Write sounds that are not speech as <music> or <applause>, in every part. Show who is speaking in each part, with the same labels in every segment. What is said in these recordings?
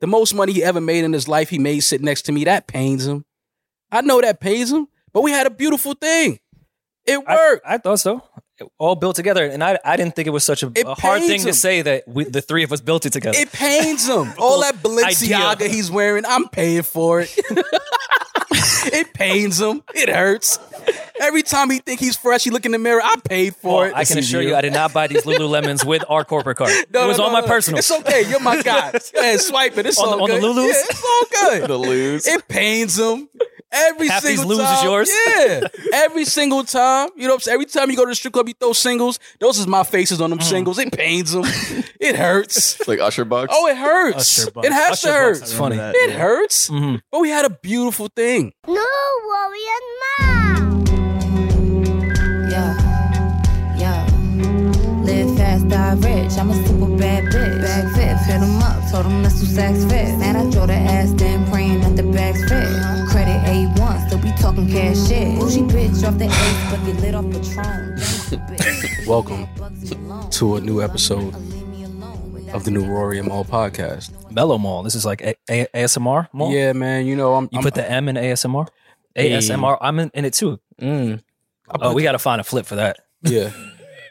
Speaker 1: The most money he ever made in his life, he made sit next to me. That pains him. I know that pains him, but we had a beautiful thing. It
Speaker 2: I-
Speaker 1: worked.
Speaker 2: I, thought so. It all built together, and I, I didn't think it was such a,
Speaker 1: It
Speaker 2: a hard thing
Speaker 1: pains him.
Speaker 2: to say that we, the three of us built it together.
Speaker 1: it
Speaker 2: <laughs>
Speaker 1: pains him. All that Balenciaga
Speaker 2: idea.
Speaker 1: he's wearing, I'm paying for
Speaker 2: <laughs>
Speaker 1: it. it pains him. It hurts. Every time he think he's fresh, he look in the mirror. I paid for
Speaker 2: Well,
Speaker 1: it.
Speaker 2: Oh, I can assure you, I did not buy these Lululemons with our corporate card.
Speaker 1: No,
Speaker 2: it was
Speaker 1: no,
Speaker 2: on
Speaker 1: no,
Speaker 2: my
Speaker 1: no.
Speaker 2: personal.
Speaker 1: It's okay. You're my
Speaker 2: <laughs>
Speaker 1: guy. Go ahead, swipe it. It's
Speaker 2: On the-
Speaker 1: all
Speaker 2: on the
Speaker 1: good.
Speaker 2: Lulus?
Speaker 1: Yeah, it's
Speaker 2: <laughs>
Speaker 1: all good.
Speaker 3: The lose.
Speaker 1: It pains him every
Speaker 2: Half these
Speaker 1: single
Speaker 2: lose is
Speaker 1: time.
Speaker 2: yours?
Speaker 1: Yeah, every single time. You know, what I'm saying? every time you go to the strip club, you throw singles. Those is my faces on them
Speaker 2: Mm.
Speaker 1: singles. It pains
Speaker 2: <laughs>
Speaker 1: him. it hurts.
Speaker 3: It's like Usher Bucks.
Speaker 1: Oh, it hurts.
Speaker 4: Usher Bucks.
Speaker 1: It has
Speaker 2: Usher
Speaker 1: to
Speaker 2: Bucks.
Speaker 1: hurt.
Speaker 2: It's funny.
Speaker 4: Remember
Speaker 1: It
Speaker 4: that, yeah.
Speaker 1: hurts.
Speaker 2: Mhm.
Speaker 1: But we had a beautiful thing.
Speaker 5: No worrying now.
Speaker 6: Yeah, yeah. Live fast, die rich. I'm a super bad bitch. Bag fit, hit 'em up. Told 'em that's who sacks fit. And I throw the ass down, praying that the bags fit. Credit A1, still be talking cash shit. Bougie bitch off the ace, but get lit off the
Speaker 1: <laughs>
Speaker 6: throne.
Speaker 1: Welcome to a new episode Of the new Rory and All podcast.
Speaker 2: Mellow Mall. This is like a- a- ASMR Mall.
Speaker 1: Yeah, man. You know, I'm.
Speaker 2: Oh. You
Speaker 1: I'm-
Speaker 2: put the M in ASMR? ASMR. I'm in, in it too.
Speaker 1: Mm,
Speaker 2: Oh, we got to find a flip for that.
Speaker 1: yeah.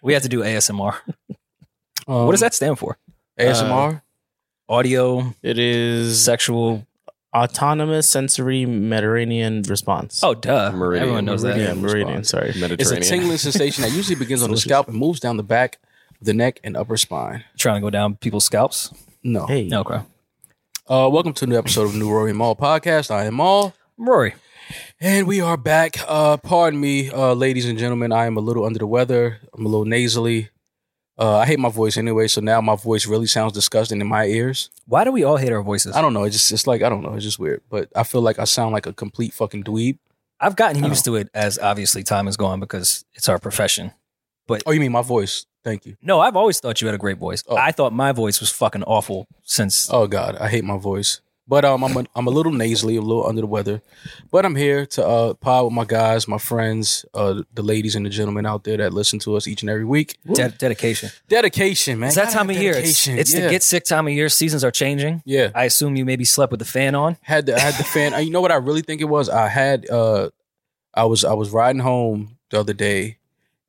Speaker 2: We have to do ASMR.
Speaker 1: Um,
Speaker 2: <laughs> what does that Uh, stand for?
Speaker 1: ASMR.
Speaker 2: Audio,
Speaker 4: It is
Speaker 2: sexual.
Speaker 4: autonomous sensory Mediterranean response.
Speaker 2: Oh, duh.
Speaker 3: Meridian.
Speaker 2: Everyone knows that.
Speaker 4: yeah,
Speaker 3: Meridian
Speaker 4: meridian.
Speaker 3: response.
Speaker 4: Sorry.
Speaker 1: it's a
Speaker 3: Mediterranean.
Speaker 1: tingling sensation that usually begins on the
Speaker 2: Delicious.
Speaker 1: scalp and moves down the back of the neck and upper spine.
Speaker 2: Trying to go down people's scalps.
Speaker 1: No.
Speaker 4: Hey,
Speaker 2: Okay.
Speaker 1: Uh, welcome to a new episode of New Rory and Mall Podcast. I am Maul,
Speaker 2: Rory.
Speaker 1: and we are back. Uh, pardon me, uh, ladies and gentlemen. I am a little under the weather. I'm a little nasally. Uh, I hate my voice anyway, so now my voice really sounds disgusting in my ears.
Speaker 2: Why do we all hate our voices?
Speaker 1: I don't know. It's just it's like I don't know. It's just weird. But I feel like I sound like a complete fucking dweeb.
Speaker 2: I've gotten used to it as obviously time has gone because it's our profession.
Speaker 1: Oh, you mean my voice? Thank you.
Speaker 2: No, I've always thought you had a great voice.
Speaker 1: Oh.
Speaker 2: I thought my voice was fucking awful since
Speaker 1: Oh God, I hate my voice. But um, I'm a, I'm a little nasally, a little under the weather. But I'm here to uh, pod with my guys, my friends, uh, the ladies and the gentlemen out there that listen to us each and every week.
Speaker 2: de- dedication.
Speaker 1: Dedication, Oh. man.
Speaker 2: It's that
Speaker 1: Gotta
Speaker 2: time
Speaker 1: have
Speaker 2: of year. It's,
Speaker 1: dedication.
Speaker 2: it's
Speaker 1: yeah.
Speaker 2: the get sick time of year. Seasons are changing.
Speaker 1: Yeah,
Speaker 2: I assume you maybe slept with the fan on.
Speaker 1: had the I had the fan. Uh, you know what I really think it was? I had uh, I was I was riding home the other day,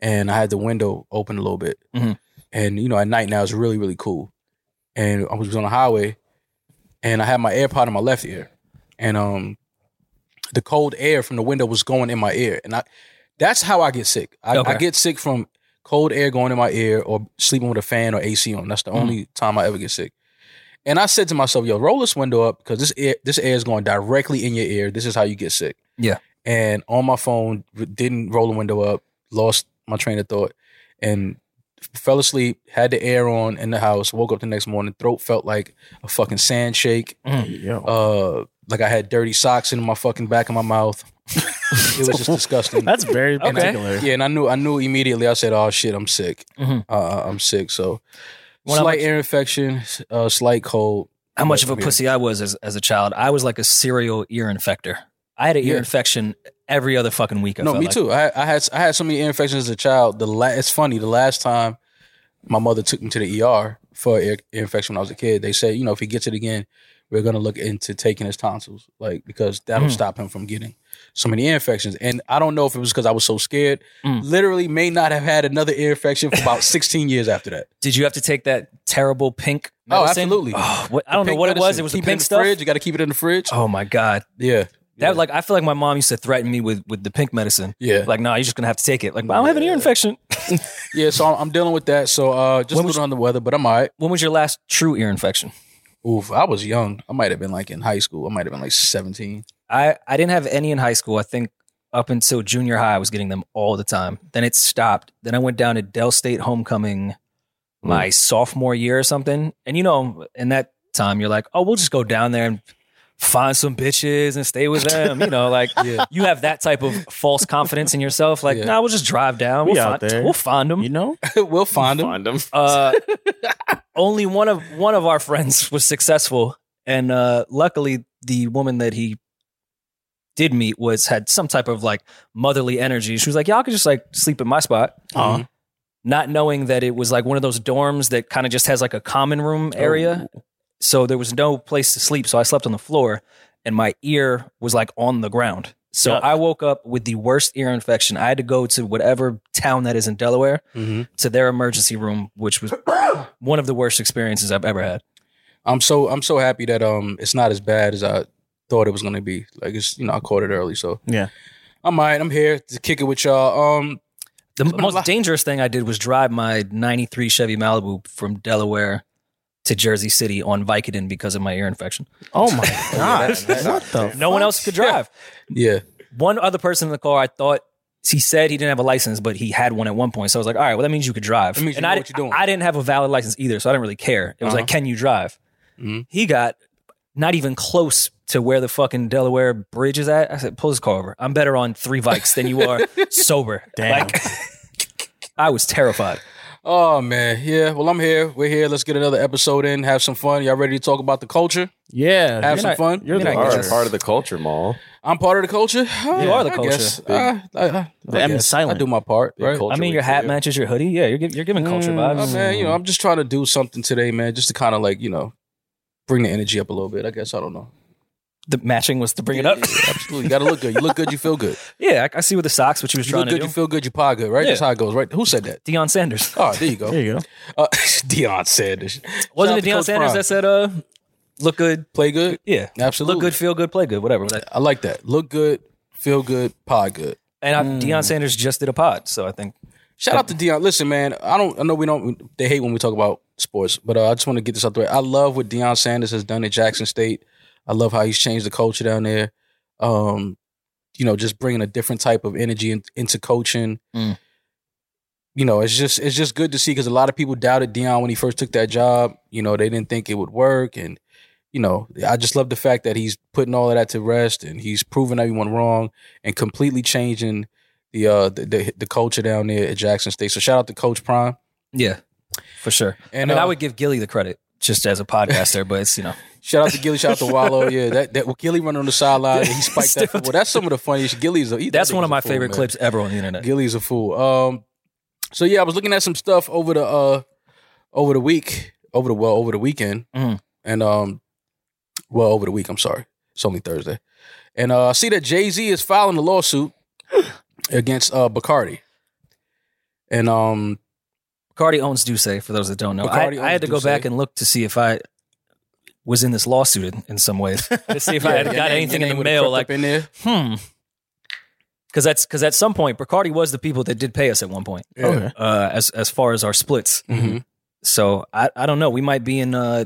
Speaker 1: and I had the window open a little bit,
Speaker 2: Mhm.
Speaker 1: and you know at night now it's really really cool, and I was on the highway, and I had my AirPod in my left ear, and um, the cold air from the window was going in my ear, and I that's how I get sick. I, I
Speaker 2: Okay.
Speaker 1: get sick from cold air going in my ear or sleeping with a fan or AC on. That's the
Speaker 2: Mhm.
Speaker 1: only time I ever get sick. And I said to myself, "Yo, roll this window up because this air, this air is going directly in your ear. This is how you get sick."
Speaker 2: Yeah.
Speaker 1: And on my phone, r- didn't roll the window up. Lost my train of thought, and f- fell asleep. Had the air on in the house. Woke up the next morning. Throat felt like a fucking sand shake.
Speaker 4: yo.
Speaker 1: Uh, like I had dirty socks in my fucking back of my mouth. <laughs> it was just disgusting.
Speaker 4: that's very
Speaker 2: Okay.
Speaker 4: particular.
Speaker 1: Yeah, and I knew I knew immediately. I said, "Oh shit, I'm sick.
Speaker 2: Mhm.
Speaker 1: Uh, I'm sick." So
Speaker 2: When I
Speaker 1: slight
Speaker 2: went-
Speaker 1: ear infection, uh, slight cold.
Speaker 2: How much of a
Speaker 1: Yeah.
Speaker 2: pussy I was as, as a child. I was like a serial ear infector. I had an ear
Speaker 1: Yeah.
Speaker 2: infection every other fucking week. I
Speaker 1: no,
Speaker 2: felt
Speaker 1: me
Speaker 2: like.
Speaker 1: too. I, I had I had so many ear infections as a child. The la- it's funny. The last time my mother took me to the ER for ear, ear infection when I was a kid, they said, you know, if he gets it again, we're gonna look into taking his tonsils, like because that'll
Speaker 2: Mm.
Speaker 1: stop him from getting so many ear infections. And I don't know if it was because I was so scared.
Speaker 2: Mm.
Speaker 1: Literally, may not have had another ear infection for
Speaker 2: <laughs>
Speaker 1: about 16 years after that.
Speaker 2: Did you have to take that terrible pink?
Speaker 1: Oh,
Speaker 2: medicine?
Speaker 1: absolutely.
Speaker 2: Oh, what, I don't
Speaker 1: The
Speaker 2: know
Speaker 1: pink
Speaker 2: what it was.
Speaker 1: medicine.
Speaker 2: It was
Speaker 1: Keep
Speaker 2: the
Speaker 1: in
Speaker 2: pink
Speaker 1: the
Speaker 2: stuff.
Speaker 1: Fridge. You got to keep it in the fridge.
Speaker 2: Oh my god.
Speaker 1: Yeah.
Speaker 2: That
Speaker 1: Yeah.
Speaker 2: like I feel like my mom used to threaten me with with the pink medicine. <laughs>
Speaker 1: Yeah.
Speaker 2: Like, no, nah, you're just gonna have to take it. Like, but I don't have an ear infection.
Speaker 1: Yeah, so I'm, I'm dealing with that. So uh just a
Speaker 2: When was-
Speaker 1: little on the weather, but I'm all right.
Speaker 2: When was your last true ear infection?
Speaker 1: Oof, I was young. I might have been like in high school. I might have been like 17.
Speaker 2: I, I didn't have any in high school. I think up until junior high, I was getting them all the time. Then it stopped. Then I went down to Dell State Homecoming
Speaker 4: Hmm.
Speaker 2: my sophomore year or something. And you know, in that time, you're like, oh, we'll just go down there and find some bitches and stay with them. You know,
Speaker 4: <laughs>
Speaker 2: like
Speaker 1: Yeah.
Speaker 2: you have that type of false confidence in yourself. Like,
Speaker 1: Yeah.
Speaker 2: nah, we'll just drive down.
Speaker 4: We
Speaker 2: We'll,
Speaker 4: out
Speaker 2: find,
Speaker 4: there.
Speaker 2: we'll find them.
Speaker 4: You know?
Speaker 1: <laughs> we'll find him.
Speaker 3: Find them.
Speaker 2: Uh, only one of one of our friends was successful, and uh, luckily, the woman that he did meet was had some type of like motherly energy. She was like, "Y'all could just like sleep in my spot,"
Speaker 1: Uh-huh.
Speaker 4: Aw.
Speaker 2: not knowing that it was like one of those dorms that kind of just has like a common room area. So there was no place to sleep. So I slept on the floor and my ear was like on the ground. So
Speaker 4: Yuck.
Speaker 2: I woke up with the worst ear infection. I had to go to whatever town that is in Delaware to their emergency room, which was <coughs> one of the worst experiences I've ever had.
Speaker 1: I'm so I'm so happy that um it's not as bad as I thought it was gonna be. Like it's you know I caught it early, so
Speaker 4: Yeah.
Speaker 1: I'm alright. I'm here to kick it with y'all. Um,
Speaker 2: The
Speaker 1: been a
Speaker 2: most
Speaker 1: lot-
Speaker 2: dangerous thing I did was drive my 93 Chevy Malibu from Delaware to Jersey City on Vicodin because of my ear infection.
Speaker 4: Oh
Speaker 1: <laughs>
Speaker 4: my god. what the?
Speaker 2: No one else could drive.
Speaker 1: yeah,
Speaker 2: One other person in the car, I thought he said he didn't have a license, but he had one at one point. So I was like, all right, well, that means you could drive.
Speaker 1: That means you
Speaker 2: and
Speaker 1: know
Speaker 2: I,
Speaker 1: what
Speaker 2: didn't-
Speaker 1: you're doing. Uh-huh.
Speaker 2: I didn't have a valid license either. So I didn't really care. It was like, can you drive?
Speaker 1: Mhm.
Speaker 2: He got not even close to where the fucking Delaware bridge is at. I said, pull this car over. I'm better on three bikes than you
Speaker 1: <laughs>
Speaker 2: are sober.
Speaker 4: Damn.
Speaker 2: Like, I was terrified.
Speaker 1: Oh man, yeah. Well, I'm here. We're here. Let's get another episode in. Have some fun. Y'all ready to talk about the culture?
Speaker 4: Yeah.
Speaker 1: Have some
Speaker 2: not-
Speaker 1: fun.
Speaker 4: You're the
Speaker 2: I mean, I
Speaker 4: art.
Speaker 2: guess.
Speaker 3: Part, part of the culture, Maul.
Speaker 1: I'm part of the culture.
Speaker 2: You are the culture.
Speaker 1: I, I, I,
Speaker 4: I mean,
Speaker 1: guess.
Speaker 4: silent.
Speaker 1: I do my part,
Speaker 3: Big
Speaker 1: right?
Speaker 3: culture
Speaker 2: I mean, your
Speaker 3: week
Speaker 2: hat
Speaker 3: for you.
Speaker 2: matches your hoodie. Yeah, you're, gi- you're giving culture
Speaker 1: Oh,
Speaker 2: vibes.
Speaker 1: man, you know, I'm just trying to do something today, man, just to kind of like you know, bring the energy up a little bit. I guess I don't know.
Speaker 2: The matching was to bring it up.
Speaker 1: Yeah, absolutely. You gotta look good. You look good. You feel good.
Speaker 2: yeah, I, I see with the socks what she was
Speaker 1: You
Speaker 2: trying
Speaker 1: look
Speaker 2: to
Speaker 1: good.
Speaker 2: do.
Speaker 1: You feel good. You pie good, right?
Speaker 2: Yeah.
Speaker 1: That's how it goes, right? Who said that?
Speaker 2: Deion Sanders
Speaker 1: Oh, there you go.
Speaker 4: There you go.
Speaker 1: Uh, <laughs> Deion Sanders.
Speaker 2: wasn't
Speaker 1: Shout
Speaker 2: it?
Speaker 1: out to
Speaker 2: Deion
Speaker 1: Coach
Speaker 2: Sanders
Speaker 1: Prime.
Speaker 2: that said, "Uh, look good,
Speaker 1: play good?
Speaker 2: yeah,
Speaker 1: Absolutely.
Speaker 2: look good, feel good, play good, whatever." That-
Speaker 1: I like that. Look good, feel good, pie good.
Speaker 2: And I,
Speaker 1: Mm.
Speaker 2: Deion Sanders just did a pod, so I think
Speaker 1: Shout out to Dion. Listen, man, I don't. I know we don't. They hate when we talk about sports, but uh, I just want to get this out the way. I love what Deion Sanders has done at Jackson State. I love how he's changed the culture down there. Um, you know, just bringing a different type of energy in, into coaching.
Speaker 2: Mm.
Speaker 1: You know, it's just it's just good to see because a lot of people doubted Dion when he first took that job. You know, they didn't think it would work, and you know, I just love the fact that he's putting all of that to rest and he's proving everyone wrong and completely changing the uh the, the the culture down there at Jackson State. So shout out to Coach Prime.
Speaker 2: yeah, for sure.
Speaker 1: And,
Speaker 2: And I, mean, I
Speaker 1: uh,
Speaker 2: would give Gilly the credit just as a podcaster, but it's you know,
Speaker 1: Shout out to Gilly. Shout out to
Speaker 2: <laughs>
Speaker 1: Wallow. Yeah, that that Gilly running on the sideline. He spiked that. Well, that's some of the funniest. Gilly's a, <laughs> he-
Speaker 2: that's
Speaker 1: that
Speaker 2: one
Speaker 1: nigga's
Speaker 2: of my
Speaker 1: a fool,
Speaker 2: favorite
Speaker 1: man.
Speaker 2: clips ever on the internet.
Speaker 1: Gilly's a fool. Um, so yeah, I was looking at some stuff over the uh over the week, over the well over the weekend,
Speaker 2: Mhm.
Speaker 1: and um, well over the week. I'm sorry, it's only Thursday, and uh, I see that Jay Z is filing a lawsuit
Speaker 2: <gasps>
Speaker 1: against uh Bacardi, and um,
Speaker 2: Bacardi owns Duce. For those that don't know, I,
Speaker 1: Bacardi
Speaker 2: I had to
Speaker 1: owns
Speaker 2: go
Speaker 1: Douce.
Speaker 2: back and look to see if I was in this lawsuit in, in
Speaker 1: <laughs>
Speaker 2: some ways to see if I had
Speaker 1: your
Speaker 2: got
Speaker 1: name-
Speaker 2: anything
Speaker 1: your name
Speaker 2: in the
Speaker 1: would've
Speaker 2: mail.
Speaker 1: crept
Speaker 2: Like,
Speaker 1: up in there.
Speaker 2: hmm. Because that's because at some point, Bacardi was the people that did pay us at one point,
Speaker 1: Yeah.
Speaker 4: Okay.
Speaker 2: uh, as as far as our splits.
Speaker 1: Mhm.
Speaker 2: So I, I don't know. We might be in uh,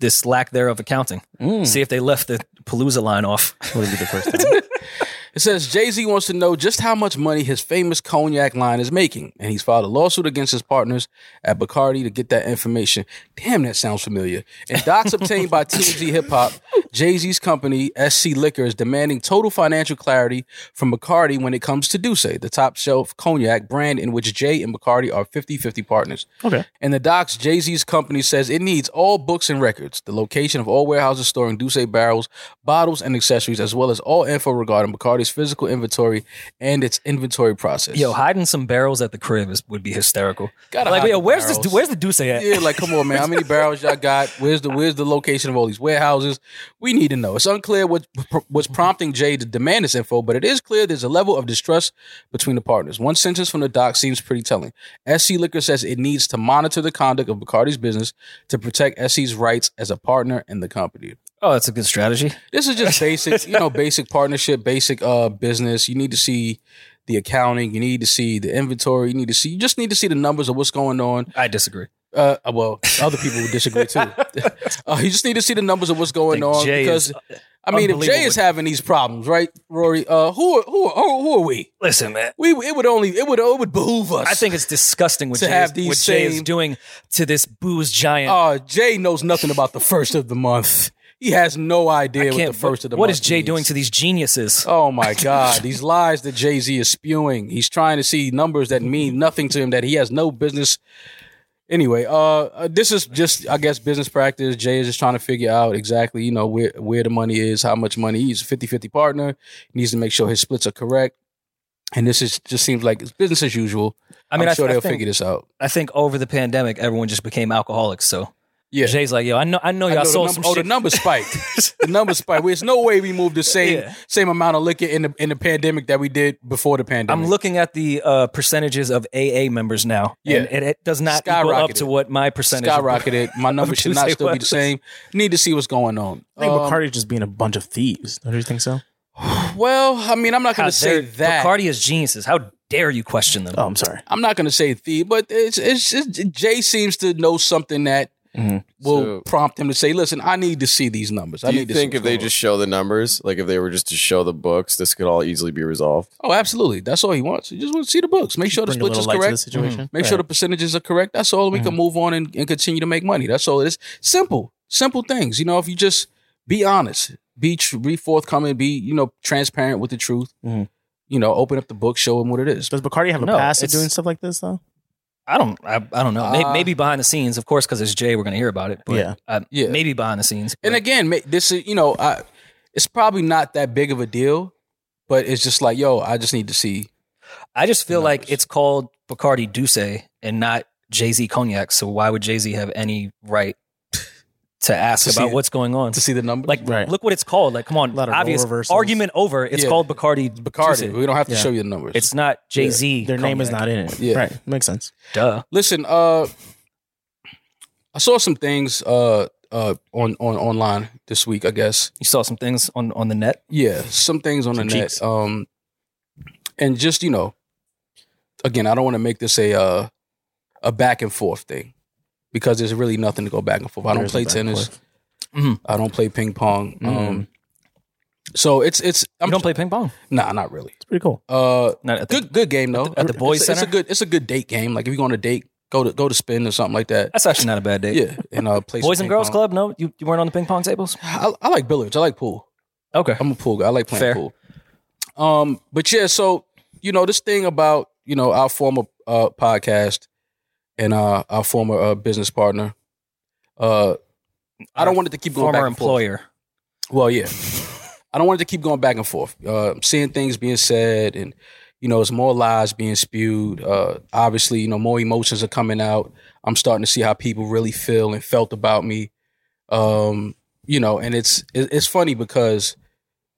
Speaker 2: this lack thereof accounting.
Speaker 1: Hmm. Mm.
Speaker 2: See if they left the Palooza line off.
Speaker 4: Wouldn't be the first time.
Speaker 1: It says Jay Z wants to know just how much money his famous cognac line is making, and he's filed a lawsuit against his partners at Bacardi to get that information. Damn, that sounds familiar. In docs obtained by TMZ Hip Hop, Jay Z's company SC Liquor is demanding total financial clarity from Bacardi when it comes to Douce, the top shelf cognac brand in which Jay and Bacardi are 50-50 partners.
Speaker 4: Okay.
Speaker 1: In the docs, Jay Z's company says it needs all books and records, the location of all warehouses storing Douce barrels, bottles, and accessories, as well as all info regarding Bacardi's physical inventory and its inventory process.
Speaker 2: <laughs> Yo, hiding some barrels at the crib is, would be hysterical.
Speaker 1: Gotta
Speaker 2: like,
Speaker 1: hide
Speaker 2: yo,
Speaker 1: the
Speaker 2: where's this?
Speaker 1: barrels.
Speaker 2: Where's the Duce at?
Speaker 1: yeah, like come on, man. How many barrels y'all got? Where's the where's the location of all these warehouses? We need to know. It's unclear what what's prompting Jay to demand this info, but it is clear there's a level of distrust between the partners. One sentence from the doc seems pretty telling. SC Liquor says it needs to monitor the conduct of Bacardi's business to protect SC's rights as a partner in the company.
Speaker 2: Oh, that's a good strategy.
Speaker 1: This is just basic, you know, basic partnership, basic uh business. You need to see the accounting, you need to see the inventory, you need to see you just need to see the numbers of what's going on.
Speaker 2: I disagree.
Speaker 1: Uh, well, other people would disagree
Speaker 2: <laughs>
Speaker 1: too. uh, you just need to see the numbers of what's going on
Speaker 2: Jay
Speaker 1: because
Speaker 2: is-
Speaker 1: I mean, if Jay
Speaker 2: unbelievable.
Speaker 1: is having these problems, right, Rory? Uh, who are who are who, who are we?
Speaker 2: listen, man.
Speaker 1: We it would only it would it would behoove us.
Speaker 2: I think it's disgusting what,
Speaker 1: To
Speaker 2: Jay,
Speaker 1: have
Speaker 2: is,
Speaker 1: these
Speaker 2: what Jay is
Speaker 1: same-
Speaker 2: doing to this booze giant.
Speaker 1: uh Jay knows nothing about the first of the month. He has no idea what the
Speaker 2: Can't-
Speaker 1: first of the
Speaker 2: what
Speaker 1: month
Speaker 2: is Jay doing
Speaker 1: means.
Speaker 2: to these geniuses?
Speaker 1: Oh my God! These lies that Jay Z is spewing. He's trying to see numbers that mean nothing to him that he has no business. Anyway, uh, uh, this is just I guess business practice. Jay is just trying to figure out exactly you know where where the money is, how much money. He's a 50-50 partner. He needs to make sure his splits are correct. And this is just seems like it's business as usual.
Speaker 2: I mean,
Speaker 1: I'm
Speaker 2: I-
Speaker 1: sure
Speaker 2: I
Speaker 1: they'll
Speaker 2: think-
Speaker 1: figure this out.
Speaker 2: I think over the pandemic, everyone just became alcoholics. So
Speaker 1: Yeah.
Speaker 2: Jay's like, yo, I know, I know y'all
Speaker 1: I know the
Speaker 2: sold
Speaker 1: num-
Speaker 2: some
Speaker 1: oh,
Speaker 2: shit.
Speaker 1: the number
Speaker 2: <laughs>
Speaker 1: spiked. the number spiked. There's no way we moved the same
Speaker 2: Yeah.
Speaker 1: same amount of liquor in the in the pandemic that we did before the pandemic.
Speaker 2: I'm looking at the uh, percentages of AA members now.
Speaker 1: Yeah.
Speaker 2: and it, it does not equal up
Speaker 1: Skyrocketed.
Speaker 2: to what my percentage. of-
Speaker 1: skyrocketed.
Speaker 2: <laughs>
Speaker 1: My number should
Speaker 2: Tuesday
Speaker 1: not still be the
Speaker 2: was.
Speaker 1: same. Need to see what's going on.
Speaker 4: I think
Speaker 1: Um,
Speaker 4: Bacardi's just being a bunch of thieves. Don't you think so?
Speaker 1: well, I mean, I'm not
Speaker 2: How
Speaker 1: going to say
Speaker 2: dare-
Speaker 1: that.
Speaker 2: Bacardi is geniuses. How dare you question them?
Speaker 4: Oh, I'm sorry.
Speaker 1: I'm not going to say thief, but it's, it's just Jay seems to know something that
Speaker 4: Mhm.
Speaker 1: will
Speaker 3: So-
Speaker 1: prompt him to say, "Listen, I need to see these numbers. I
Speaker 3: Do you
Speaker 1: need to
Speaker 3: think
Speaker 1: see
Speaker 3: if
Speaker 1: what's
Speaker 3: they
Speaker 1: going on."
Speaker 3: just show the numbers, like if they were just to show the books, this could all easily be resolved?
Speaker 1: Oh, absolutely. That's all he wants. He just wants to see the books. Make sure the
Speaker 4: Bring a
Speaker 1: splits
Speaker 4: little
Speaker 1: is
Speaker 4: light to
Speaker 1: correct. Mm.
Speaker 4: the situation.
Speaker 1: Make sure the percentages are correct. That's all. We
Speaker 2: Mm-hmm.
Speaker 1: can move on and, and continue to make money. That's all it is. Simple, simple things. You know, if you just be honest, be tr- be forthcoming, be you know transparent with the truth.
Speaker 2: Mm-hmm.
Speaker 4: Mhm.
Speaker 1: You know, open up the book, show them what it is.
Speaker 4: Does Bacardi have a
Speaker 2: No,
Speaker 4: pass at
Speaker 2: it's-
Speaker 4: doing stuff like this though?
Speaker 2: I don't. I, I don't know. May-
Speaker 1: Uh,
Speaker 2: maybe, behind the scenes, of course, because it's Jay. We're going to hear about it. But,
Speaker 4: Yeah.
Speaker 2: uh,
Speaker 1: Yeah.
Speaker 2: Maybe behind the scenes.
Speaker 1: And
Speaker 2: but-
Speaker 1: again, ma- this is you know, I, it's probably not that big of a deal, but it's just like, yo, I just need to see.
Speaker 2: I just feel like
Speaker 1: Numbers.
Speaker 2: it's called Bacardi Douce and not Jay Z Cognac. So why would Jay Z have any right to ask
Speaker 1: To see
Speaker 2: about
Speaker 1: it.
Speaker 2: what's going on?
Speaker 1: to see the number.
Speaker 2: Like,
Speaker 4: Right.
Speaker 2: look what it's called. Like, come on,
Speaker 4: Lot of role
Speaker 2: obvious
Speaker 4: reversals.
Speaker 2: argument over. It's
Speaker 1: Yeah.
Speaker 2: called Bacardi
Speaker 1: Bacardi,
Speaker 2: Douce.
Speaker 1: we don't have to
Speaker 4: Yeah.
Speaker 1: show you the numbers.
Speaker 2: It's not Jay Z.
Speaker 4: Their name is not in it.
Speaker 1: Yeah.
Speaker 4: Right. Makes sense.
Speaker 2: Duh.
Speaker 1: Listen, uh, I saw some things uh, uh, on on online this week. I guess,
Speaker 2: You saw some things on on the net.
Speaker 1: yeah, some things on
Speaker 4: Some
Speaker 1: the
Speaker 4: cheeks.
Speaker 1: net. Um, and just you know, again, I don't want to make this a uh, a back and forth thing because there's really nothing to go back and forth. I don't
Speaker 4: There's
Speaker 1: play
Speaker 4: no back and
Speaker 1: tennis.
Speaker 4: forth.
Speaker 1: I don't play ping pong. Um, so it's it's
Speaker 2: Mm. You don't play ping pong.
Speaker 1: Nah, not really.
Speaker 4: It's pretty cool.
Speaker 1: Uh,
Speaker 2: Not at the-
Speaker 1: good good game though.
Speaker 2: the- at the boys'
Speaker 1: it's, a- It's
Speaker 2: center?
Speaker 1: a good it's a good date game. Like if you go on a date, go to go to spin or something like
Speaker 2: <laughs>
Speaker 1: that.
Speaker 2: That's actually not a bad day.
Speaker 1: Yeah, and uh, play some
Speaker 2: Boys and
Speaker 1: ping
Speaker 2: Girls
Speaker 1: pong.
Speaker 2: Club. No, you, you weren't on the ping pong tables.
Speaker 1: I, I like billiards. I like pool.
Speaker 2: Okay.
Speaker 1: I'm a pool guy. I like playing
Speaker 2: Fair.
Speaker 1: pool. Um, but yeah, so you know this thing about you know our former uh, podcast and uh, our former uh, business partner. Uh, I don't want it to keep going back
Speaker 2: Former
Speaker 1: and forth.
Speaker 2: employer.
Speaker 1: Well, yeah. I don't want it to keep going back and forth. Uh, seeing things being said, and you know, it's more lies being spewed. Uh, obviously, you know, more emotions are coming out. I'm starting to see how people really feel and felt about me. Um, you know, and it's it- it's funny because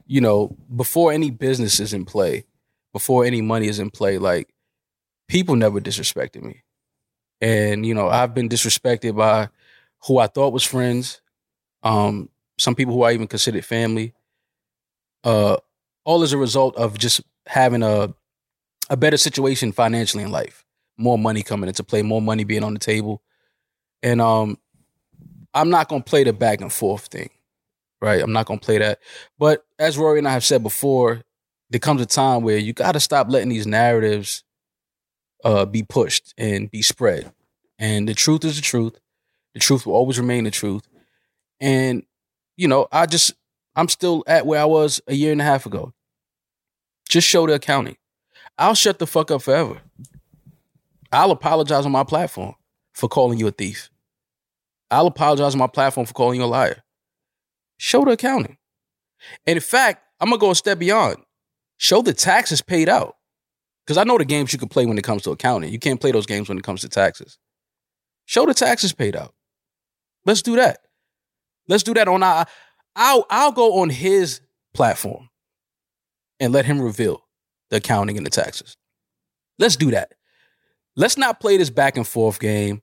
Speaker 1: you know, before any business is in play, before any money is in play, like people never disrespected me, and you know, I've been disrespected by who I thought was friends. Um, some people who I even considered family, uh, all as a result of just having a a better situation financially in life, more money coming into play, more money being on the table, and um, I'm not gonna play the back and forth thing, right? I'm not gonna play that. But as Rory and I have said before, there comes a time where you got to stop letting these narratives uh, be pushed and be spread, and the truth is the truth. The truth will always remain the truth, and you know, I just I'm still at where I was a year and a half ago. Just show the accounting. I'll shut the fuck up forever. I'll apologize on my platform for calling you a thief. I'll apologize on my platform for calling you a liar. Show the accounting. And in fact, I'm gonna go a step beyond. Show the taxes paid out. Because I know the games you can play when it comes to accounting. You can't play those games when it comes to taxes. Show the taxes paid out. Let's do that. Let's do that on our. I'll I'll go on his platform and let him reveal the accounting and the taxes. Let's do that. Let's not play this back and forth game.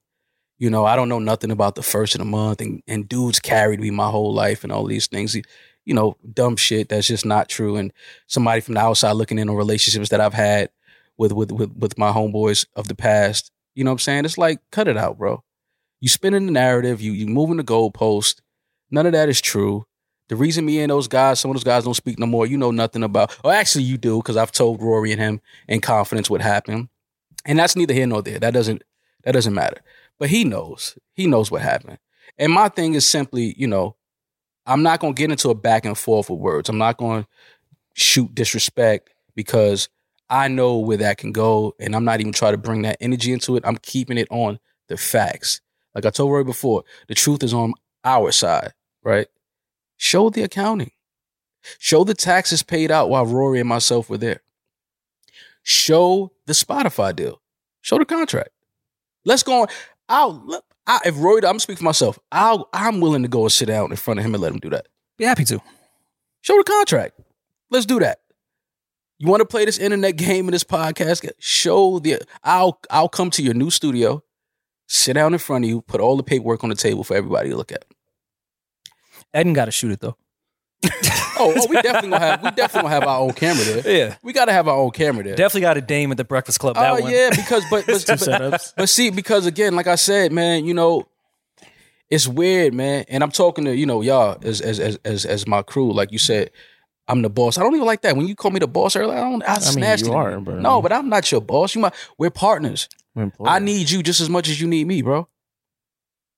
Speaker 1: You know, I don't know nothing about the first of the month, and, and dudes carried me my whole life and all these things. You know, dumb shit that's just not true. And somebody from the outside looking in on relationships that I've had with with with, with my homeboys of the past. You know what I'm saying? It's like, cut it out, bro. You spinning the narrative, you you moving the goalpost. None of that is true. The reason me and those guys, some of those guys don't speak no more, you know nothing about. Or actually, you do, because I've told Rory and him in confidence what happened. And that's neither here nor there. That doesn't that doesn't matter. But he knows. He knows what happened. And my thing is simply, you know, I'm not gonna get into a back and forth with words. I'm not gonna shoot disrespect because I know where that can go. And I'm not even trying to bring that energy into it. I'm keeping it on the facts. Like I told Rory before, the truth is on our side, right? Show the accounting. Show the taxes paid out while Rory and myself were there. Show the Spotify deal. Show the contract. Let's go on. I'll, I, if Roy, I'm speaking for myself. I'll, I'm willing to go and sit down in front of him and let him do that.
Speaker 2: Be happy to.
Speaker 1: Show the contract. Let's do that. You want to play this internet <laughs> game in this podcast? Show the. I'll I'll come to your new studio, sit down in front of you, put all the paperwork on the table for everybody to look at.
Speaker 2: Eden got to shoot it though.
Speaker 1: Oh, oh we definitely gonna have we definitely gonna have our own camera there.
Speaker 2: <laughs> Yeah.
Speaker 1: We gotta have our own camera there.
Speaker 2: Definitely got a dame at the Breakfast Club. That
Speaker 1: oh
Speaker 2: one.
Speaker 1: yeah, because
Speaker 4: <laughs>
Speaker 1: but but, <laughs>
Speaker 4: Two
Speaker 1: but,
Speaker 4: setups.
Speaker 1: but see, because again, like I said, man, you know, it's weird, man. And I'm talking to you know y'all as as as as, as my crew. Like you said, I'm the boss. I don't even like that when you call me the boss earlier. I don't. I,
Speaker 4: I mean,
Speaker 1: snatched
Speaker 4: you
Speaker 1: it.
Speaker 4: are, but
Speaker 1: No, but I'm not your boss. You my we're partners.
Speaker 4: I'm employed.
Speaker 1: I need you just as much as you need me, bro.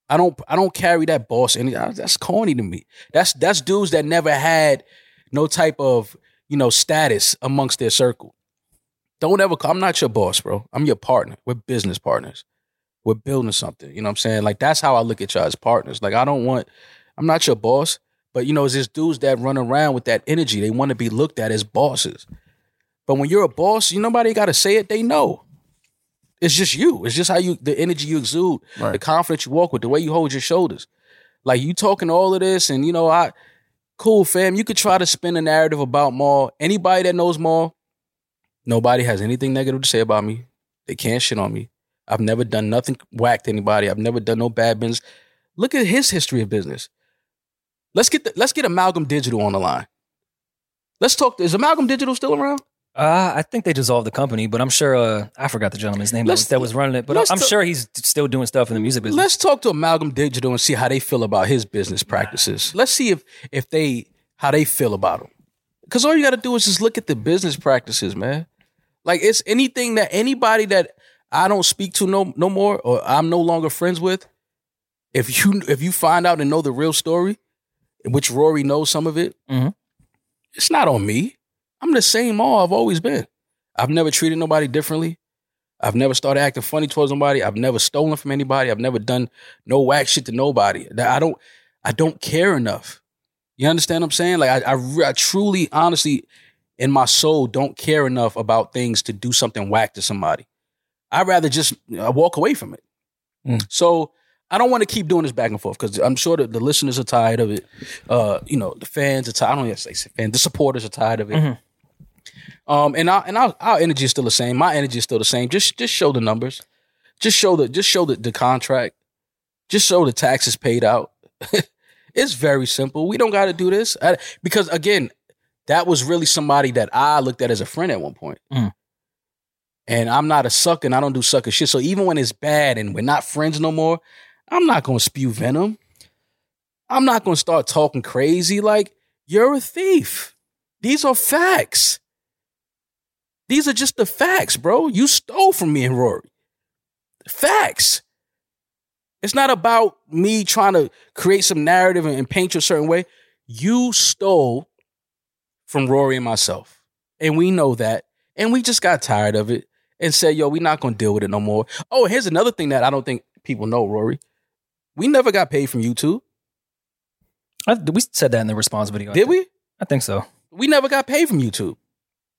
Speaker 1: I don't I don't carry that boss any I- that's corny to me. That's that's dudes that never had no type of, you know, status amongst their circle. Don't ever call I'm not your boss, bro. I'm your partner. We're business partners. We're building something. You know what I'm saying? Like that's how I look at y'all as partners. Like I don't want I'm not your boss, but you know, it's just dudes that run around with that energy. They want to be looked at as bosses. But when you're a boss, you nobody gotta say it, they know. It's just you. It's just how you the energy you exude, the confidence you walk with, the way you hold your shoulders. Like you talking all of this, and you know, I cool fam. You could try to spin a narrative about Maul. Anybody that knows Maul, nobody has anything negative to say about me. They can't shit on me. I've never done nothing whack to anybody. I've never done no bad business. Look at his history of business. Let's get the, let's get Amalgam Digital on the line. Let's talk. Is Amalgam Digital still around?
Speaker 2: Uh, I think they dissolved the company, but I'm sure uh, I forgot the gentleman's name that
Speaker 1: Let's-
Speaker 2: was, that was running it. But
Speaker 1: let's
Speaker 2: I'm
Speaker 1: t-
Speaker 2: sure he's still doing stuff in the music business.
Speaker 1: Let's talk to Amalgam Digital and see how they feel about his business practices. Let's see if if they how they feel about him. Cause all you gotta do is just look at the business practices, man. Like it's anything that anybody that I don't speak to no no more or I'm no longer friends with. If you if you find out and know the real story, which Rory knows some of it,
Speaker 2: Mhm.
Speaker 1: it's not on me. I'm the same all I've always been. I've never treated nobody differently. I've never started acting funny towards nobody. I've never stolen from anybody. I've never done no whack shit to nobody. That I don't I don't care enough. You understand what I'm saying? Like I, I re- I truly honestly in my soul don't care enough about things to do something whack to somebody. I'd rather just uh, walk away from it.
Speaker 2: Mm.
Speaker 1: So I don't want to keep doing this back and forth because I'm sure that the listeners are tired of it. Uh, you know, the fans are tired. I don't even say fans. The supporters are tired of it.
Speaker 2: Mhm.
Speaker 1: Um, and our and our, our energy is still the same. My energy is still the same. Just just show the numbers. Just show the just show the, the contract. Just show the taxes paid out. <laughs> it's very simple. We don't got to do this I- because again, that was really somebody that I looked at as a friend at one point.
Speaker 2: Mm.
Speaker 1: And I'm not a sucker. and I don't do sucker shit. So even when it's bad and we're not friends no more, I'm not gonna spew venom. I'm not gonna start talking crazy like you're a thief. These are facts. These are just the facts, bro. You stole from me and Rory. Facts. It's not about me trying to create some narrative and, and paint you a certain way. You stole from Rory and myself. And we know that. And we just got tired of it and said, yo, we're not going to deal with it no more. Oh, and here's another thing that I don't think people know, Rory. We never got paid from YouTube,
Speaker 2: I, we said that in the response video. I
Speaker 1: did
Speaker 2: think.
Speaker 1: we?
Speaker 2: I think so.
Speaker 1: We never got paid from YouTube.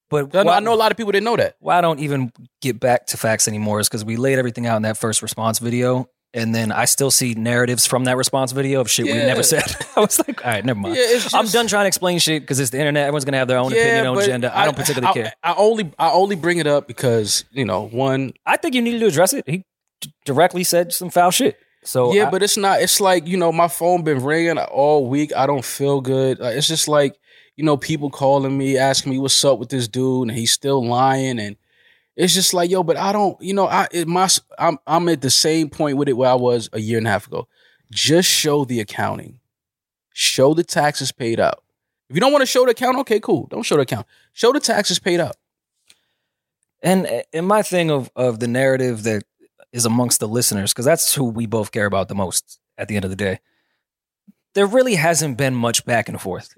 Speaker 2: But
Speaker 1: I know,
Speaker 2: why-
Speaker 1: I know a lot of people didn't know that.
Speaker 2: why I don't even get back to facts anymore is because we laid everything out in that first response video. And then I still see narratives from that response video of shit we
Speaker 1: Yeah.
Speaker 2: never said. <laughs> I was like, all right, never mind.
Speaker 1: Yeah, it's
Speaker 2: I'm
Speaker 1: just-
Speaker 2: done trying to explain shit because it's the internet. Everyone's gonna have their own opinion, own
Speaker 1: but
Speaker 2: agenda. I, don't particularly
Speaker 1: I-
Speaker 2: care.
Speaker 1: I only I only bring it up because you know one.
Speaker 2: I think you needed to address it. He d- directly said some foul shit. So
Speaker 1: yeah,
Speaker 2: I-
Speaker 1: but it's not. It's like you know my phone been ringing all week. I don't feel good. Like, it's just like you know people calling me asking me what's up with this dude and he's still lying and it's just like yo. But I don't. You know I it, my s- I'm I'm at the same point with it where I was a year and a half ago. Just show the accounting. Show the taxes paid out. If you don't want to show the account, okay, cool. Don't show the account. Show the taxes paid out.
Speaker 2: and and my thing of of the narrative that is amongst the listeners because that's who we both care about the most at the end of the day there really hasn't been much back and forth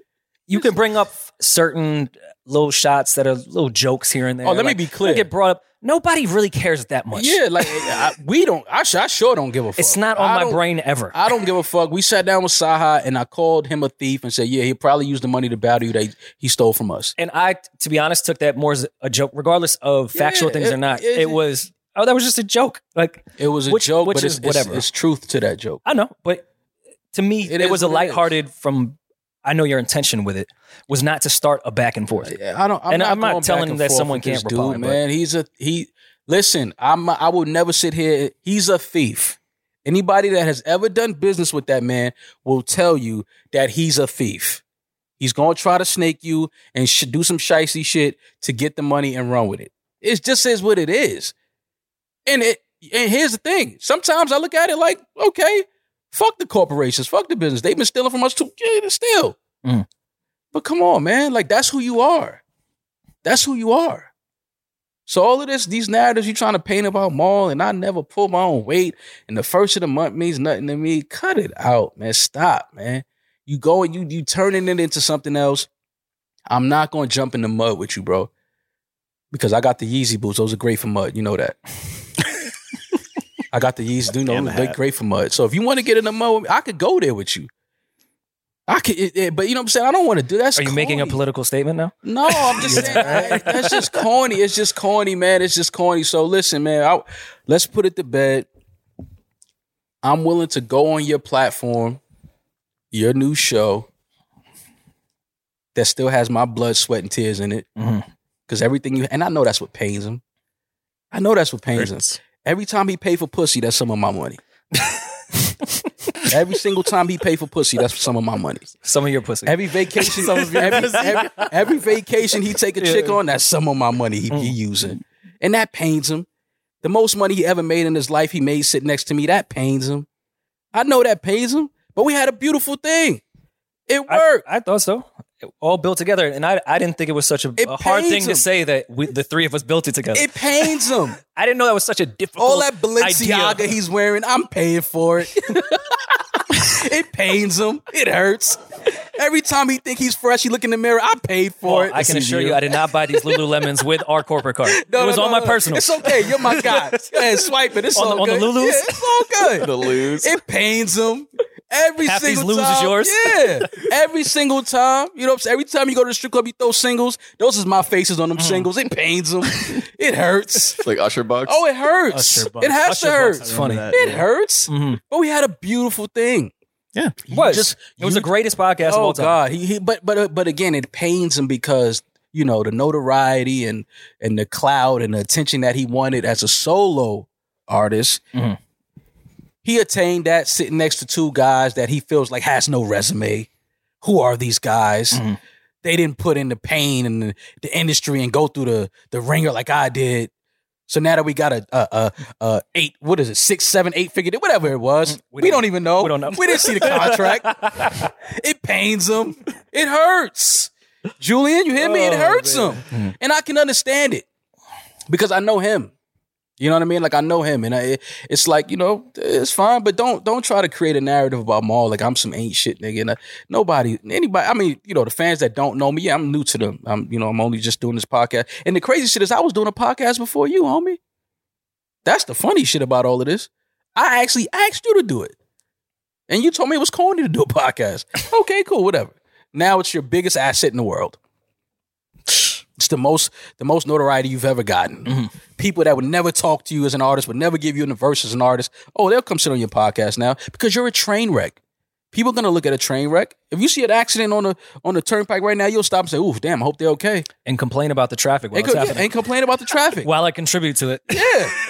Speaker 2: you can bring up certain little shots that are little jokes here and there
Speaker 1: Oh, let me
Speaker 2: like,
Speaker 1: be clear.
Speaker 2: they get brought up nobody really cares that much
Speaker 1: Yeah, like I, we don't. I, sh- I sure don't give a fuck.
Speaker 2: it's not on
Speaker 1: I
Speaker 2: my
Speaker 1: don't-
Speaker 2: brain ever
Speaker 1: I don't give a fuck. We sat down with Saha and I called him a thief and said, "Yeah, he probably used the money to battle you that he stole from us."
Speaker 2: and i to be honest took that more as a joke regardless of factual
Speaker 1: Yeah,
Speaker 2: things
Speaker 1: it-
Speaker 2: or not
Speaker 1: it-
Speaker 2: it was Oh, that was just a joke. Like
Speaker 1: It was a
Speaker 2: Which-
Speaker 1: joke,
Speaker 2: which
Speaker 1: but it's,
Speaker 2: is
Speaker 1: it's,
Speaker 2: whatever.
Speaker 1: it's truth to that joke.
Speaker 2: I know, but to me,
Speaker 1: It
Speaker 2: it,
Speaker 1: is
Speaker 2: was
Speaker 1: what it
Speaker 2: a
Speaker 1: is.
Speaker 2: lighthearted. From I know your intention with it was not to start a back and forth.
Speaker 1: I don't. I'm
Speaker 2: And
Speaker 1: not
Speaker 2: I'm not
Speaker 1: going back
Speaker 2: telling
Speaker 1: and
Speaker 2: that
Speaker 1: forth
Speaker 2: someone
Speaker 1: with this
Speaker 2: can't reply,
Speaker 1: dude,
Speaker 2: but-
Speaker 1: man. He's a he. Listen, I'm. I will never sit here. He's a thief. Anybody that has ever done business with that man will tell you that he's a thief. He's gonna try to snake you and sh- do some shicey shit to get the money and run with it. It just is what it is. And it. And here's the thing. Sometimes I look at it like, okay, fuck the corporations, fuck the business. They've been stealing from us too. Yeah, still.
Speaker 2: Mm.
Speaker 1: But come on, man. Like that's who you are. That's who you are. So all of this, these narratives you're trying to paint about Maul and I never pull my own weight and the first of the month means nothing to me. Cut it out, man. Stop, man. You go and you you turning it into something else. I'm not gonna jump in the mud with you, bro. Because I got the Yeezy boots. Those are great for mud. You know
Speaker 2: <laughs>
Speaker 1: that. I got the Yeezy. You know
Speaker 4: And the
Speaker 1: they're
Speaker 4: hat.
Speaker 1: great for mud. So if you want to get in the mud, with me, I could go there with you. I could, it, it- but you know what I'm saying. I don't want to do that. That's
Speaker 2: Are you making a
Speaker 1: corny.
Speaker 2: political statement now?
Speaker 1: No, I'm just saying man, that's just corny. It's just corny, man. It's just corny. So listen, man. I, let's put it to bed. I'm willing to go on your platform, your new show that still has my blood, sweat, and tears in it.
Speaker 2: Mhm.
Speaker 1: Because everything you and I know that's what pains him. I know that's what pains him. Every time he paid for pussy, that's some of my money. Every single time he paid for pussy, that's some of my money.
Speaker 2: Some of your pussy.
Speaker 1: Every vacation, every, every, every vacation he take a chick on, that's some of my money he,
Speaker 2: Mm.
Speaker 1: he using, and that pains him. The most money he ever made in his life, he made sit next to me. That pains him. I know that pains him, but we had a beautiful thing. It
Speaker 2: I,
Speaker 1: worked.
Speaker 2: I thought so. It all built together, and I, I didn't think it was such a,
Speaker 1: It
Speaker 2: a hard
Speaker 1: pains
Speaker 2: thing
Speaker 1: him.
Speaker 2: to say that we, the three of us built it together.
Speaker 1: it pains
Speaker 2: <laughs>
Speaker 1: him.
Speaker 2: I didn't know that was such a difficult.
Speaker 1: All that Balenciaga
Speaker 2: idea.
Speaker 1: he's wearing, I'm paying for
Speaker 2: <laughs>
Speaker 1: it. it pains him. It hurts. Every time he think he's fresh, he look in the mirror. I paid for
Speaker 2: Well,
Speaker 1: it.
Speaker 2: Oh, I can assure you, I did not buy these Lululemons with our corporate card.
Speaker 1: <laughs> No,
Speaker 2: it was
Speaker 1: no,
Speaker 2: on
Speaker 1: no,
Speaker 2: my
Speaker 1: no.
Speaker 2: personal.
Speaker 1: It's okay. You're my
Speaker 2: <laughs>
Speaker 1: guy. Go ahead, swipe it. It's
Speaker 2: On the-
Speaker 1: all
Speaker 2: on the
Speaker 1: good.
Speaker 2: Lulus?
Speaker 1: Yeah, it's all good.
Speaker 3: The lose.
Speaker 1: it pains him every
Speaker 2: Half these
Speaker 1: single
Speaker 2: Lulus is
Speaker 1: time.
Speaker 2: yours?
Speaker 1: Yeah, every single time. You know what I'm saying? Every time you go to the strip club, you throw singles. Those is my faces on
Speaker 2: Hmm.
Speaker 1: them singles. It pains
Speaker 2: <laughs>
Speaker 1: him. it hurts.
Speaker 3: It's like Usher box.
Speaker 1: Oh, it hurts.
Speaker 4: Usher box.
Speaker 1: It has to
Speaker 2: Usher
Speaker 1: hurt.
Speaker 2: box. It's funny.
Speaker 4: Remember that,
Speaker 1: It
Speaker 4: yeah.
Speaker 1: hurts.
Speaker 2: Mhm.
Speaker 1: But we had a beautiful thing.
Speaker 4: Yeah.
Speaker 2: Was.
Speaker 1: just-
Speaker 2: it was
Speaker 1: you-
Speaker 2: the greatest podcast of
Speaker 1: Oh
Speaker 2: all time.
Speaker 1: God, he, he but but uh, but again, it pains him because you know the notoriety and and the cloud and the attention that he wanted as a solo artist.
Speaker 2: Mhm.
Speaker 1: He attained that sitting next to two guys that he feels like has no resume. Who are these guys?
Speaker 2: Mhm.
Speaker 1: They didn't put in the pain and the, the industry and go through the the ringer like I did. So now that we got a, a, a, a eight, what is it, six, seven, eight figure, whatever it was, we,
Speaker 2: Mm, We
Speaker 1: don't,
Speaker 2: don't-
Speaker 1: even know.
Speaker 2: we don't know.
Speaker 1: We didn't
Speaker 2: <laughs>
Speaker 1: see the contract. it pains him. It hurts. Julian, you hear me? It hurts him. And I can understand it because I know him. You know what I mean? Like I know him, and I, it's like you know, it's fine. But don't don't try to create a narrative about Maul like I'm some ain't shit nigga. And I, nobody, anybody. I mean, you know, the fans that don't know me, yeah, I'm new to them. I'm you know, I'm only just doing this podcast. And the crazy shit is, I was doing a podcast before you, homie. That's the funny shit about all of this. I actually asked you to do it, and you told me it was corny to do a podcast. okay, cool, whatever. Now it's your biggest asset in the world. It's the most the most notoriety you've ever gotten.
Speaker 2: Mm-hmm.
Speaker 1: People that would never talk to you as an artist, would never give you an verse as an artist. Oh, they'll come sit on your podcast now because you're a train wreck. People are gonna look at a train wreck. If you see an accident on the on the turnpike right now, you'll stop and say, "Ooh, damn! I hope they're okay."
Speaker 2: And complain about the traffic while
Speaker 1: And,
Speaker 2: it's
Speaker 1: co- yeah,
Speaker 2: happening.
Speaker 1: and complain about the
Speaker 2: <laughs>
Speaker 1: traffic.
Speaker 2: While I contribute to it,
Speaker 1: Yeah,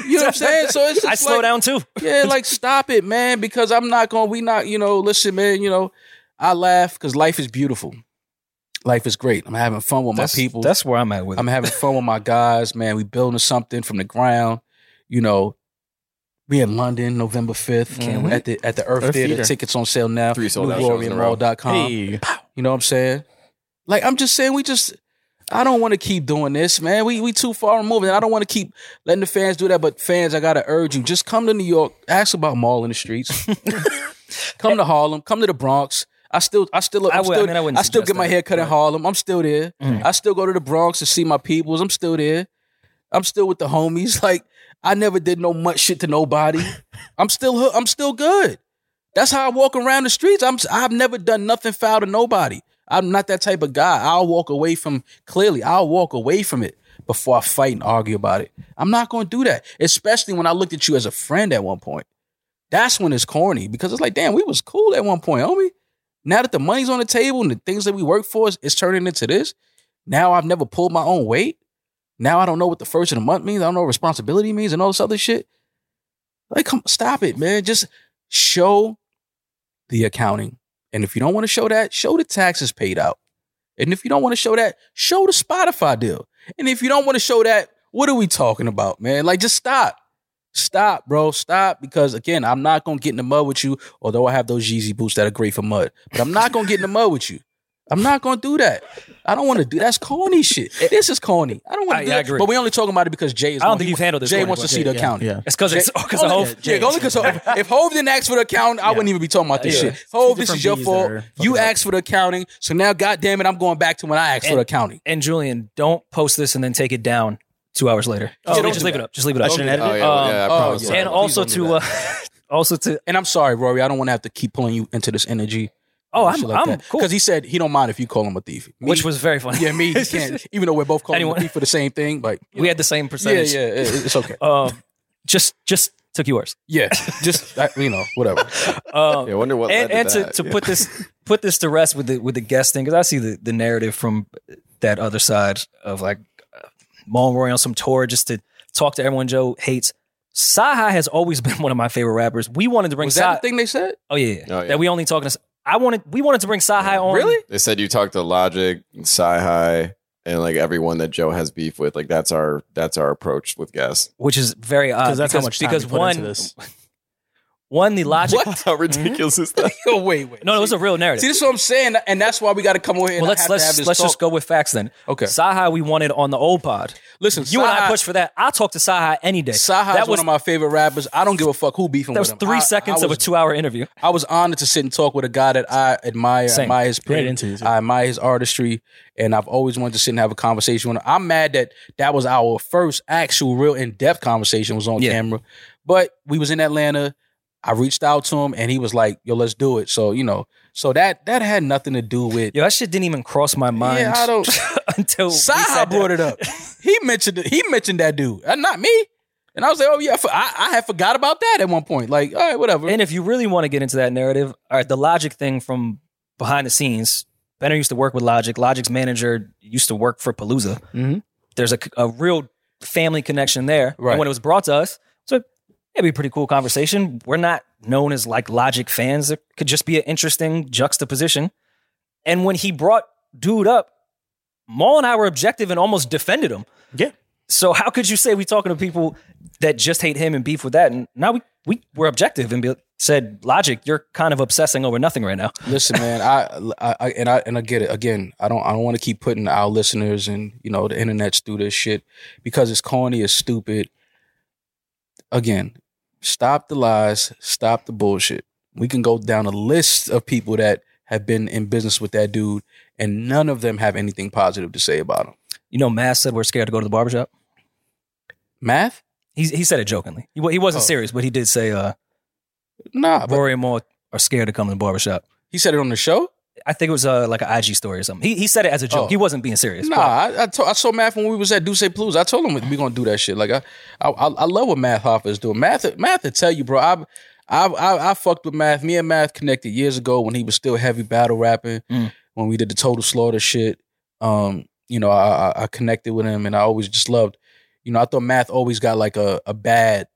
Speaker 1: you know what I'm saying. So <laughs> it's just
Speaker 2: <laughs> I slow
Speaker 1: like-
Speaker 2: down too.
Speaker 1: yeah, like stop it, man, because I'm not going to we not, you know, listen, man, you know, I laugh cuz life is beautiful. Life is great. I'm having fun with
Speaker 2: That's,
Speaker 1: my people.
Speaker 2: that's where I'm at with it.
Speaker 1: I'm having fun with my guys, man. We building something from the ground, you know. We in London, November 5th
Speaker 2: Can't
Speaker 1: at the at the Earth,
Speaker 4: Earth
Speaker 1: Theater.
Speaker 4: Theater.
Speaker 1: Tickets on sale now.
Speaker 3: Three sold out shows in a row.
Speaker 1: NewGloryandMall.com.
Speaker 4: Hey.
Speaker 2: uh,
Speaker 1: You know what I'm saying? Like I'm just saying, we just I don't want to keep doing this, man. We we too far removed, and I don't want to keep letting the fans do that. But fans, I gotta urge you: just come to New York, ask about Mall in the
Speaker 2: <laughs>
Speaker 1: streets. come to Harlem, come to the Bronx. I still, I still, I'm
Speaker 2: I would- I
Speaker 1: still,
Speaker 2: mean, I wouldn't
Speaker 1: still get
Speaker 2: suggest
Speaker 1: my
Speaker 2: that,
Speaker 1: hair cut in
Speaker 2: but- Mm.
Speaker 1: Harlem. I'm still there. I still go to the Bronx to see my peoples. I'm still there. I'm still with the homies. <laughs> Like I never did no much shit to
Speaker 2: <laughs>
Speaker 1: nobody. I'm still, hoo- I'm still good. That's how I walk around the streets. I'm I've never done nothing foul to nobody. I'm not that type of guy. I'll walk away from clearly. I'll walk away from it. before I fight and argue about it. I'm not going to do that, especially when I looked at you as a friend at one point. That's when it's corny because it's like, damn, we was cool at one point, homie. Now that the money's on the table and the things that we work for is, is turning into this, now I've never pulled my own weight. Now I don't know what the first of the month means. I don't know what responsibility means and all this other shit. Like, come stop it, man. Just show the accounting. And if you don't want to show that, show the taxes paid out. And if you don't want to show that, show the Spotify deal. And if you don't want to show that, what are we talking about, man? Like, just stop. Stop, bro. Stop. Because again, I'm not gonna get in the mud with you, although I have those Yeezy boots that are great for mud. But I'm not gonna get in the mud with you. I'm not gonna do that. I don't wanna do that's corny shit. This is corny. I don't wanna
Speaker 2: I-
Speaker 1: do
Speaker 2: I
Speaker 1: that.
Speaker 2: agree.
Speaker 1: But we only talking about it because Jay is
Speaker 2: I don't
Speaker 1: one.
Speaker 2: think
Speaker 1: He-
Speaker 2: you've handled this
Speaker 1: Jay
Speaker 2: corny
Speaker 1: wants to
Speaker 2: before.
Speaker 1: see the
Speaker 2: Yeah,
Speaker 1: accounting.
Speaker 4: Yeah.
Speaker 2: It's because it's because of Hov.
Speaker 1: oh, Yeah, only because Hov. If Hove didn't ask for the accounting, I wouldn't even be talking about this
Speaker 4: Yeah.
Speaker 1: shit. Hove,
Speaker 4: Two
Speaker 1: this is
Speaker 4: different
Speaker 1: your
Speaker 4: bees
Speaker 1: fault.
Speaker 4: that are fucking
Speaker 1: You
Speaker 4: up.
Speaker 1: asked for the accounting, so now, goddamn it, I'm going back to when I asked for
Speaker 2: And-
Speaker 1: the accounting.
Speaker 2: And Julian, don't post this and then take it down two hours later.
Speaker 1: Oh,
Speaker 2: Just-
Speaker 1: don't
Speaker 2: just
Speaker 1: do
Speaker 2: leave
Speaker 1: that.
Speaker 2: it up. Just leave it
Speaker 4: I
Speaker 2: up.
Speaker 4: shouldn't edit
Speaker 3: Oh,
Speaker 4: it.
Speaker 3: yeah,
Speaker 2: Um,
Speaker 3: yeah, I
Speaker 1: oh,
Speaker 3: promise.
Speaker 1: yeah.
Speaker 3: I
Speaker 2: And
Speaker 3: will.
Speaker 2: also
Speaker 3: Please don't
Speaker 2: to
Speaker 3: do
Speaker 2: uh, <laughs> also to
Speaker 1: And I'm sorry, Rory. I don't want to have to keep pulling you into this energy.
Speaker 2: oh I'm I'm cool,
Speaker 1: because he said he don't mind if you call him a thief. Me-
Speaker 2: which was very funny.
Speaker 1: yeah,
Speaker 2: <laughs>
Speaker 1: me. He can't. Even though we're both calling him
Speaker 2: Anyone-
Speaker 1: a thief for the same thing, like
Speaker 2: <laughs> we had the same
Speaker 1: yeah, yeah,
Speaker 2: percentage.
Speaker 1: yeah, it- it's
Speaker 2: <laughs>
Speaker 1: okay.
Speaker 2: Um, just just took yours.
Speaker 1: Yeah, just I, you know, whatever.
Speaker 2: Um,
Speaker 3: Yeah, I wonder what.
Speaker 2: and,
Speaker 3: led
Speaker 2: and
Speaker 3: to,
Speaker 2: to,
Speaker 3: that.
Speaker 2: to
Speaker 3: Yeah.
Speaker 2: put this
Speaker 1: <laughs>
Speaker 2: put this to rest with the with the guest thing because I see the, the narrative from that other side of like uh, Monroy on some tour just to talk to everyone Joe hates. Saha has always <laughs> been one of my favorite rappers. We wanted to bring
Speaker 1: Was that
Speaker 2: Saha.
Speaker 1: the thing they said?
Speaker 2: Oh yeah, yeah.
Speaker 3: Oh, yeah.
Speaker 2: that we only talking. To, I wanted we wanted to bring Saha on.
Speaker 1: Really?
Speaker 3: They said you talked to Logic, Sci High, and like everyone that Joe has beef with. Like that's our that's our approach with guests.
Speaker 2: Which is very odd
Speaker 4: Because that's
Speaker 2: because,
Speaker 4: how much time
Speaker 2: because
Speaker 4: we put
Speaker 2: one
Speaker 4: into this.
Speaker 2: one the logic.
Speaker 3: How
Speaker 2: <laughs>
Speaker 3: ridiculous is
Speaker 4: Mm-hmm.
Speaker 3: that?
Speaker 1: Oh <laughs> wait, wait.
Speaker 2: No, no, it was a real
Speaker 1: See,
Speaker 2: narrative.
Speaker 1: this is what I'm saying, and that's why we got to come over here. and
Speaker 2: Well,
Speaker 1: I have
Speaker 2: let's
Speaker 1: to have
Speaker 2: let's
Speaker 1: this
Speaker 2: let's just
Speaker 1: talk.
Speaker 2: go with facts then.
Speaker 1: Okay.
Speaker 2: Saha we wanted on the old pod.
Speaker 1: Listen,
Speaker 2: You and I
Speaker 1: Saha-
Speaker 2: pushed for that. I talk to Saha any day.
Speaker 1: Saha
Speaker 2: that
Speaker 1: is one
Speaker 2: was
Speaker 1: of my favorite rappers. I don't give a fuck who beefing
Speaker 2: that was
Speaker 1: with him.
Speaker 2: three
Speaker 1: um, I-
Speaker 2: seconds
Speaker 1: I
Speaker 2: of a
Speaker 1: was-
Speaker 2: two-hour interview.
Speaker 1: I was honored to sit and talk with a guy that I admire,
Speaker 2: Same.
Speaker 1: admire his
Speaker 4: Great
Speaker 1: pen,
Speaker 4: interview, too.
Speaker 1: I admire his artistry, and I've always wanted to sit and have a conversation with him. I'm mad that that was our first actual, real in-depth conversation was on
Speaker 2: Yeah.
Speaker 1: camera, but we was in Atlanta. I reached out to him, and he was like, "Yo, let's do it." So you know, so that that had nothing to do with.
Speaker 2: Yo, that shit didn't even cross my mind
Speaker 1: Yeah, I don't.
Speaker 2: <laughs> until
Speaker 1: Saha brought it up. <laughs> He mentioned it. He mentioned that dude, uh, not me. And I was like, "Oh yeah, I, for- I, I had forgot about that at one point." Like, all right, whatever.
Speaker 2: And if you really want to get into that narrative, all right, the Logic thing from behind the scenes. Benner used to work with Logic. Logic's manager used to work for Palooza.
Speaker 4: Mhm.
Speaker 2: There's a, a real family connection there.
Speaker 1: Right.
Speaker 2: And when it was brought to us, so it'd be a pretty cool conversation. We're not known as like Logic fans. It could just be an interesting juxtaposition. And when he brought dude up, Maul and I were objective and almost defended him.
Speaker 4: Yeah.
Speaker 2: So how could you say we talking to people that just hate him and beef with that? And now we we were objective and be, said logic. You're kind of obsessing over nothing right now.
Speaker 1: Listen, man, I, I, I, and I, and I get it. Again, I don't, I don't want to keep putting our listeners and you know the internets through this shit because it's corny, it's stupid. Again, stop the lies, stop the bullshit. We can go down a list of people that have been in business with that dude, and none of them have anything positive to say about him.
Speaker 2: You know, Mass said we're scared to go to the barbershop.
Speaker 1: Math?
Speaker 2: He he said it jokingly. He, wa- he wasn't
Speaker 1: Oh.
Speaker 2: serious, but he did say uh,
Speaker 1: Nah, but
Speaker 2: Rory and Maul are scared to come to the barbershop.
Speaker 1: he said it on the show.
Speaker 2: I think it was uh, like an IG story or something. He he said it as a joke.
Speaker 1: Oh.
Speaker 2: He wasn't being serious.
Speaker 1: Nah, I I, to, I saw Math when we was at Duce Blues. I told him we gonna do that shit. Like I, I, I I love what Math Hoffa is doing. Math, Math, will tell you, bro. I, I, I, I fucked with Math. Me and Math connected years ago when he was still heavy battle rapping.
Speaker 2: Mm.
Speaker 1: When we did the Total Slaughter shit, um, you know, I, I, I connected with him, and I always just loved. You know, I thought Math always got like a a bad.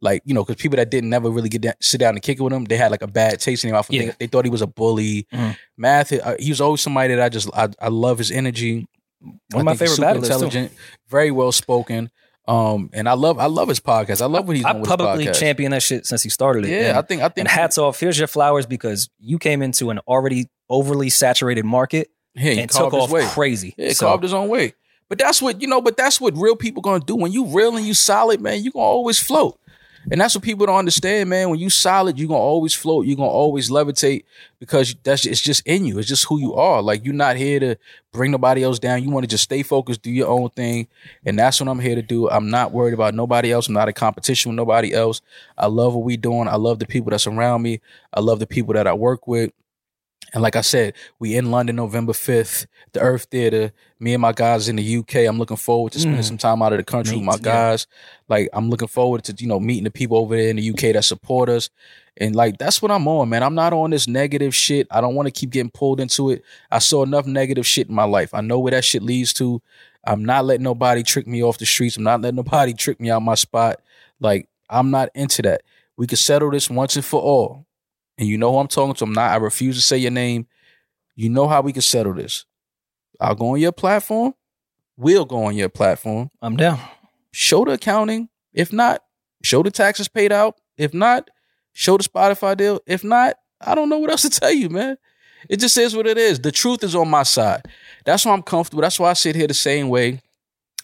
Speaker 1: Like you know, because people that didn't never really get down, sit down and kick it with him, they had like a bad taste in their mouth.
Speaker 2: Yeah.
Speaker 1: They, they thought he was a bully.
Speaker 2: Mhm.
Speaker 1: Math, uh, he was always somebody that I just I, I love his energy.
Speaker 2: One of
Speaker 1: I
Speaker 2: my
Speaker 1: think he's
Speaker 2: favorite
Speaker 1: super
Speaker 2: battles. too.
Speaker 1: intelligent, very well spoken. Um, and I love I love his podcast. I love what he's
Speaker 2: I
Speaker 1: doing with
Speaker 2: publicly
Speaker 1: his podcast.
Speaker 2: champion that shit since he started it.
Speaker 1: yeah,
Speaker 2: And-
Speaker 1: I think I think
Speaker 2: and hats off. Here's your flowers because you came into an already overly saturated market
Speaker 1: yeah, he
Speaker 2: and
Speaker 1: carved
Speaker 2: took off
Speaker 1: his way.
Speaker 2: crazy.
Speaker 1: Yeah, he
Speaker 2: So,
Speaker 1: carved his own way. But that's what you know. But that's what real people gonna do when you real and you solid, man. You gonna always float, and that's what people don't understand, man. When you solid, you gonna always float. You gonna always levitate because that's it's just in you. It's just who you are. Like you're not here to bring nobody else down. You want to just stay focused, do your own thing, and that's what I'm here to do. I'm not worried about nobody else. I'm not in competition with nobody else. I love what we doing. I love the people that's around me. I love the people that I work with. And like I said, we in London November 5th, the Earth Theater. Me and my guys in the UK. I'm looking forward to spending
Speaker 2: Mm.
Speaker 1: some time out of the country with my
Speaker 2: Neat, yeah.
Speaker 1: guys. Like I'm looking forward to, you know, meeting the people over there in the UK that support us. And like that's what I'm on, man. I'm not on this negative shit. I don't want to keep getting pulled into it. I saw enough negative shit in my life. I know where that shit leads to. I'm not letting nobody trick me off the streets. I'm not letting nobody <laughs> trick me out my spot. Like I'm not into that. We can settle this once and for all. And you know who I'm talking to. I'm not. I refuse to say your name. You know how we can settle this. I'll go on your platform. We'll go on your platform.
Speaker 2: I'm down.
Speaker 1: Show the accounting. If not, show the taxes paid out. If not, show the Spotify deal. If not, I don't know what else to <laughs> tell you, man. It just is what it is. The truth is on my side. That's why I'm comfortable. That's why I sit here the same way.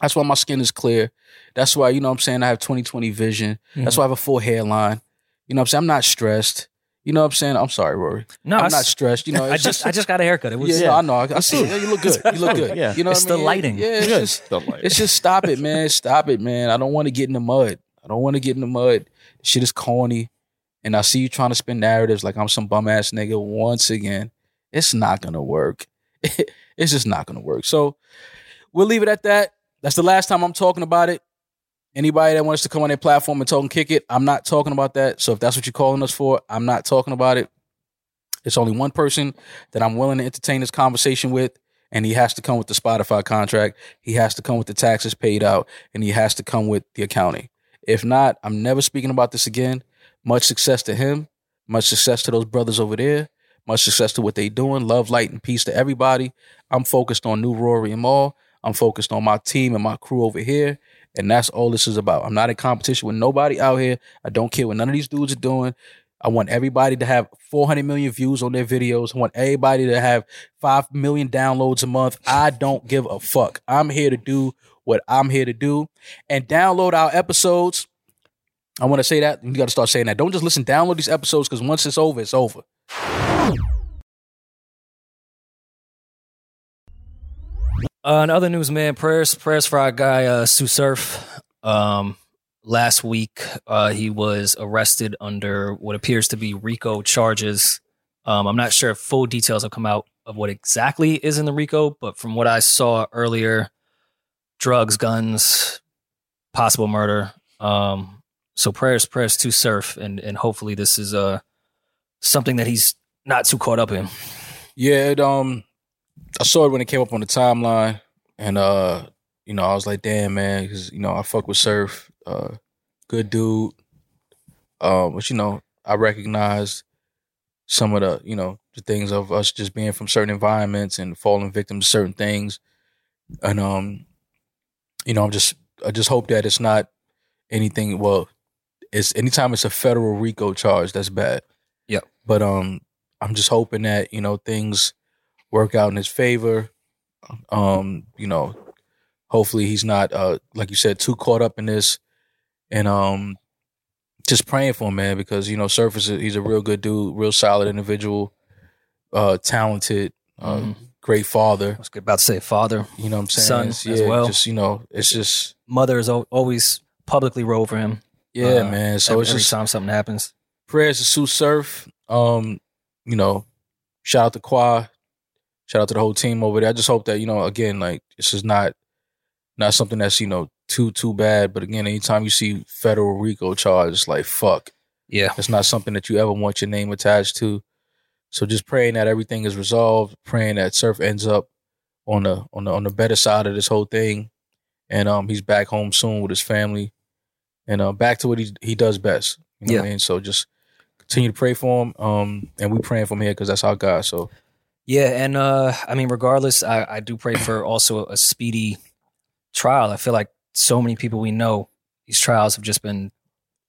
Speaker 1: That's why my skin is clear. That's why, you know what I'm saying, I have 2020 vision. That's
Speaker 2: Mm-hmm.
Speaker 1: why I have a full hairline. You know what I'm saying? I'm not stressed. You know what I'm saying? I'm sorry, Rory.
Speaker 2: No,
Speaker 1: I'm
Speaker 2: it's-
Speaker 1: not stressed.
Speaker 2: <laughs>
Speaker 1: You know,
Speaker 2: I
Speaker 1: it's
Speaker 2: just I just got a haircut. It was
Speaker 1: <laughs> yeah, no, I know. I, I see. it. You look good. You
Speaker 2: <laughs>
Speaker 1: look good.
Speaker 4: Yeah.
Speaker 1: You know, what
Speaker 2: It's
Speaker 1: I
Speaker 2: the
Speaker 1: mean?
Speaker 2: lighting.
Speaker 1: Yeah, it's
Speaker 4: Good.
Speaker 1: just
Speaker 3: Stuff like
Speaker 1: it's just stop it, man. Stop it, man. I don't want to get in the mud. I don't want to get in the mud. Shit is corny, and I see you trying to spin narratives like I'm some bum ass nigga once again. It's not gonna work. <laughs> it's just not gonna work. So we'll leave it at that. That's the last time I'm talking about it. Anybody that wants to come on their platform and talk and kick it, I'm not talking about that. So if that's what you're calling us for, I'm not talking about it. It's only one person that I'm willing to entertain this conversation with, and he has to come with the Spotify contract. He has to come with the taxes paid out, and he has to come with the accounting. If not, I'm never speaking about this again. Much success to him. Much success to those brothers over there. Much success to what they doing. Love, light, and peace to everybody. I'm focused on New Rory and all. I'm focused on my team and my crew over here. And that's all this is about. I'm not in competition with nobody out here. I don't care what none of these dudes are doing. I want everybody to have 400 million views on their videos. I want everybody to have 5 million downloads a month. I don't give a fuck. I'm here to do what I'm here to do and download our episodes. I want to say that. You got to start saying that. Don't just listen, download these episodes because once it's over, it's over.
Speaker 2: Uh, in other news, man, prayers prayers for our guy uh, Sue Surf. Um, last week, uh, he was arrested under what appears to be RICO charges. Um, I'm not sure if full details have come out of what exactly is in the RICO, but from what I saw earlier, drugs, guns, possible murder. Um, so prayers, prayers to Surf, and and hopefully this is uh something that he's not too caught up in.
Speaker 1: Yeah, it, um, I saw it when it came up on the timeline, and uh, you know, I was like, damn, man, because you know, I fuck with Surf, uh, good dude, uh, but you know, I recognized some of the, you know, the things of us just being from certain environments and falling victim to certain things, and um, you know, I'm just, I just hope that it's not anything. Well, it's anytime it's a federal RICO charge, that's bad.
Speaker 2: Yep.
Speaker 1: But um, I'm just hoping that you know things work out in his favor. Um, you know, hopefully he's not uh like you said too caught up in this, and um, just praying for him, man, because you know, Surface is- he's a real good dude, real solid individual, uh, talented, uh,
Speaker 2: Mhm.
Speaker 1: great father.
Speaker 2: I was about to say father,
Speaker 1: You know what I'm
Speaker 2: Son
Speaker 1: saying? It's-
Speaker 2: as
Speaker 1: yeah,
Speaker 2: well.
Speaker 1: just you know, it's just
Speaker 2: mother is al- always publicly role for him.
Speaker 1: yeah,
Speaker 2: Uh,
Speaker 1: man. So
Speaker 2: every,
Speaker 1: it's
Speaker 2: every
Speaker 1: just
Speaker 2: time something happens.
Speaker 1: prayers to Sue Surf. Um, you know, shout out to Qua, shout out to the whole team over there. I just hope that you know, again, like this is not not something that's you know too too bad. But again, anytime you see federal RICO charge, it's like fuck.
Speaker 2: Yeah.
Speaker 1: It's not something that you ever want your name attached to. So just praying that everything is resolved, praying that Surf ends up on the on the on the better side of this whole thing, and um he's back home soon with his family, and uh, back to what he he does best. You know what I mean? So just continue to pray for him, um, and we praying for him here because that's our God. So
Speaker 2: Yeah, and uh I mean regardless, I, I do pray for also a speedy trial. I feel like so many people we know, these trials have just been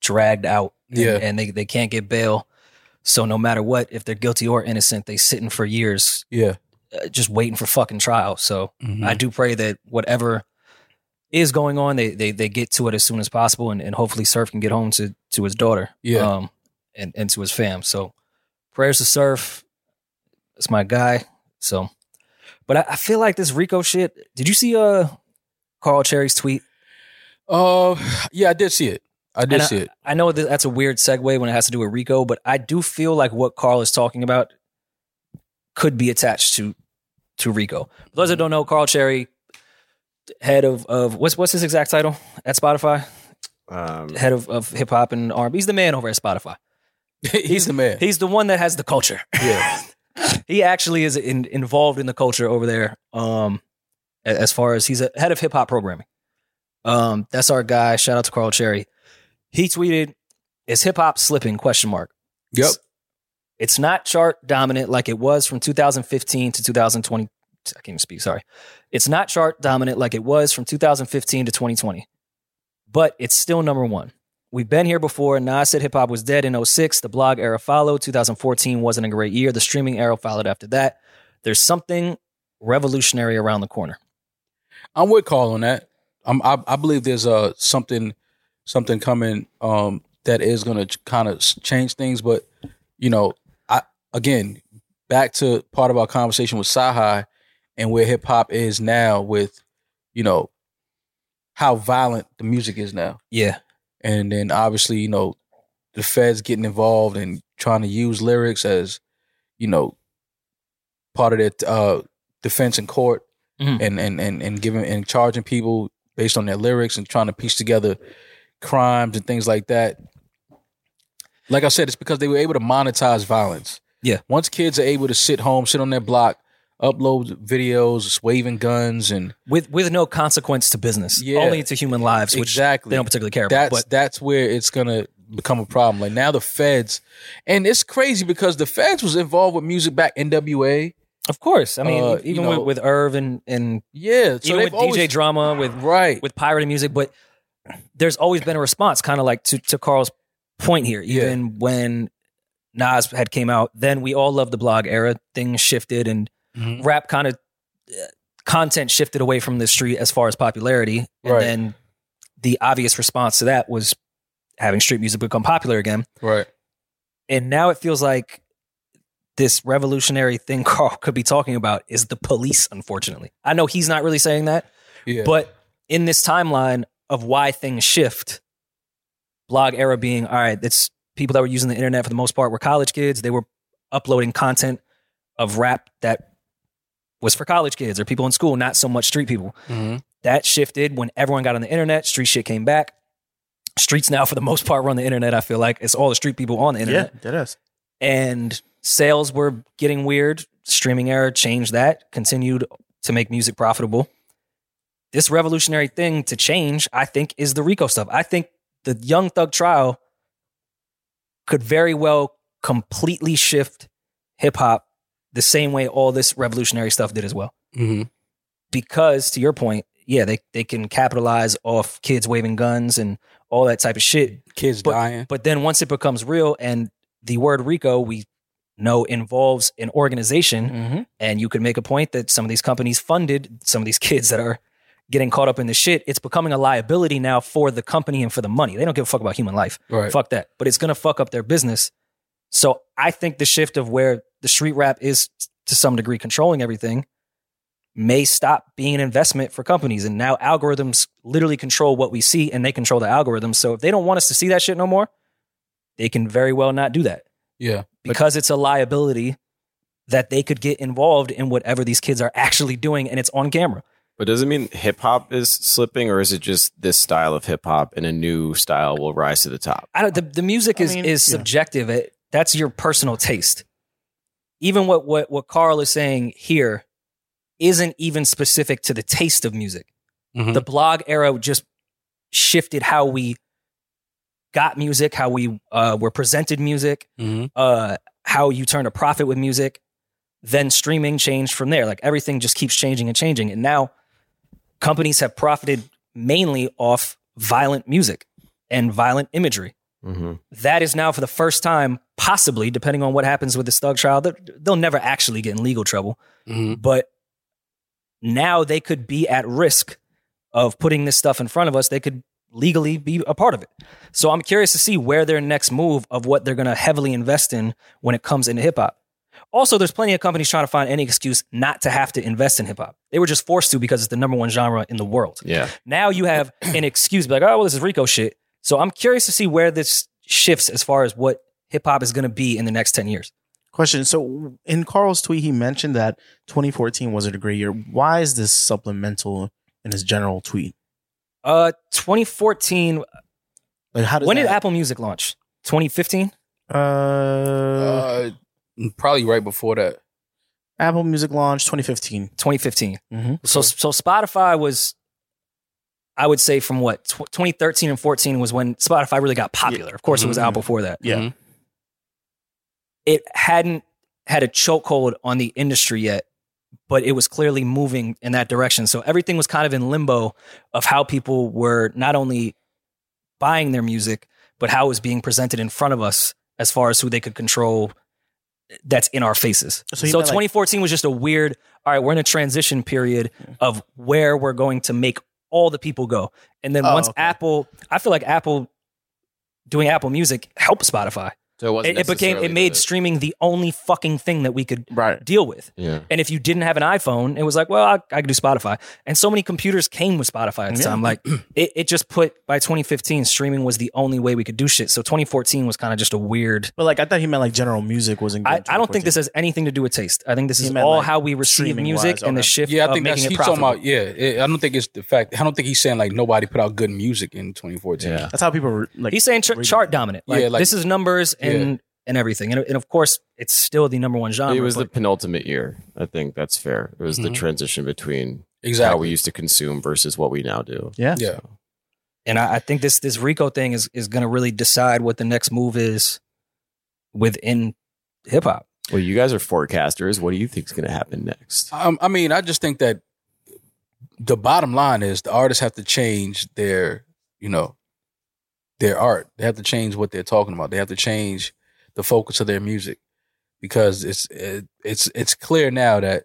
Speaker 2: dragged out. and-
Speaker 1: Yeah.
Speaker 2: And, they, they can't get bail. So no matter what, if they're guilty or innocent, they sitting for years
Speaker 1: yeah,
Speaker 2: uh, just waiting for fucking trial. So
Speaker 1: Mhm.
Speaker 2: I do pray that whatever is going on, they they they get to it as soon as possible, and, and hopefully Surf can get home to to his daughter,
Speaker 1: Yeah.
Speaker 2: um, and and to his fam. So prayers to Surf. It's my guy. So, but I, I feel like this Rico shit. Did you see uh Carl Cherry's tweet?
Speaker 1: uh, yeah, I did see it. I did
Speaker 2: And <laughs>
Speaker 1: see it.
Speaker 2: I know that that's a weird segue when it has to do with Rico, but I do feel like what Carl is talking about could be attached to to Rico. For those that don't know, Carl Cherry, head of of what's what's his exact title at Spotify?
Speaker 3: Um,
Speaker 2: Head of, of hip hop and R. He's the man over at Spotify.
Speaker 1: <laughs> he's the man.
Speaker 2: He's the one that has the culture.
Speaker 1: yeah.
Speaker 2: <laughs> he actually is in, involved in the culture over there. Um, a- as far as he's a head of hip hop programming. Um, that's our guy. Shout out to Carl Cherry. He tweeted, "Is hip hop slipping?" Question mark.
Speaker 1: Yep.
Speaker 2: It's not chart dominant like it was from 2015 to 2020. I can't even speak. Sorry. It's not chart dominant like it was from 2015 to 2020, but it's still number one. We've been here before. Nas said hip hop was dead in 06. The blog era followed. 2014 wasn't a great year. The streaming era followed after that. There's something revolutionary around the corner.
Speaker 1: I'm with Carl on that. I'm, I I believe there's uh something something coming um that is gonna kind of change things, but you know I again back to part of our conversation with Sahai and where hip hop is now with you know how violent the music is now,
Speaker 2: Yeah.
Speaker 1: and then obviously you know the feds getting involved and trying to use lyrics as you know part of their uh, defense in court
Speaker 2: Mhm.
Speaker 1: and, and and and giving and charging people based on their lyrics and trying to piece together crimes and things like that like i said it's because they were able to monetize violence
Speaker 2: Yeah.
Speaker 1: once kids are able to sit home sit on their block upload videos waving guns and
Speaker 2: With with no consequence to business,
Speaker 1: Yeah.
Speaker 2: only to human lives, which
Speaker 1: Exactly.
Speaker 2: they don't particularly care
Speaker 1: that's
Speaker 2: about. But
Speaker 1: that's where it's gonna become a problem. Like now the feds, and it's crazy because the feds was involved with music back NWA.
Speaker 2: Of course. I mean,
Speaker 1: Uh,
Speaker 2: even
Speaker 1: you know-
Speaker 2: with, with Irv and, and
Speaker 1: Yeah, so
Speaker 2: even
Speaker 1: they've
Speaker 2: with
Speaker 1: always,
Speaker 2: DJ Drama, with
Speaker 1: right,
Speaker 2: with pirated music, but there's always been a response, kind of like to, to Carl's point here.
Speaker 1: Yeah.
Speaker 2: Even when Nas had came out, then we all loved the blog era. Things shifted and
Speaker 3: Mm-hmm.
Speaker 1: Mhm.
Speaker 2: rap kind of content shifted away from the street as far as popularity. And
Speaker 1: Right.
Speaker 2: then the obvious response to that was having street music become popular again.
Speaker 1: right,
Speaker 2: And now it feels like this revolutionary thing <laughs> Carl could be talking about is the police, unfortunately. I know he's not really saying that,
Speaker 1: yeah,
Speaker 2: but in this timeline of why things shift, blog era being all right, it's people that were using the internet for the most part were college kids. They were uploading content of rap that was for college kids or people in school, not so much street people.
Speaker 3: Mm-hmm.
Speaker 1: Mhm.
Speaker 2: That shifted when everyone got on the internet, street shit came back. Streets now, for the most part, run the internet. I feel like it's all the street people on the internet
Speaker 4: Yeah, that is.
Speaker 2: and sales were getting weird. Streaming era changed that, continued to make music profitable. This revolutionary thing to change, I think, is the Rico stuff. I think the Young Thug trial could very well completely shift hip hop the same way all this revolutionary stuff did as well.
Speaker 3: Mm-hmm.
Speaker 1: Mhm.
Speaker 2: Because to your point, yeah, they, they can capitalize off kids waving guns and all that type of shit.
Speaker 1: kids
Speaker 2: but-
Speaker 1: dying,
Speaker 2: But then once it becomes real, and the word RICO we know involves an organization,
Speaker 4: Mm-hmm.
Speaker 2: and you could make a point that some of these companies funded some of these <laughs> kids that are getting caught up in the shit. It's becoming a liability now for the company and for the money. They don't give a fuck about human life.
Speaker 1: right,
Speaker 2: Fuck that. But it's gonna fuck up their business. So I think the shift of where the street rap is to some degree controlling everything may stop being an investment for companies. And now algorithms literally control what we see and they control the algorithms. So if they don't want us to see that shit no more, they can very well not do that
Speaker 1: yeah,
Speaker 2: because it's a liability that they could get involved in whatever these kids are <laughs> actually doing and it's on camera.
Speaker 3: But does it mean hip hop is slipping, or is it just this style of hip hop and a new style will rise to the top?
Speaker 2: I don't the, the music
Speaker 4: I
Speaker 2: is
Speaker 4: mean,
Speaker 2: is
Speaker 4: yeah.
Speaker 2: subjective. It that's your personal taste. Even what what what Carl is saying here isn't even specific to the taste of music.
Speaker 1: Mhm.
Speaker 2: The blog era just shifted how we got music, how we uh, were presented music,
Speaker 3: Mm-hmm.
Speaker 1: Mhm.
Speaker 2: uh, how you turn a profit with music. Then streaming changed from there. Like everything just keeps changing and changing. And now companies have profited mainly off violent music and violent imagery.
Speaker 3: Mm-hmm.
Speaker 2: That is now for the first time, possibly, depending on what happens with this thug trial, they're- they'll never actually get in legal trouble.
Speaker 3: Mm-hmm.
Speaker 1: Mhm.
Speaker 2: But now they could be at risk of putting this stuff in front of us. They could legally be a part of it. So I'm curious to see where their next move of what they're going to heavily invest in when it comes into hip hop. Also, there's plenty of companies trying to find any excuse not to have to invest in hip hop. They were just forced to because it's the number one genre in the world.
Speaker 3: Yeah.
Speaker 2: Now you
Speaker 4: <clears throat>
Speaker 2: have an excuse, be like, oh, well, this is Rico shit. So I'm curious to see where this shifts as far as what hip hop is going to be in the next 10 years.
Speaker 4: Question. So in Carl's tweet, he mentioned that 2014 wasn't a great year. Why is this supplemental in his general tweet?
Speaker 2: Uh, 2014.
Speaker 4: Like how does
Speaker 2: When did
Speaker 4: that,
Speaker 2: Apple Music launch? 2015.
Speaker 4: uh,
Speaker 1: Uh, probably right before that.
Speaker 4: Apple Music launch 2015?
Speaker 2: 2015.
Speaker 4: Mhm.
Speaker 2: So so Spotify was, I would say, from what tw- 2013 and 14 was when Spotify really got popular. Of course, it
Speaker 4: Mm-hmm.
Speaker 2: was out
Speaker 1: Mhm.
Speaker 2: before that.
Speaker 4: Yeah.
Speaker 1: Mhm.
Speaker 2: It hadn't had a chokehold on the industry yet, but it was clearly moving in that direction. So everything was kind of in limbo of how people were not only buying their music, but how it was being presented in front of us as far as who they could control that's in our faces.
Speaker 4: So
Speaker 2: So,
Speaker 4: you meant like-
Speaker 2: 2014 was just a weird, all right, we're in a transition period of where we're going to make all the people go. And then
Speaker 4: Oh,
Speaker 2: once
Speaker 4: okay.
Speaker 2: Apple, I feel like Apple doing Apple Music helped Spotify.
Speaker 3: So it, wasn't
Speaker 2: It, it became, it
Speaker 3: necessarily
Speaker 2: made
Speaker 3: the-
Speaker 2: streaming the only fucking thing that we could
Speaker 4: Right.
Speaker 2: deal with.
Speaker 3: Yeah.
Speaker 2: And if you didn't have an iPhone, it was like, well, I, I could do Spotify. And so many computers came with Spotify at the
Speaker 4: Yeah.
Speaker 2: time.
Speaker 4: <clears throat>
Speaker 2: Like it, it just put by 2015, streaming was the only way we could do shit. So 2014 was kind of just a weird.
Speaker 4: But like I thought he meant like general music wasn't. Good
Speaker 2: I,
Speaker 4: in
Speaker 2: I don't think
Speaker 4: 2014.
Speaker 2: this has anything to do with taste. I think this
Speaker 4: He
Speaker 2: is
Speaker 4: meant,
Speaker 2: all
Speaker 4: like,
Speaker 2: how we receive
Speaker 4: streaming-wise,
Speaker 2: music and the
Speaker 4: okay.
Speaker 2: shift
Speaker 1: Yeah, I
Speaker 2: of
Speaker 1: think that's
Speaker 2: uh, making
Speaker 1: he's
Speaker 2: it profitable.
Speaker 1: talking about. Yeah, it, I don't think it's the fact. I don't think he's saying like nobody put out good music in 2014.
Speaker 3: Yeah.
Speaker 4: That's how people were like.
Speaker 2: He's saying ch-
Speaker 4: reading
Speaker 2: chart
Speaker 4: it.
Speaker 2: dominant. Like,
Speaker 1: Yeah, like-
Speaker 2: this is numbers and and everything. And, and of course, it's still the number one genre.
Speaker 3: it was the
Speaker 2: but
Speaker 3: penultimate year. I think that's fair. It was the transition between how
Speaker 1: exactly.
Speaker 3: we used to consume versus what we now do.
Speaker 4: yeah.
Speaker 1: yeah,
Speaker 2: and I, I think this this Rico thing is is going to really decide what the next move is within hip hop.
Speaker 3: Well, you guys are forecasters. What do you think's going to happen next?
Speaker 1: um, I mean, I just think that the bottom line is the artists have to change their, you know, their art. They have to change what they're talking about. They have to change the focus of their music because it's it, it's it's clear now that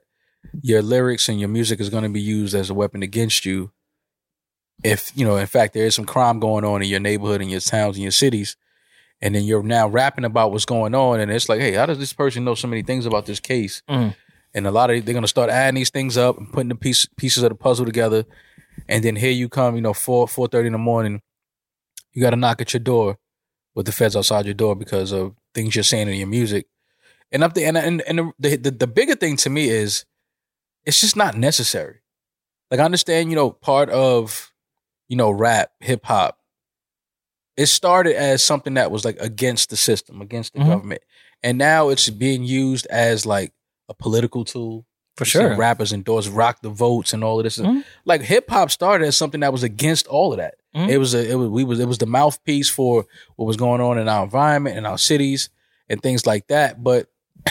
Speaker 1: your lyrics and your music is going to be used as a weapon against you. If you know, in fact, there is some crime going on in your neighborhood, in your towns, in your cities, and then you're now rapping about what's going on, and it's like, hey, how does this person know so many things about this case?
Speaker 2: Mhm.
Speaker 1: And a lot of they're going to start adding these things up and putting the piece, pieces of the puzzle together, and then here you come, you know, four four thirty in the morning, you got to knock at your door with the feds outside your door because of things you're saying in your music. And up the and and, and the, the the bigger thing to me is it's just not necessary. Like I understand, you know, part of you know rap, hip hop. It started as something that was like against the system, against the
Speaker 2: Mhm.
Speaker 1: government, and now it's being used as like a political tool.
Speaker 2: For
Speaker 1: You see rappers endorse rock the votes and all of this.
Speaker 2: Mhm.
Speaker 1: Like hip hop started as something that was against all of that.
Speaker 2: Mhm.
Speaker 1: It was a it was we was it was the mouthpiece for what was going on in our environment and our cities and things like that. But <clears throat>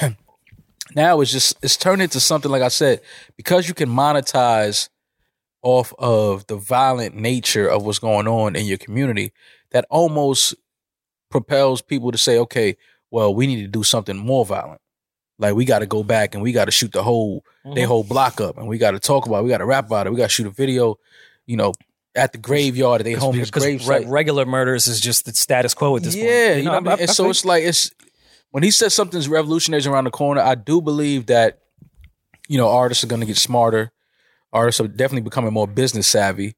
Speaker 1: now it's just it's turned into something like I said because you can monetize off of the violent nature of what's going on in your community that almost propels people to say okay well we need to do something more violent like we got to go back and we got to shoot the whole they
Speaker 2: Mhm.
Speaker 1: whole block up and we got to talk about it. we got to rap about it we got to shoot a video you know at the graveyard at they home
Speaker 2: because
Speaker 1: grave
Speaker 2: re- regular murders is just the status quo at this point.
Speaker 1: yeah, you know, what I mean?
Speaker 2: I- I-
Speaker 1: and
Speaker 2: I
Speaker 1: so
Speaker 2: feel-
Speaker 1: it's like it's when he says something's revolutionary is around the corner. I do believe that you know artists are going to get smarter. Artists are definitely becoming more business savvy.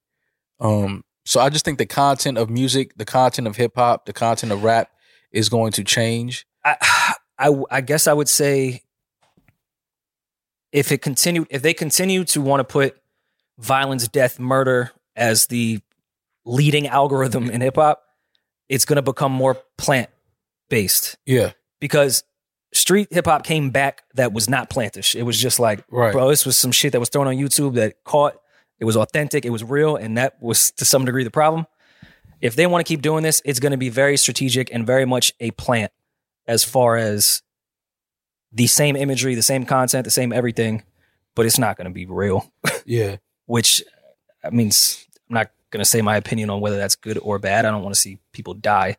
Speaker 1: Um, so I just think the content of music, the content of hip hop, the content of rap is going to change.
Speaker 2: I, I, I guess I would say if it continued, if they continue to want to put violence, death, murder as the leading algorithm in hip hop, it's going to become more plant based
Speaker 1: Yeah,
Speaker 2: because street hip hop came back that was not plantish. It was just like,
Speaker 1: right.
Speaker 2: bro, this was some shit that was thrown on YouTube that caught. It was authentic. It was real, and that was to some degree the problem. If they want to keep doing this, it's going to be very strategic and very much a plant as far as the same imagery, the same content, the same everything, but it's not going to be real.
Speaker 1: Yeah,
Speaker 2: Which, I mean, s- I'm not going to say my opinion on whether that's good or bad. I don't want to see people die,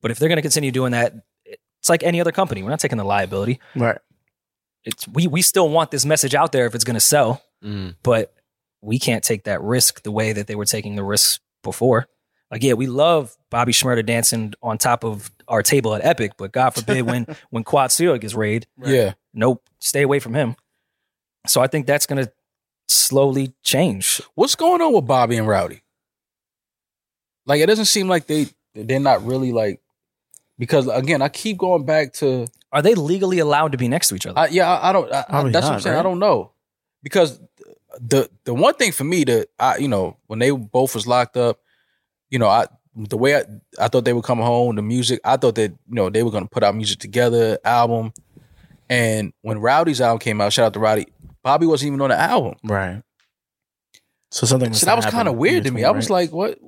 Speaker 2: but if they're going to continue doing that, it's like any other company. We're not taking the liability.
Speaker 4: Right.
Speaker 2: It's we we still want this message out there if it's going to sell
Speaker 3: Mm.
Speaker 2: but we can't take that risk the way that they were taking the risks before. Like, yeah, we love Bobby Schmurda dancing on top of our table at Epic, but God forbid when when Quad Seal gets raided,
Speaker 1: yeah.
Speaker 2: nope, stay away from him. So I think that's gonna slowly change.
Speaker 1: What's going on with Bobby and Rowdy? Like it doesn't seem like they they're not really like because again, I keep going back to
Speaker 2: Are they legally allowed to be next to each other?
Speaker 1: I, yeah, I, I don't. I, I,
Speaker 4: Probably
Speaker 1: that's what I'm
Speaker 4: not,
Speaker 1: saying. I
Speaker 4: right?
Speaker 1: don't know because the the one thing for me that I you know when they both was locked up, you know I the way I, I thought they would come home, the music I thought that you know they were gonna put out music together, album, and when Rowdy's album came out, shout out to Rowdy, Bobby wasn't even on the album,
Speaker 4: Right. So something
Speaker 1: so that was kind of weird to me. I was like, what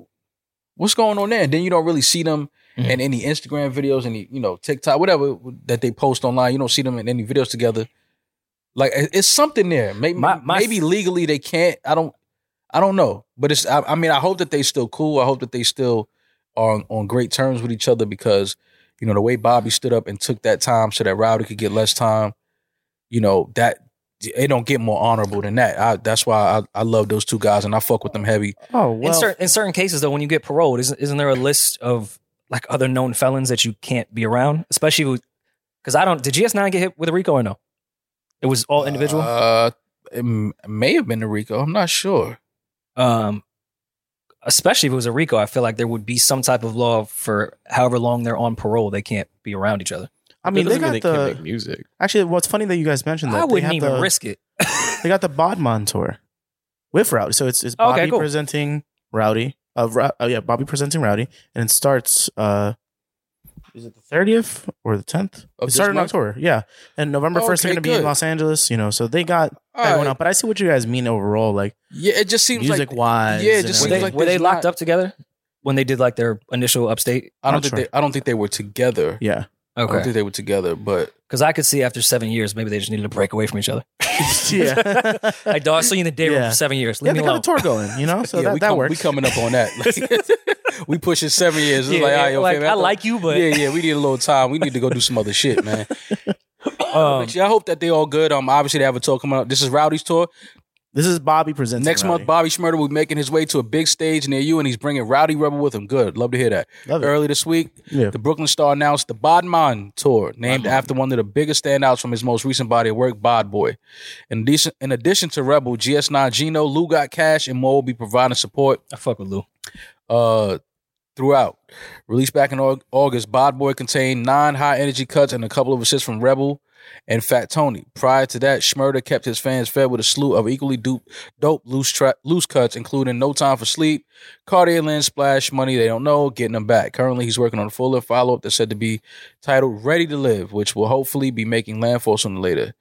Speaker 1: what's going on there? And then you don't really see them.
Speaker 2: Mhm.
Speaker 1: in any Instagram videos, any you know TikTok, whatever that they post online, you don't see them in any videos together. Like it- it's something there. Maybe
Speaker 2: My- my-
Speaker 1: maybe legally they can't. I don't. I don't know. But it's. I, I mean, I hope that they still cool. I hope that they still are on, on great terms with each other because you know the way Bobby stood up and took that time so that Rowdy could get less time. You know that it don't get more honorable than that. I, that's why I, I love those two guys and I fuck with them heavy.
Speaker 4: oh well.
Speaker 2: in, cer- in certain cases, though, when you get paroled, isn't, isn't there a list of like other known felons that you can't be around? Especially because I don't. Did GS9 get hit with a Rico or no? It was all individual.
Speaker 1: Uh, it m- may have been the Rico. I'm not sure.
Speaker 2: um, especially if it was a Rico, I feel like there would be some type of law for however long they're on parole, they can't be around each other.
Speaker 4: I mean, they
Speaker 3: That
Speaker 4: got
Speaker 3: doesn't mean
Speaker 4: the.
Speaker 3: can't make music.
Speaker 4: actually, what's funny that you guys mentioned that
Speaker 2: I
Speaker 4: They
Speaker 2: wouldn't
Speaker 4: have
Speaker 2: even
Speaker 4: the-
Speaker 2: risk it. <laughs>
Speaker 4: They got the Bodman tour with Rowdy. So it's it's
Speaker 2: Okay,
Speaker 4: Bobby
Speaker 2: cool.
Speaker 4: presenting Rowdy. Uh, Ro- oh yeah, Bobby presenting Rowdy, and it starts. uh Is it the thirtieth or the tenth?
Speaker 1: Of
Speaker 4: It
Speaker 1: this
Speaker 4: started in
Speaker 1: month?
Speaker 4: October. Yeah, and November first they're
Speaker 1: Okay,
Speaker 4: going to be in
Speaker 1: good.
Speaker 4: Los Angeles. You know, so they got
Speaker 1: All
Speaker 4: everyone
Speaker 1: right.
Speaker 4: out. But I see what you guys mean overall, like
Speaker 1: Yeah, it just seems
Speaker 4: music
Speaker 1: like
Speaker 4: wise.
Speaker 1: yeah, it
Speaker 4: and
Speaker 1: just
Speaker 2: were
Speaker 1: seems
Speaker 2: they,
Speaker 4: everything.
Speaker 1: like
Speaker 2: were they
Speaker 1: there's
Speaker 2: locked
Speaker 1: not-
Speaker 2: up together when they did like their initial upstate?
Speaker 1: I don't
Speaker 4: not
Speaker 1: think
Speaker 4: sure.
Speaker 1: they I don't think they were together. <laughs>
Speaker 4: yeah. <laughs>
Speaker 1: I don't think they were together, but
Speaker 2: because I could see after seven years, maybe they just needed to break away from each other.
Speaker 4: yeah.
Speaker 2: I don't see you in the day room
Speaker 4: Yeah.
Speaker 2: for seven years.
Speaker 4: yeah,
Speaker 2: Leave
Speaker 4: they
Speaker 2: me
Speaker 4: got
Speaker 2: alone.
Speaker 4: a tour going, you know,
Speaker 1: <laughs>
Speaker 4: so
Speaker 1: yeah,
Speaker 4: that,
Speaker 1: we,
Speaker 4: that
Speaker 1: come- we
Speaker 4: works.
Speaker 1: coming up on
Speaker 4: <laughs>
Speaker 1: that. Like, <laughs> we pushing seven years. It's like, all right, yo,
Speaker 2: like,
Speaker 1: fam,
Speaker 2: I
Speaker 1: after-
Speaker 2: like you, but
Speaker 1: yeah, yeah, we need a little time. We need to go do some other shit,
Speaker 2: <laughs>
Speaker 1: man.
Speaker 2: um,
Speaker 1: but yeah, I hope that they all good. Um, obviously they have a tour coming up. This is Rowdy's tour.
Speaker 4: This is Bobby presenting
Speaker 1: Next month,
Speaker 4: Rowdy.
Speaker 1: Bobby Schmurder will be making his way to a big stage near you, and he's bringing Rowdy Rebel with him. Good, love to hear that.
Speaker 4: Love it.
Speaker 1: Early this week,
Speaker 4: Yeah.
Speaker 1: the Brooklyn Star announced the Bodman tour, named after one of the biggest standouts from his most recent body of work, Bod Boy. In addition, in addition to Rebel, GS9 Gino, Lou Got Cash, and more will be providing support
Speaker 2: I fuck with Lou.
Speaker 1: uh, throughout. Released back in Au- August, Bod Boy contained nine high energy cuts and a couple of assists from Rebel and Fat Tony. Prior to that, Schmurder kept his fans fed with a slew of equally dupe, dope loose tra- loose cuts, including No Time for Sleep, Cartier Lens Splash, Money They Don't Know, Getting Them Back. Currently, he's working on a fuller follow up that's said to be titled Ready to Live, which will hopefully be making landfall sooner or later.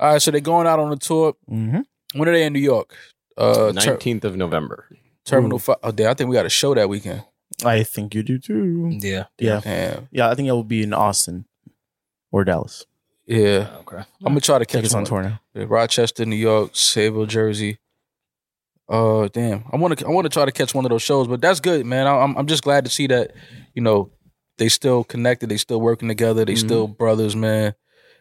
Speaker 1: All right, so they're going out on a tour.
Speaker 4: Mm-hmm.
Speaker 1: When are they in New York? Uh, ter-
Speaker 3: Nineteenth of November.
Speaker 1: Terminal 5. Oh, damn, I think we got a show that weekend.
Speaker 4: I think you do too.
Speaker 2: Yeah.
Speaker 4: Yeah.
Speaker 1: Damn.
Speaker 4: Yeah, I think it will be in Austin or Dallas.
Speaker 1: Yeah.
Speaker 2: Oh, Okay.
Speaker 1: I'm gonna try to catch
Speaker 4: Tickets on
Speaker 1: one.
Speaker 4: tour now.
Speaker 1: Yeah, Rochester, New York, Sable, Jersey. Uh, damn. I want to. I want to try to catch one of those shows, but that's good, man. I, I'm. I'm just glad to see that. You know, they still connected. They still working together. They
Speaker 3: Mhm.
Speaker 1: still brothers, man.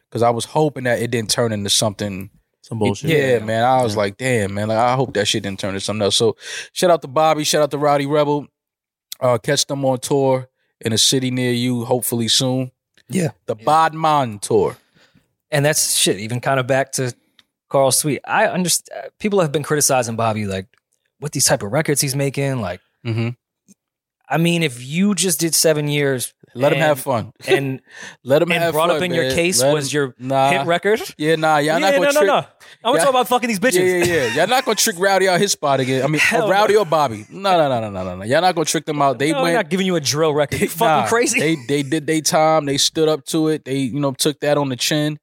Speaker 1: Because I was hoping that it didn't turn into something.
Speaker 4: Some bullshit.
Speaker 1: Yeah, man. I was
Speaker 4: Yeah.
Speaker 1: like, damn, man. Like, I hope that shit didn't turn into something else. So, shout out to Bobby. Shout out to Rowdy Rebel. Uh, catch them on tour in a city near you, hopefully soon.
Speaker 2: Yeah.
Speaker 1: The Bodman tour.
Speaker 2: and that's shit. Even kind of back to Carl Sweet. I understand people have been criticizing Bobby like what these type of records he's making. Like,
Speaker 1: hmm
Speaker 2: I mean, if you just did seven years,
Speaker 1: Let him
Speaker 2: and-
Speaker 1: have fun.
Speaker 2: and
Speaker 1: Let him
Speaker 2: and
Speaker 1: have
Speaker 2: brought
Speaker 1: fun,
Speaker 2: up in your
Speaker 1: man.
Speaker 2: case
Speaker 1: Let
Speaker 2: was
Speaker 1: him-
Speaker 2: your
Speaker 1: nah.
Speaker 2: hit record.
Speaker 1: Yeah, nah, y'all not
Speaker 2: yeah,
Speaker 1: gonna
Speaker 2: no, no,
Speaker 1: trick.
Speaker 2: no. I'm gonna
Speaker 1: Yeah.
Speaker 2: talk about fucking these bitches.
Speaker 1: Yeah,
Speaker 2: <laughs>
Speaker 1: yeah, yeah. Y'all not gonna trick Rowdy out his spot again. I mean,
Speaker 2: Hell
Speaker 1: or
Speaker 2: no.
Speaker 1: Rowdy or Bobby. No, no, no, no, no, no, no. Y'all not gonna trick them out. They
Speaker 2: No, we're
Speaker 1: went
Speaker 2: not giving you a drill record. <laughs> You fucking
Speaker 1: nah,
Speaker 2: crazy.
Speaker 1: They they did their time. They stood up to it. They you know took that on the chin.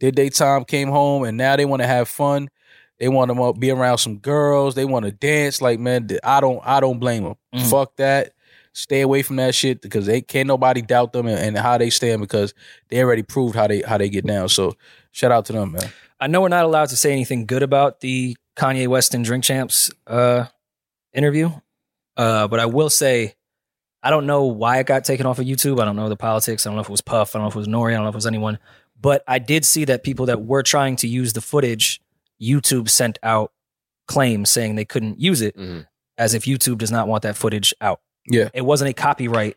Speaker 1: Did their time. Came home, and now they want to have fun. They want to be around some girls. They want to dance. Like man, th- I don't I don't blame them.
Speaker 2: Mhm.
Speaker 1: Fuck that. Stay away from that shit because they can't nobody doubt them and, and how they stand because they already proved how they how they get down. So shout out to them, man.
Speaker 2: I know we're not allowed to say anything good about the Kanye West and Drink Champs uh, interview, uh, but I will say I don't know why it got taken off of YouTube. I don't know the politics. I don't know if it was Puff. I don't know if it was Nori. I don't know if it was anyone. But I did see that people that were trying to use the footage, YouTube sent out claims saying they couldn't use it
Speaker 3: Mhm.
Speaker 2: as if YouTube does not want that footage out.
Speaker 1: Yeah.
Speaker 2: It wasn't a copyright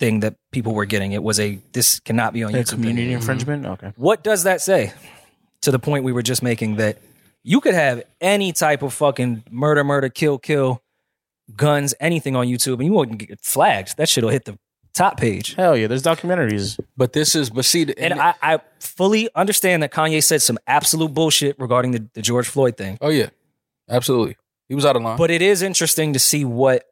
Speaker 2: thing that people were getting. It was a this cannot be on
Speaker 4: Like
Speaker 2: YouTube.
Speaker 4: community
Speaker 2: thing.
Speaker 4: infringement. Okay.
Speaker 2: What does that say? To the point we were just making that you could have any type of fucking murder, murder, kill, kill, guns, anything on YouTube, and you wouldn't get flagged. That shit'll hit the top page.
Speaker 4: Hell yeah, there's documentaries.
Speaker 1: But this is but see the-
Speaker 2: And I, I fully understand that Kanye said some absolute bullshit regarding the, the George Floyd thing.
Speaker 1: oh yeah, absolutely. He was out of line.
Speaker 2: But it is interesting to see what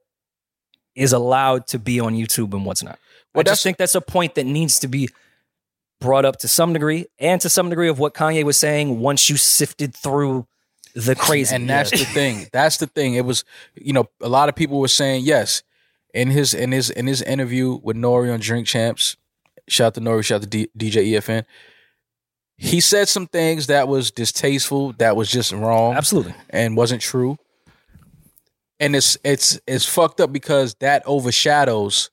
Speaker 2: is allowed to be on YouTube and what's not.
Speaker 1: Well,
Speaker 2: I
Speaker 1: that's-
Speaker 2: just think that's a point that needs to be brought up to some degree, and to some degree of what Kanye was saying. Once you sifted through the crazy,
Speaker 1: and that's the thing. That's the thing. It was, you know, a lot of people were saying yes in his in his in his interview with Nori on Drink Champs. Shout out to Nori. Shout out to D, DJ EFN. He said some things that was distasteful, that was just wrong,
Speaker 2: absolutely.
Speaker 1: and wasn't true. And it's it's it's fucked up because that overshadows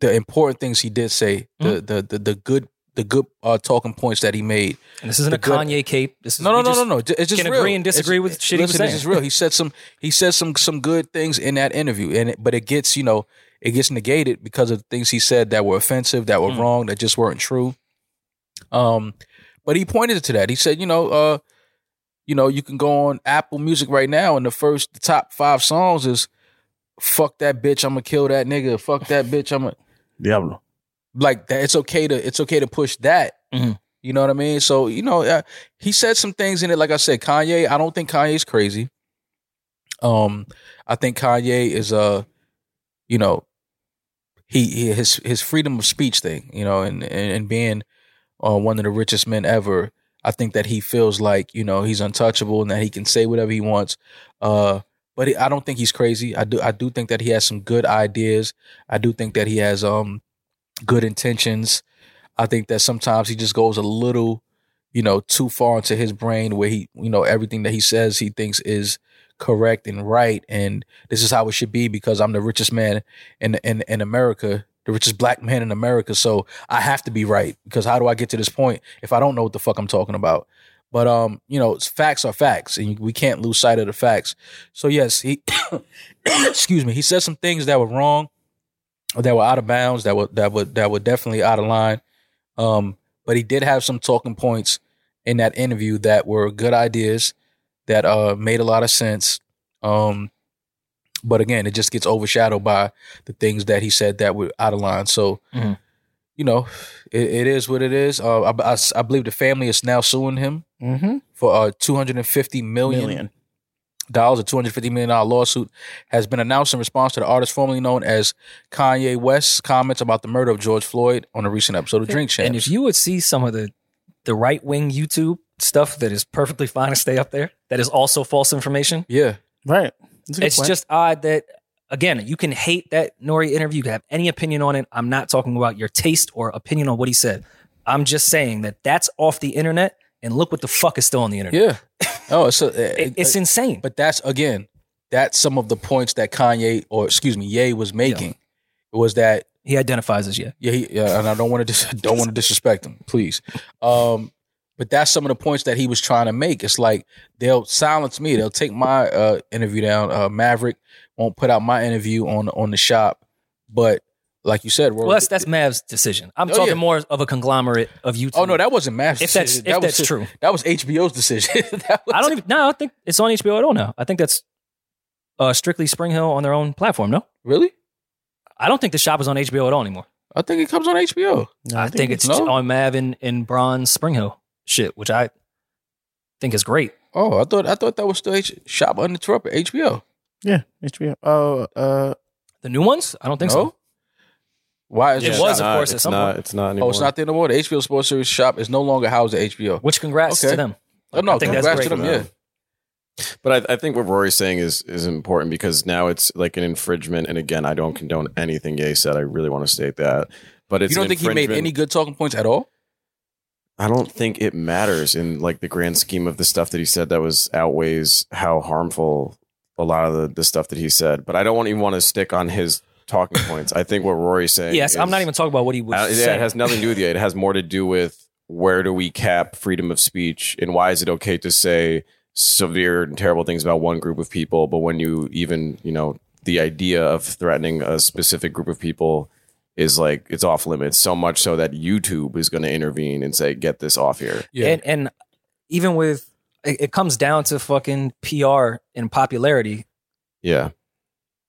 Speaker 1: the important things he did say, the the, the the good the good uh, talking points that he made.
Speaker 2: And this isn't a
Speaker 1: The good-
Speaker 2: Kanye cape. This is
Speaker 1: No, no,
Speaker 2: we
Speaker 1: no,
Speaker 2: just-
Speaker 1: no, no. J- It's just
Speaker 2: can
Speaker 1: real.
Speaker 2: agree and disagree with shit he was
Speaker 1: listen,
Speaker 2: saying.
Speaker 1: It's just real. He said some. He said some some good things in that interview, and it, but it gets you know it gets negated because of things he said that were offensive, that were
Speaker 2: Mm.
Speaker 1: wrong, that just weren't true. Um, but he pointed to that. He said, you know, uh, you know, you can go on Apple Music right now, and the first the top five songs is "Fuck that bitch, I'm gonna kill that nigga." Fuck that bitch, I'm gonna
Speaker 4: Diablo.
Speaker 1: like that it's okay to it's okay to push that
Speaker 2: Mhm.
Speaker 1: you know what i mean so you know uh, he said some things in it like i said kanye i don't think kanye's crazy um i think kanye is uh you know he, he his his freedom of speech thing you know and and, and being uh, one of the richest men ever i think that he feels like you know he's untouchable and that he can say whatever he wants uh but he, i don't think he's crazy i do i do think that he has some good ideas i do think that he has um good intentions. I think that sometimes he just goes a little, you know, too far into his brain where he, you know, everything that he says he thinks is correct and right and this is how it should be because I'm the richest man in in in America, the richest black man in America, so I have to be right because how do I get to this point if I don't know what the fuck I'm talking about? But um, you know, it's- facts are facts and we can't lose sight of the facts. So yes, he <coughs> excuse me, he said some things that were wrong that were out of bounds, that were that were that were definitely out of line. Um, but he did have some talking points in that interview that were good ideas that uh made a lot of sense. Um, but again, it just gets overshadowed by the things that he said that were out of line. So.
Speaker 2: Mhm.
Speaker 1: You know, it, it is what it is. Uh, I, I, I believe the family is now suing him
Speaker 4: Mm-hmm.
Speaker 1: for uh, two hundred and fifty million
Speaker 4: Million.
Speaker 1: dollars, a two hundred fifty million dollar lawsuit has been announced in response to the artist formerly known as Kanye West's comments about the murder of George Floyd on a recent episode of Drink Champs.
Speaker 2: And if you would see some of the the right wing YouTube stuff that is perfectly fine to stay up there, that is also false information.
Speaker 1: yeah,
Speaker 4: Right. That's a good
Speaker 2: It's
Speaker 4: point.
Speaker 2: just odd that again, you can hate that Nori interview, you can have any opinion on it. I'm not talking about your taste or opinion on what he said. I'm just saying that that's off the internet, and look what the fuck is still on the internet.
Speaker 1: yeah. Oh, it's a,
Speaker 2: <laughs> It- it's insane.
Speaker 1: but that's again, that's some of the points that Kanye or excuse me, Ye was making was that
Speaker 2: he identifies as yeah.
Speaker 1: yeah, he, yeah, and I don't want to dis- <laughs> don't want to disrespect him, please. Um, but that's some of the points that he was trying to make. It's like they'll silence me. They'll take my uh, interview down. Uh, Maverick won't put out my interview on on the shop, but like you said, Rory,
Speaker 2: Well, that's that's Mav's decision. I'm
Speaker 1: Oh,
Speaker 2: talking
Speaker 1: yeah.
Speaker 2: more of a conglomerate of YouTube.
Speaker 1: <laughs> oh no, that wasn't Mav's.
Speaker 2: if that's
Speaker 1: decision.
Speaker 2: if
Speaker 1: was
Speaker 2: that's true,
Speaker 1: that was HBO's decision. <laughs> that was,
Speaker 2: I don't even. No, I don't think it's on HBO at all now. I think that's uh, strictly Spring Hill on their own platform. No,
Speaker 1: really.
Speaker 2: I don't think the shop is on HBO at all anymore.
Speaker 1: I think it comes on HBO.
Speaker 4: No,
Speaker 2: I, think, it's
Speaker 1: no.
Speaker 2: on Mav and, and Bronze Spring Hill shit, which I think is great.
Speaker 1: Oh, I thought I thought that was still H- shop uninterrupted HBO.
Speaker 4: yeah, HBO. Oh, uh,
Speaker 2: The new ones, I don't think
Speaker 1: no?
Speaker 2: so.
Speaker 1: Why is
Speaker 2: It
Speaker 1: it?
Speaker 3: It's
Speaker 2: was,
Speaker 1: not-
Speaker 2: of
Speaker 3: not-
Speaker 2: course, at
Speaker 3: It's
Speaker 2: some
Speaker 3: not.
Speaker 2: point.
Speaker 3: It's not anymore.
Speaker 1: Oh, it's not the end of the world. The HBO Sports Series shop is no longer housed at HBO.
Speaker 2: Which congrats
Speaker 1: Okay.
Speaker 2: to them.
Speaker 1: Oh, no,
Speaker 2: I think that's
Speaker 1: congrats to
Speaker 2: great.
Speaker 1: them. Yeah.
Speaker 3: But I, I think what Rory's saying is is important because now it's like an infringement. And again, I don't condone anything Ye said. I really want to state that. But it's
Speaker 1: you don't
Speaker 3: an
Speaker 1: think he made
Speaker 3: infringement.
Speaker 1: any good talking points at all?
Speaker 3: I don't think it matters in like the grand scheme of the stuff that he said that was outweighs how harmful a lot of the, the stuff that he said. But I don't want, even want to stick on his talking points. I think what Rory's saying.
Speaker 2: Yes, I'm
Speaker 3: is-
Speaker 2: not even talking about what he was
Speaker 3: I- Uh, yeah,
Speaker 2: saying.
Speaker 3: it has nothing to do with you. It has more to do with where do we cap freedom of speech and why is it okay to say severe and terrible things about one group of people, but when you even you know the idea of threatening a specific group of people is like it's off limits so much so that YouTube is going to intervene and say get this off here.
Speaker 1: Yeah.
Speaker 2: And and even with it, it comes down to fucking PR and popularity.
Speaker 3: Yeah,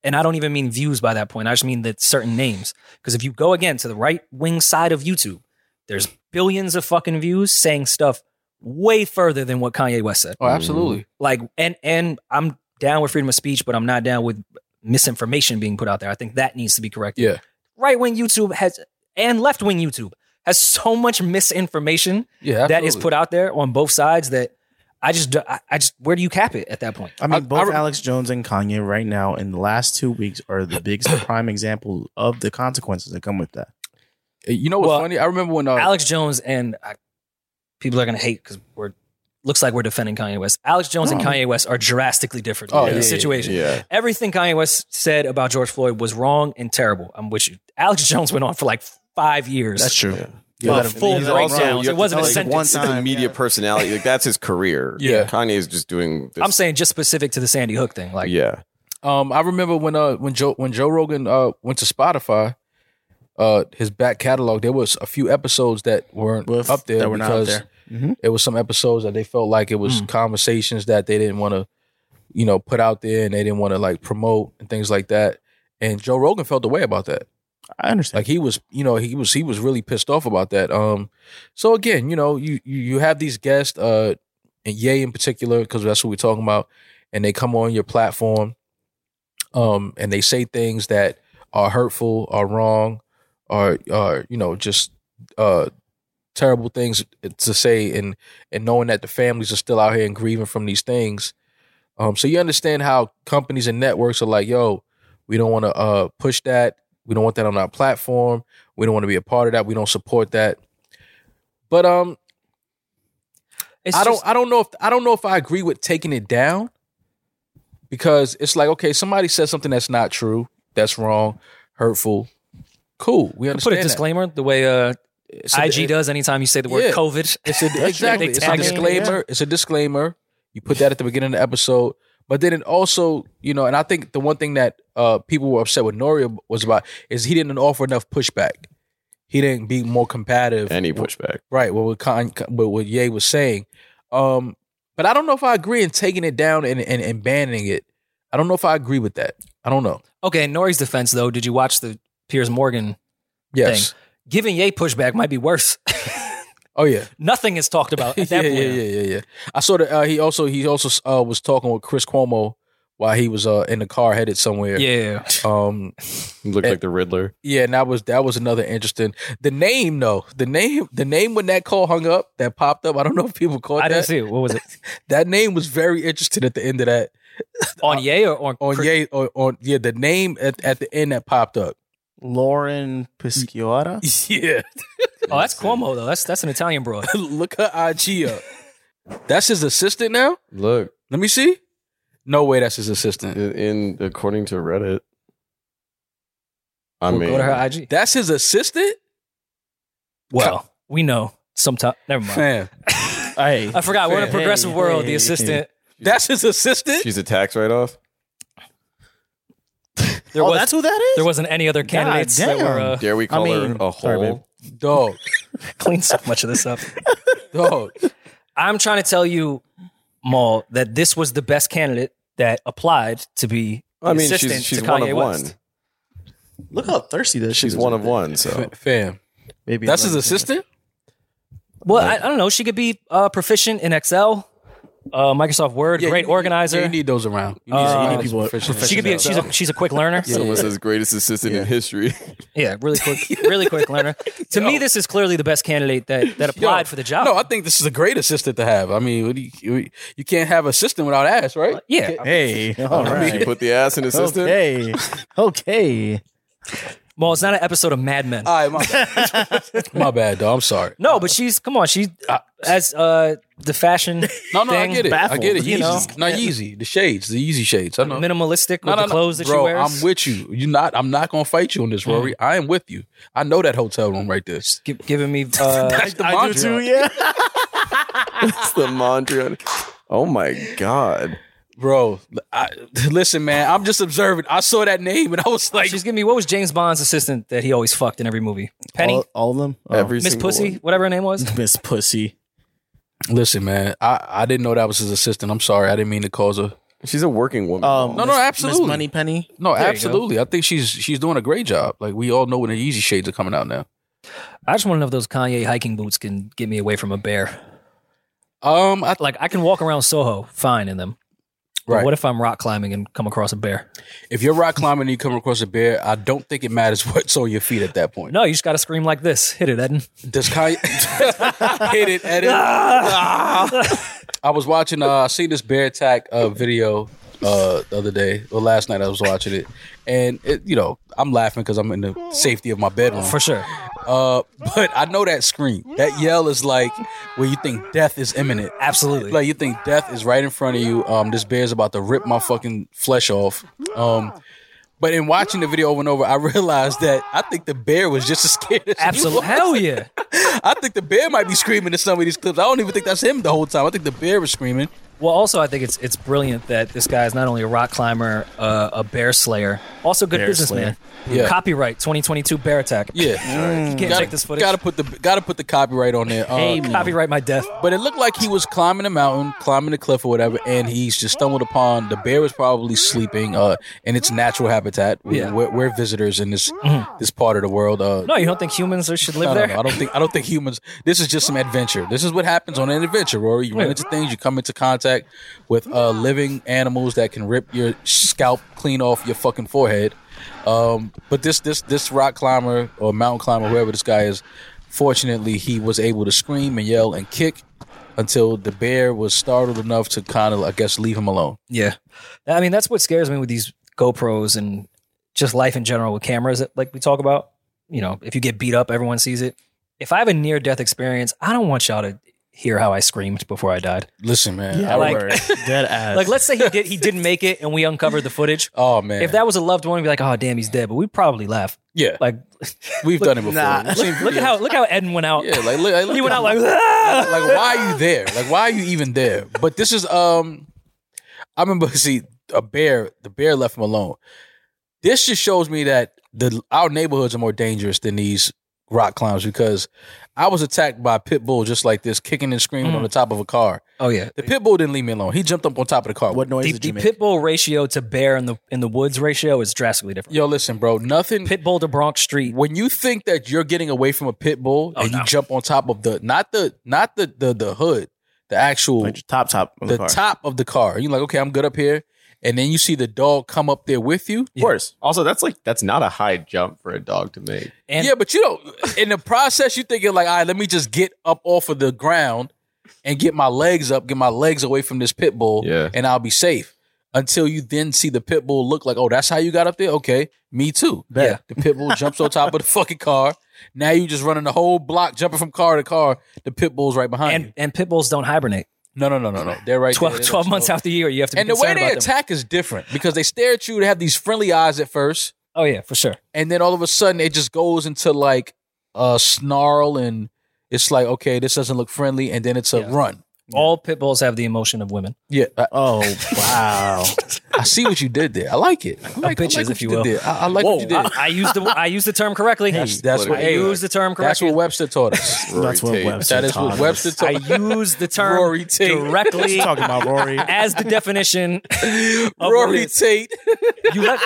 Speaker 2: And I don't even mean views by that point. I just mean that certain names. Because if you go again to the right wing side of YouTube, there's billions of fucking views saying stuff way further than what Kanye West said.
Speaker 1: Oh, absolutely.
Speaker 2: Like and and I'm down with freedom of speech, but I'm not down with misinformation being put out there. I think that needs to be corrected.
Speaker 1: Yeah.
Speaker 2: Right wing YouTube has and left wing YouTube has so much misinformation
Speaker 1: Yeah. Absolutely.
Speaker 2: that is put out there on both sides that I just do- I, I just where do you cap it at that point?
Speaker 4: I mean,
Speaker 1: I-
Speaker 4: both
Speaker 1: I re-
Speaker 4: Alex Jones and Kanye right now in the last two weeks are the biggest prime example of the consequences that come with that.
Speaker 1: You know what's
Speaker 2: Well,
Speaker 1: funny? I remember when uh,
Speaker 2: Alex Jones and I, people are gonna hate because we're looks like we're defending Kanye West. Alex Jones and
Speaker 4: No.
Speaker 2: Kanye West are drastically different
Speaker 1: Oh,
Speaker 2: in
Speaker 1: yeah,
Speaker 2: this
Speaker 1: yeah,
Speaker 2: situation.
Speaker 3: Yeah.
Speaker 2: Everything Kanye West said about George Floyd was wrong and terrible. I'm with you. Alex Jones went on for like five years.
Speaker 4: true.
Speaker 2: Well,
Speaker 4: Yeah.
Speaker 2: full
Speaker 4: He's
Speaker 3: And also,
Speaker 2: breakdowns.
Speaker 3: you have
Speaker 2: It
Speaker 3: to
Speaker 2: wasn't a
Speaker 3: tell, like,
Speaker 2: sentence.
Speaker 3: Once the media personality, like that's his career.
Speaker 1: Yeah.
Speaker 3: Kanye is just doing. This,
Speaker 2: I'm saying just specific to the Sandy Hook thing. Like,
Speaker 3: yeah,
Speaker 1: Um, I remember when uh when Joe when Joe Rogan uh went to Spotify, uh his back catalog there was a few episodes that weren't
Speaker 4: With-
Speaker 1: up there
Speaker 4: that were not up
Speaker 1: because
Speaker 4: there. Mhm.
Speaker 1: it was some episodes that they felt like it was conversations that they didn't want to, you know, put out there and they didn't want to like promote and things like that. And Joe Rogan felt the way about that.
Speaker 4: I understand.
Speaker 1: Like he was, you know, he was he was really pissed off about that. Um, so again, you know, you you, you have these guests, uh, and Ye in particular, because that's what we're talking about, and they come on your platform, um, and they say things that are hurtful, are wrong, are are you know just uh terrible things to say, and and knowing that the families are still out here and grieving from these things. Um, so you understand how companies and networks are like, yo, we don't want to uh push that. We don't want that on our platform. We don't want to be a part of that. We don't support that. But um,
Speaker 2: it's
Speaker 1: I don't.
Speaker 2: just-
Speaker 1: I don't know if I don't know if I agree with taking it down because it's like okay, somebody said something that's not true, that's wrong, hurtful. Cool, we
Speaker 2: put
Speaker 1: understand.
Speaker 2: a disclaimer the way uh,
Speaker 1: that. So
Speaker 2: IG
Speaker 1: it-
Speaker 2: does anytime you say the word
Speaker 1: Yeah.
Speaker 2: COVID.
Speaker 1: <laughs> It's a, exactly.
Speaker 2: They
Speaker 1: It's a
Speaker 2: tag it.
Speaker 1: disclaimer. It's a disclaimer. You put that at the beginning of the episode, but then it also, you know, and I think the one thing that uh, people were upset with Nori was about is he didn't offer enough pushback. He didn't be more combative.
Speaker 3: any pushback.
Speaker 1: Right. What what Con, what, what Ye was saying. Um, but I don't know if I agree in taking it down and, and, and banning it. I don't know if I agree with that. I don't know.
Speaker 2: Okay, in Nori's defense though, did you watch the Piers Morgan?
Speaker 1: Yes.
Speaker 2: Giving Ye pushback might be worse. <laughs>
Speaker 1: Oh yeah.
Speaker 2: Nothing is talked
Speaker 1: <laughs>
Speaker 2: about at
Speaker 1: yeah,
Speaker 2: that
Speaker 1: yeah,
Speaker 2: point.
Speaker 1: yeah, yeah, yeah. I saw that uh, he also he also uh, was talking with Chris Cuomo while he was uh, in the car headed somewhere.
Speaker 2: Yeah.
Speaker 1: Um,
Speaker 3: He looked
Speaker 1: Eh.
Speaker 3: like the Riddler.
Speaker 1: Yeah, and that was that was another interesting. The name though, the name, the name when that call hung up, that popped up. I don't know if people caught
Speaker 2: I
Speaker 1: that.
Speaker 2: didn't see it.
Speaker 1: <laughs>
Speaker 2: What was it?
Speaker 1: that name was very interesting at the end of that.
Speaker 2: On Ye or on,
Speaker 1: On
Speaker 2: Chris-
Speaker 1: yeah, on, on yeah, the name at, at the end that popped up. <laughs>
Speaker 4: Lauren Pisciotta.
Speaker 1: Yeah,
Speaker 2: Oh, that's Cuomo though. That's that's an Italian broad.
Speaker 1: look her IG up. That's his assistant now.
Speaker 3: Look,
Speaker 1: Let me see. No way, that's his assistant.
Speaker 3: in according to Reddit, I
Speaker 2: We'll
Speaker 3: mean,
Speaker 2: go to her IG.
Speaker 1: That's his assistant.
Speaker 2: Well, we know sometime. Never mind.
Speaker 1: Man,
Speaker 4: Hey,
Speaker 2: I forgot. We're in a progressive
Speaker 4: Hey,
Speaker 2: world.
Speaker 4: hey.
Speaker 1: <laughs>
Speaker 2: The assistant.
Speaker 1: that's his assistant.
Speaker 3: she's a tax write-off.
Speaker 2: There
Speaker 4: oh,
Speaker 2: was
Speaker 4: that's who that is.
Speaker 2: there wasn't any other candidates that
Speaker 4: damn.
Speaker 2: were uh,
Speaker 3: Dare we call her
Speaker 4: mean,
Speaker 3: a
Speaker 4: sorry, babe.
Speaker 3: whole?
Speaker 1: Dog,
Speaker 2: <laughs> clean so much of this up.
Speaker 1: dog.
Speaker 2: I'm trying to tell you, Maul, that this was the best candidate that applied to be. the
Speaker 3: I mean,
Speaker 2: assistant
Speaker 3: she's she's
Speaker 2: to
Speaker 3: one
Speaker 2: Kanye
Speaker 3: of
Speaker 2: West.
Speaker 3: one.
Speaker 4: Look how thirsty that shit
Speaker 3: She's
Speaker 4: is
Speaker 3: one
Speaker 4: right
Speaker 3: of
Speaker 4: there.
Speaker 3: one.
Speaker 2: <laughs>
Speaker 3: So
Speaker 1: Fam,
Speaker 4: Maybe
Speaker 1: that's
Speaker 4: I'm
Speaker 1: his
Speaker 4: not-
Speaker 1: assistant.
Speaker 2: Well, I, I don't know. She could be uh, proficient in Excel, uh, Microsoft Word,
Speaker 1: Yeah,
Speaker 2: great
Speaker 1: you-
Speaker 2: organizer.
Speaker 1: yeah, you need those around. You need,
Speaker 2: Uh,
Speaker 1: you
Speaker 2: She
Speaker 1: need people
Speaker 4: could be
Speaker 1: proficient in
Speaker 2: she could be. A,
Speaker 1: that.
Speaker 2: she's a she's a quick learner.
Speaker 1: <laughs> Yeah,
Speaker 3: someone
Speaker 1: yeah.
Speaker 3: says greatest assistant in history. <laughs>
Speaker 2: Yeah, really quick, really
Speaker 1: <laughs>
Speaker 2: quick learner. To me, this is clearly the best candidate that that
Speaker 1: Yo,
Speaker 2: applied for the job.
Speaker 1: No, I think this is a great assistant to have. I mean, what do you, you, you can't have assistant without ass, right?
Speaker 2: yeah,
Speaker 4: Hey, <laughs> all
Speaker 3: She
Speaker 4: right.
Speaker 3: put the ass in assistant.
Speaker 4: Okay, okay.
Speaker 2: well, it's not an episode of Mad Men.
Speaker 1: All right, my bad. <laughs> my bad, dog. I'm sorry.
Speaker 2: no, but she's come on. She as uh, the
Speaker 1: <laughs>
Speaker 2: fashion
Speaker 1: No, no, I
Speaker 2: thing,
Speaker 1: get it. I get it.
Speaker 4: baffled, you
Speaker 1: Yeezys.
Speaker 4: know?
Speaker 1: Not Yeezy. The shades, the Yeezy shades. I know.
Speaker 2: minimalistic with
Speaker 1: No, no,
Speaker 2: the
Speaker 1: no.
Speaker 2: clothes that
Speaker 1: Bro,
Speaker 2: she wears.
Speaker 1: I'm with you. You not. I'm not gonna fight you on this, Rory. I am with you. I know that hotel room right there.
Speaker 2: Gi- giving me
Speaker 1: <laughs>
Speaker 2: uh,
Speaker 1: That's the
Speaker 4: I do
Speaker 1: mantra.
Speaker 4: too. Yeah.
Speaker 3: It's the Mondrian. Oh my god.
Speaker 1: bro. I, <laughs> listen, man. I'm just observing. I saw that name and I was like,
Speaker 2: she's giving me what was James Bond's assistant that he always fucked in every movie? Penny,
Speaker 4: All, all of them. Oh.
Speaker 3: Every
Speaker 2: Miss
Speaker 3: single
Speaker 2: Pussy,
Speaker 3: one.
Speaker 2: whatever her name was.
Speaker 4: <laughs> Miss Pussy.
Speaker 1: listen, man. I I didn't know that was his assistant. I'm sorry. I didn't mean to cause a
Speaker 3: She's a working woman.
Speaker 4: Um,
Speaker 1: No, no,
Speaker 4: Miss-
Speaker 1: absolutely.
Speaker 4: Miss Money Penny.
Speaker 1: No,
Speaker 2: There you go.
Speaker 1: absolutely. I think she's she's doing a great job. Like we all know when the Yeezy shades are coming out now.
Speaker 2: I just want to know if those Kanye hiking boots can get me away from a bear.
Speaker 1: Um, I,
Speaker 2: Like I can walk around Soho fine in them. But
Speaker 1: Right.
Speaker 2: what if I'm rock climbing and come across a bear?
Speaker 1: if you're rock climbing and you come across a bear, I don't think it matters <laughs> what's on your feet at that point.
Speaker 2: No, you just got to scream like this. Hit it, Eden.
Speaker 1: Does Kanye <laughs> hit it? Edit. I was watching. Uh, I seen this bear attack uh, video uh, the other day or last night. I was watching it, and it, you know I'm laughing because I'm in the safety of my bedroom.
Speaker 2: For sure.
Speaker 1: Uh, but I know that scream. That yell is like where you think death is imminent.
Speaker 2: Absolutely.
Speaker 1: Like you think death is right in front of you. Um, this bear's about to rip my fucking flesh off. Um, but in watching the video over and over, I realized that I think the bear was just as scared. As you
Speaker 2: Absolutely.
Speaker 1: was.
Speaker 2: Hell yeah.
Speaker 1: I think the bear might be screaming in some of these clips. I don't even think that's him the whole time. I think the bear was screaming.
Speaker 2: Well, also, I think it's it's brilliant that this guy is not only a rock climber, uh, a bear slayer, also good
Speaker 4: Bear
Speaker 2: businessman.
Speaker 1: Yeah.
Speaker 2: Copyright 2022 bear attack.
Speaker 1: Yeah,
Speaker 2: You can't
Speaker 1: gotta,
Speaker 2: take this footage.
Speaker 1: gotta put the gotta put the copyright on there. Uh,
Speaker 2: Copyright my death.
Speaker 1: But it looked like he was climbing a mountain, climbing a cliff or whatever, and he's just stumbled upon the bear was probably sleeping uh, in its natural habitat. We-
Speaker 2: Yeah. Mm-hmm.
Speaker 1: We're, we're visitors in this this part of the world. Uh,
Speaker 2: No, you don't think humans are- should live
Speaker 1: I
Speaker 2: there?
Speaker 1: don't know. I don't think I don't think humans. This is just some adventure. This is what happens on an adventure, Rory. You run into things. You come into contact with uh, living animals that can rip your scalp clean off your fucking forehead. Um, but this this this rock climber or mountain climber, whoever this guy is, fortunately he was able to scream and yell and kick until the bear was startled enough to kind of I guess leave him alone.
Speaker 2: <laughs> Yeah. I mean, that's what scares me with these GoPros and just life in general with cameras, that, like we talk about. You know, if you get beat up, everyone sees it. If I have a near death experience, I don't want y'all to hear how I screamed before I died.
Speaker 1: Listen, man.
Speaker 4: Yeah,
Speaker 1: I-
Speaker 2: like-
Speaker 4: word. dead ass.
Speaker 2: Like, let's say he did he didn't make it and we uncovered the footage.
Speaker 1: oh man.
Speaker 2: If that was a loved one, we'd be like, "Oh, damn, he's dead," but we'd probably laugh.
Speaker 1: yeah, <laughs>
Speaker 2: Like,
Speaker 1: we've done it before.
Speaker 4: nah.
Speaker 1: We've seen
Speaker 2: look, <laughs> look at
Speaker 1: videos.
Speaker 2: how look how Eden went out.
Speaker 1: yeah, like look, like, look
Speaker 2: he went
Speaker 1: at-
Speaker 2: out like, "Ah!"
Speaker 1: <laughs> like why are you there like why are you even there but this is um i remember <laughs> see a bear the bear left him alone this just shows me that the our neighborhoods are more dangerous than these rock climbs because i was attacked by a pit bull just like this kicking and screaming on the top of a car
Speaker 2: Oh yeah.
Speaker 1: the pit bull didn't leave me alone he jumped up on top of the car
Speaker 4: what noise
Speaker 2: The,
Speaker 4: did you
Speaker 2: the
Speaker 4: make?
Speaker 2: pit bull ratio to bear in the in the woods ratio is drastically different.
Speaker 1: yo listen bro nothing
Speaker 2: Pit bull to Bronx Street.
Speaker 1: when you think that you're getting away from a pit bull
Speaker 2: Oh,
Speaker 1: and
Speaker 2: no.
Speaker 1: you jump on top of the not the not the the, the hood the actual
Speaker 4: Like, top top of the,
Speaker 1: the
Speaker 4: car.
Speaker 1: top of the car. You're like, okay, I'm good up here. And then you see the dog come up there with you.
Speaker 3: of course. Also, that's like that's not a high jump for a dog to make.
Speaker 2: And-
Speaker 1: yeah, but you don't. In the process, you thinking like, all right, let me just get up off of the ground and get my legs up, get my legs away from this pit bull,
Speaker 3: Yeah.
Speaker 1: and I'll be safe. Until you then see the pit bull look like, oh, that's how you got up there. Okay, me too.
Speaker 2: Bet.
Speaker 1: The pit bull jumps on top of the <laughs> fucking car. Now you just running the whole block, jumping from car to car. The pit bull's right behind
Speaker 2: And
Speaker 1: you.
Speaker 2: and pit bulls don't hibernate.
Speaker 1: No, no, no, no, no. They're right. there.
Speaker 2: 12, <laughs>
Speaker 1: They
Speaker 2: 12
Speaker 1: don't-
Speaker 2: months out the year, you have to be
Speaker 1: And the way
Speaker 2: concerned
Speaker 1: they
Speaker 2: about them.
Speaker 1: attack is different because they stare at you. They have these friendly eyes at first.
Speaker 2: Oh yeah, for sure.
Speaker 1: and then all of a sudden it just goes into like a snarl and it's like okay this doesn't look friendly and then it's a
Speaker 2: Yeah.
Speaker 1: run
Speaker 2: All pit bulls have the emotion of women.
Speaker 1: yeah I,
Speaker 4: Oh
Speaker 2: <laughs>
Speaker 4: wow!
Speaker 1: I see what you did there i like it i like, I
Speaker 2: bitches,
Speaker 1: like what
Speaker 2: if you
Speaker 1: did
Speaker 2: will.
Speaker 1: there. I, I like what you did
Speaker 2: <laughs> I, I used the I used the term correctly.
Speaker 1: that's, that's what
Speaker 2: I
Speaker 1: hey,
Speaker 2: used the term
Speaker 1: that's
Speaker 2: correctly.
Speaker 1: what webster taught us
Speaker 2: <laughs>
Speaker 4: That's what
Speaker 3: Rory Tate.
Speaker 4: Webster.
Speaker 1: that is
Speaker 4: taught
Speaker 1: what
Speaker 4: us.
Speaker 1: webster
Speaker 2: I
Speaker 1: taught
Speaker 2: used
Speaker 1: <laughs>
Speaker 2: the term
Speaker 1: Rory Tate.
Speaker 2: directly
Speaker 4: You talking about Rory.
Speaker 2: as the definition. Of what it
Speaker 1: rory
Speaker 2: is.
Speaker 1: tate <laughs>
Speaker 2: You left.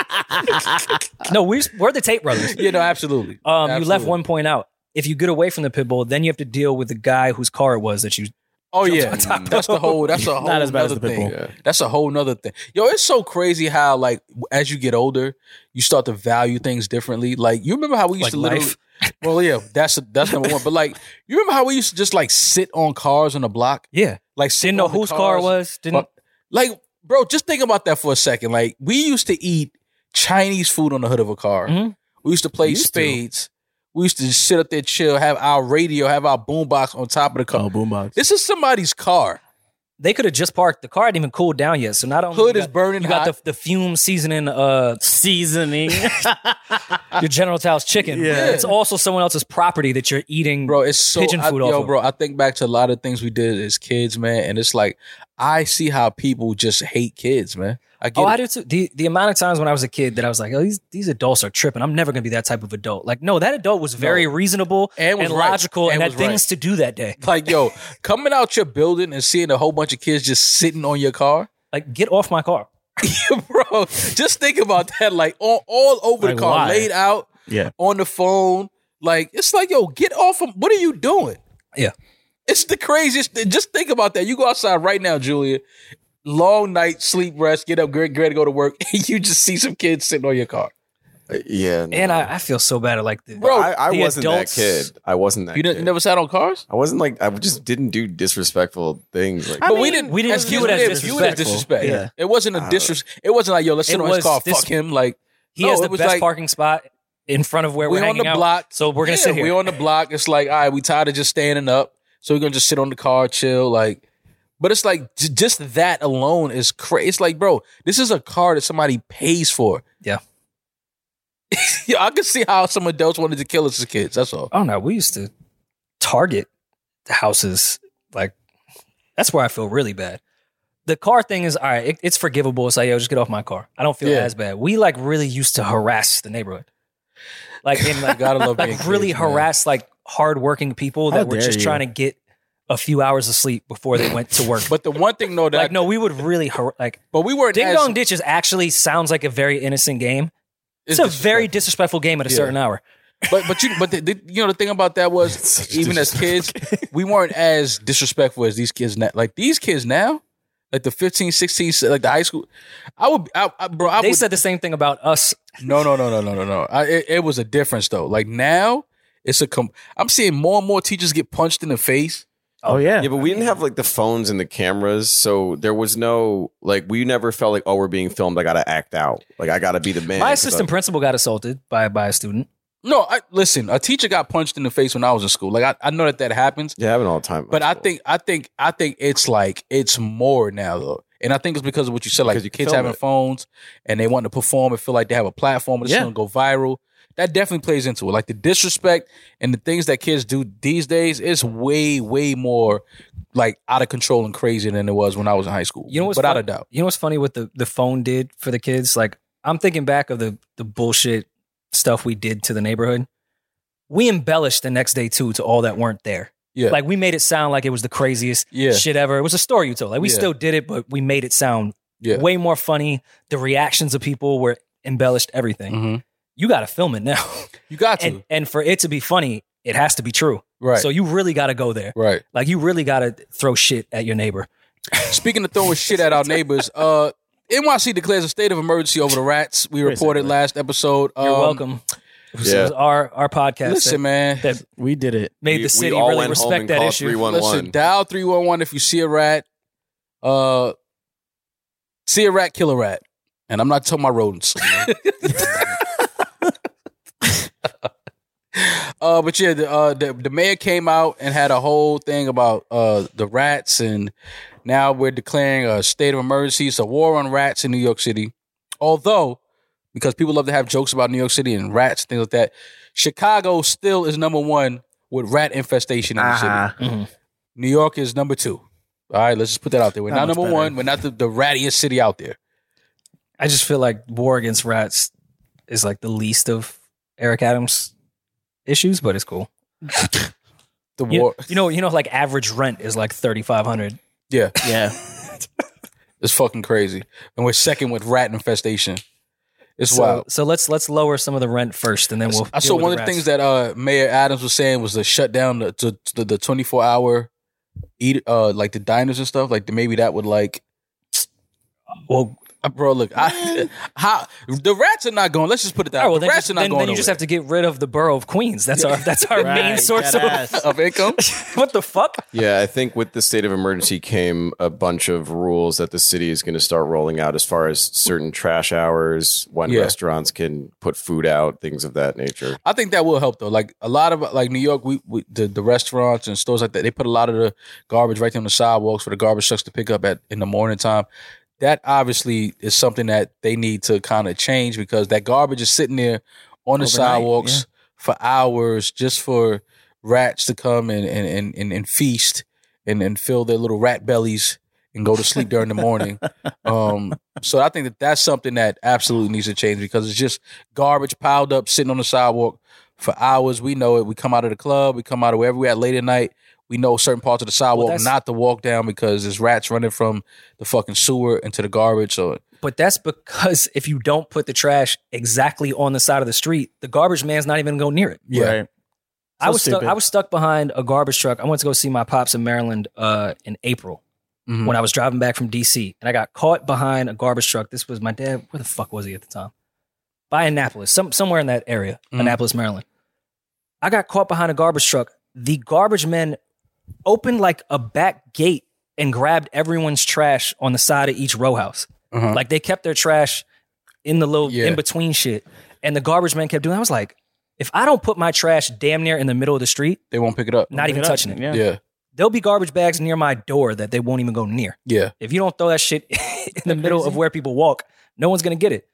Speaker 2: no, we we're the Tate brothers.
Speaker 1: you know absolutely
Speaker 2: Um, you left
Speaker 1: Absolutely.
Speaker 2: one point out. If you get away from the pit bull, then you have to deal with the guy whose car it was that you. <laughs>
Speaker 1: Oh yeah, that's the whole. That's a whole
Speaker 4: Not as bad as
Speaker 1: nother
Speaker 4: the pit
Speaker 1: thing.
Speaker 4: bull.
Speaker 3: Yeah.
Speaker 1: That's a whole nother thing. Yo, it's so crazy how like as you get older, you start to value things differently. Like you remember how we used
Speaker 2: Like
Speaker 1: to literally.
Speaker 2: life.
Speaker 1: <laughs> Well, yeah, that's that's number one. But like, you remember how we used to just like sit on cars on the block,
Speaker 2: Yeah,
Speaker 1: like sit
Speaker 2: didn't know
Speaker 1: on the
Speaker 2: whose car it
Speaker 1: cars.
Speaker 2: was. Didn't.
Speaker 1: Fuck. Like, bro, just think about that for a second. Like, we used to eat Chinese food on the hood of a car.
Speaker 2: Mhm.
Speaker 1: We used to play
Speaker 4: Used to.
Speaker 1: spades. We used to just sit up there, chill, have our radio, have our boombox on top of the car.
Speaker 4: Oh, boombox.
Speaker 1: This is somebody's car.
Speaker 2: They could have just parked. The car hadn't even cooled down yet. So not only
Speaker 1: Hood
Speaker 2: you
Speaker 1: is
Speaker 2: got-
Speaker 1: burning
Speaker 2: You got
Speaker 1: hot.
Speaker 2: the the fume seasoning. Uh,
Speaker 4: Seasoning.
Speaker 2: <laughs> your General Tao's chicken.
Speaker 4: Yeah.
Speaker 2: It's also someone else's property that you're eating.
Speaker 1: bro. It's so
Speaker 2: Pigeon
Speaker 1: I-
Speaker 2: food
Speaker 1: yo,
Speaker 2: off of.
Speaker 1: bro. I think back to a lot of things we did as kids, man, and it's like I see how people just hate kids, man. I get
Speaker 2: Oh,
Speaker 1: <laughs> it.
Speaker 2: I do too. The the amount of times when I was a kid that I was like, oh, these these adults are tripping. I'm never gonna be that type of adult. Like, no, that adult was very reasonable
Speaker 1: And was right.
Speaker 2: logical and,
Speaker 1: And
Speaker 2: had
Speaker 1: was right.
Speaker 2: things to do that day.
Speaker 1: like yo, coming out your building and seeing a whole bunch of kids just sitting on your car. <laughs>
Speaker 2: Like, get off my car.
Speaker 1: bro. Just think about that. Like all, all over
Speaker 2: Like,
Speaker 1: the car,
Speaker 2: why?
Speaker 1: laid out
Speaker 4: Yeah.
Speaker 1: on the phone. Like it's like, yo, get off. Of, what are you doing?
Speaker 2: Yeah.
Speaker 1: it's the craziest. thing. Just think about that. You go outside right now, Julia. Long night, sleep, rest, get up, great, great to go to work. <laughs> And you just see some kids sitting on your car.
Speaker 3: yeah, no.
Speaker 2: And I, I feel so bad at like the
Speaker 1: Bro,
Speaker 3: I, I
Speaker 2: the
Speaker 3: wasn't
Speaker 2: adults-
Speaker 3: that kid. I wasn't that
Speaker 1: You,
Speaker 3: kid.
Speaker 1: didn't, you never sat on cars.
Speaker 3: I wasn't like I just didn't do disrespectful things. Like
Speaker 1: but we
Speaker 4: mean,
Speaker 1: didn't.
Speaker 2: we didn't
Speaker 1: as
Speaker 2: view
Speaker 1: kids,
Speaker 2: it
Speaker 1: we
Speaker 2: as
Speaker 1: didn't view it as
Speaker 2: disrespectful.
Speaker 1: disrespect.
Speaker 4: Yeah.
Speaker 1: It wasn't a
Speaker 3: Uh,
Speaker 1: disres. It wasn't like yo, let's sit
Speaker 2: it
Speaker 1: on his
Speaker 2: was
Speaker 1: car,
Speaker 2: dis-
Speaker 1: fuck him. Like
Speaker 2: He
Speaker 1: No,
Speaker 2: has
Speaker 1: it
Speaker 2: the
Speaker 1: was
Speaker 2: best
Speaker 1: like-
Speaker 2: parking spot in front of where
Speaker 1: we
Speaker 2: we're,
Speaker 1: on
Speaker 2: hanging
Speaker 1: the
Speaker 2: out.
Speaker 1: block.
Speaker 2: So we're gonna sit here.
Speaker 1: We on the block. It's like, all right, we tired of just standing up, so we're gonna just sit on the car, chill. Like, but it's like j- just that alone is crazy. It's like, bro, this is a car that somebody pays for. <laughs>
Speaker 2: Yeah.
Speaker 1: yeah, I could see how some adults wanted to kill us as kids. That's all.
Speaker 2: oh no, we used to target the houses. Like that's where I feel really bad. The car thing is all right. It, it's forgivable. It's like yo, just get off my car. I don't feel
Speaker 1: Yeah.
Speaker 2: as bad. We like really used to harass the neighborhood,
Speaker 1: <laughs>
Speaker 2: like in like,
Speaker 1: Gotta love being
Speaker 2: <laughs> like really
Speaker 1: kids, man.
Speaker 2: harass like hardworking people
Speaker 4: How
Speaker 2: that were
Speaker 4: dare
Speaker 2: just
Speaker 4: you.
Speaker 2: trying to get a few hours of sleep before they went to
Speaker 1: <laughs>
Speaker 2: work.
Speaker 1: But the one thing though that
Speaker 2: like no, we would really har- like
Speaker 1: but we weren't
Speaker 2: Ding
Speaker 1: as-
Speaker 2: Dong Ditches actually sounds like a very innocent game. It's, a very disrespectful game at a
Speaker 1: Yeah.
Speaker 2: certain hour.
Speaker 1: but but you but the, the, you know the thing about that was even as kids we weren't as disrespectful as these kids now like these kids now like the 15 16 like the high school i would i, I bro i
Speaker 2: they
Speaker 1: would
Speaker 2: said the same thing about us.
Speaker 1: no no no no no no no I, it, it was a difference though like now it's a com- i'm seeing more and more teachers get punched in the face
Speaker 4: Oh yeah.
Speaker 3: yeah, but we didn't have like the phones and the cameras, so there was no like we never felt like oh we're being filmed. I gotta act out. Like I gotta be the man.
Speaker 2: My
Speaker 3: 'cause
Speaker 2: assistant
Speaker 3: I'm-
Speaker 2: principal got assaulted by by a student.
Speaker 1: no I, listen a teacher got punched in the face when i was in school like i, I know that that happens
Speaker 3: yeah, having all the time.
Speaker 1: but i think i think i think it's like it's more now though and i think it's because of what you said like
Speaker 3: Because you can
Speaker 1: kids
Speaker 3: film
Speaker 1: having
Speaker 3: it.
Speaker 1: phones and they want to perform and feel like they have a platform and it's
Speaker 4: Yeah.
Speaker 1: going to go viral that definitely plays into it like the disrespect and the things that kids do these days is way way more like out of control and crazy than it was when i was in high school
Speaker 2: You know what's
Speaker 1: without a
Speaker 2: fun-
Speaker 1: doubt
Speaker 2: You know what's funny what the, the phone did for the kids? Like I'm thinking back of the the bullshit stuff we did to the neighborhood. We embellished the next day too to all that weren't there.
Speaker 1: Yeah.
Speaker 2: Like we made it sound like it was the craziest
Speaker 1: yeah
Speaker 2: shit ever. It was a story you told. Like we
Speaker 1: Yeah.
Speaker 2: still did it, but we made it sound
Speaker 1: yeah
Speaker 2: way more funny. The reactions of people were embellished everything.
Speaker 1: Mhm.
Speaker 2: You gotta film it now.
Speaker 1: you <laughs> got to
Speaker 2: and and for it to be funny, it has to be true.
Speaker 1: right
Speaker 2: So you really gotta go there.
Speaker 1: right
Speaker 2: Like you really gotta throw shit at your neighbor.
Speaker 1: Speaking of throwing shit at our neighbors, uh, NYC declares a state of emergency over the rats. We reported
Speaker 4: Basically.
Speaker 1: last episode.
Speaker 2: You're
Speaker 1: Um,
Speaker 2: welcome. It was, it
Speaker 3: yeah.
Speaker 2: was our our podcast
Speaker 1: Listen,
Speaker 2: that
Speaker 1: man.
Speaker 2: that
Speaker 4: we did it.
Speaker 2: made
Speaker 3: We-
Speaker 2: the city
Speaker 3: we all
Speaker 2: really
Speaker 3: went home
Speaker 2: respect
Speaker 3: and
Speaker 2: that
Speaker 3: called
Speaker 2: issue.
Speaker 3: 311.
Speaker 1: Listen, dial three one one if you see a rat. Uh, see a rat, kill a rat, and I'm not talking about rodents. <laughs> uh, but yeah, the, uh, the the mayor came out and had a whole thing about uh the rats, and now we're declaring a state of emergency. It's a war on rats in New York City. Although, because people love to have jokes about New York City and rats, things like that, Chicago still is number one with rat infestation in the city.
Speaker 4: Uh-huh.
Speaker 1: New York is number two. All right, let's just put that out there. We're not,
Speaker 4: Not much
Speaker 1: number
Speaker 4: better.
Speaker 1: one. We're not the, the rattiest city out there.
Speaker 2: I just feel like war against rats is like the least of Eric Adams issues, but it's cool.
Speaker 1: The
Speaker 2: You,
Speaker 1: war
Speaker 2: you know, you know, like average rent is like thirty five hundred.
Speaker 4: Yeah.
Speaker 1: is fucking crazy, and we're second with rat infestation. It's
Speaker 2: So,
Speaker 1: wild.
Speaker 2: so let's let's lower some of the rent first, and then we'll.
Speaker 1: I
Speaker 2: deal
Speaker 1: saw
Speaker 2: with
Speaker 1: one of the
Speaker 2: rats.
Speaker 1: things that uh, Mayor Adams was saying was to shut down the to, to the twenty four hour eat uh like the diners and stuff. Like maybe that would like
Speaker 2: well,
Speaker 1: uh, bro. Look, I, <laughs> how the rats are not going. Let's just put it that.
Speaker 2: all right,
Speaker 1: way.
Speaker 2: well,
Speaker 1: the
Speaker 2: then,
Speaker 1: rats
Speaker 2: just,
Speaker 1: are not
Speaker 2: then,
Speaker 1: going.
Speaker 2: then you just have to get rid of the borough of Queens. That's
Speaker 1: <laughs>
Speaker 2: our that's our main
Speaker 4: Right,
Speaker 2: source
Speaker 4: that
Speaker 2: of.
Speaker 4: ass.
Speaker 1: of income.
Speaker 2: <laughs> what the fuck?
Speaker 3: Yeah, I think with the state of emergency came a bunch of rules that the city is going to start rolling out as far as certain trash hours, when
Speaker 1: Yeah.
Speaker 3: restaurants can put food out, things of that nature.
Speaker 1: I think that will help though. Like a lot of like New York, we, we the, the restaurants and stores like that, they put a lot of the garbage right there on the sidewalks for the garbage trucks to pick up at in the morning time. That obviously is something that they need to kind of change because that garbage is sitting there on the
Speaker 4: Overnight,
Speaker 1: sidewalks for hours just for rats to come and and and, and, and feast and, and fill their little rat bellies and go to sleep during the morning. Um, so I think that that's something that absolutely needs to change because it's just garbage piled up sitting on the sidewalk for hours. We know it. We come out of the club, we come out of wherever we at late at night. We know certain parts of the sidewalk
Speaker 2: that's-
Speaker 1: not to walk down because there's rats running from the fucking sewer into the garbage. So
Speaker 2: But that's because if you don't put the trash exactly on the side of the street, the garbage man's not even going to go near it.
Speaker 1: yeah,
Speaker 4: Right.
Speaker 2: I
Speaker 4: So
Speaker 2: was stuck.
Speaker 4: stupid.
Speaker 2: I was stuck behind a garbage truck. I went to go see my pops in Maryland uh, in April
Speaker 1: Mhm.
Speaker 2: when I was driving back from DC, and I got caught behind a garbage truck. This was my dad. Where the fuck was he at the time? By Annapolis, some somewhere in that area,
Speaker 1: Mhm.
Speaker 2: Annapolis, Maryland. I got caught behind a garbage truck. The garbage men opened like a back gate and grabbed everyone's trash on the side of each row house.
Speaker 1: Uh-huh.
Speaker 2: Like they kept their trash in the little
Speaker 1: Yeah.
Speaker 2: in between shit, and the garbage man kept doing. I was like, if I don't put my trash damn near in the middle of the street,
Speaker 1: they won't pick it up.
Speaker 2: not even touching it,
Speaker 4: Yeah.
Speaker 1: yeah,
Speaker 2: there'll be garbage bags near my door that they won't even go near.
Speaker 1: yeah.
Speaker 2: If you don't throw that shit <laughs> in the middle of where people walk, no one's gonna get it.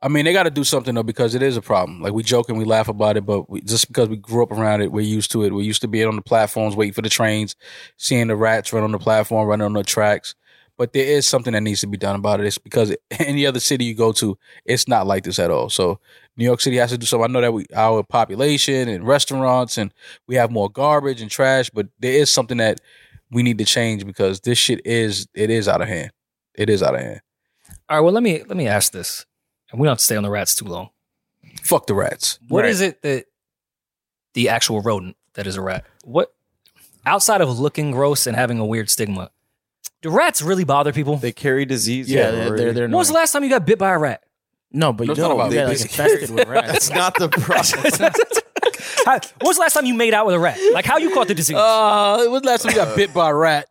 Speaker 1: I mean, they got to do something though because it is a problem. Like we joke and we laugh about it, but we, just because we grew up around it, we're used to it. We're used to being on the platforms, waiting for the trains, seeing the rats run on the platform, running on the tracks. But there is something that needs to be done about it. It's because <laughs> any other city you go to, it's not like this at all. So New York City has to do something. I know that we our population and restaurants and we have more garbage and trash, but there is something that we need to change because this shit is it is out of hand. It is out of hand.
Speaker 2: All right, well let me let me ask this, and we don't have to stay on the rats too long.
Speaker 1: Fuck the rats.
Speaker 2: What is it that the actual rodent that is a rat? What outside of looking gross and having a weird stigma, do rats really bother people?
Speaker 3: They carry disease.
Speaker 4: Yeah, they're, they're, they're
Speaker 2: When was the last time you got bit by a <laughs> rat?
Speaker 4: No,
Speaker 1: No,
Speaker 4: but you
Speaker 1: it's not
Speaker 4: don't.
Speaker 1: about
Speaker 4: They're like
Speaker 1: babies.
Speaker 4: <laughs> infested with
Speaker 3: <laughs>
Speaker 4: rats.
Speaker 3: That's not the
Speaker 2: <laughs>
Speaker 3: problem.
Speaker 2: How, when was the last time you made out with a rat? Like how you caught the disease?
Speaker 1: Uh, it was last time you got bit by a rat.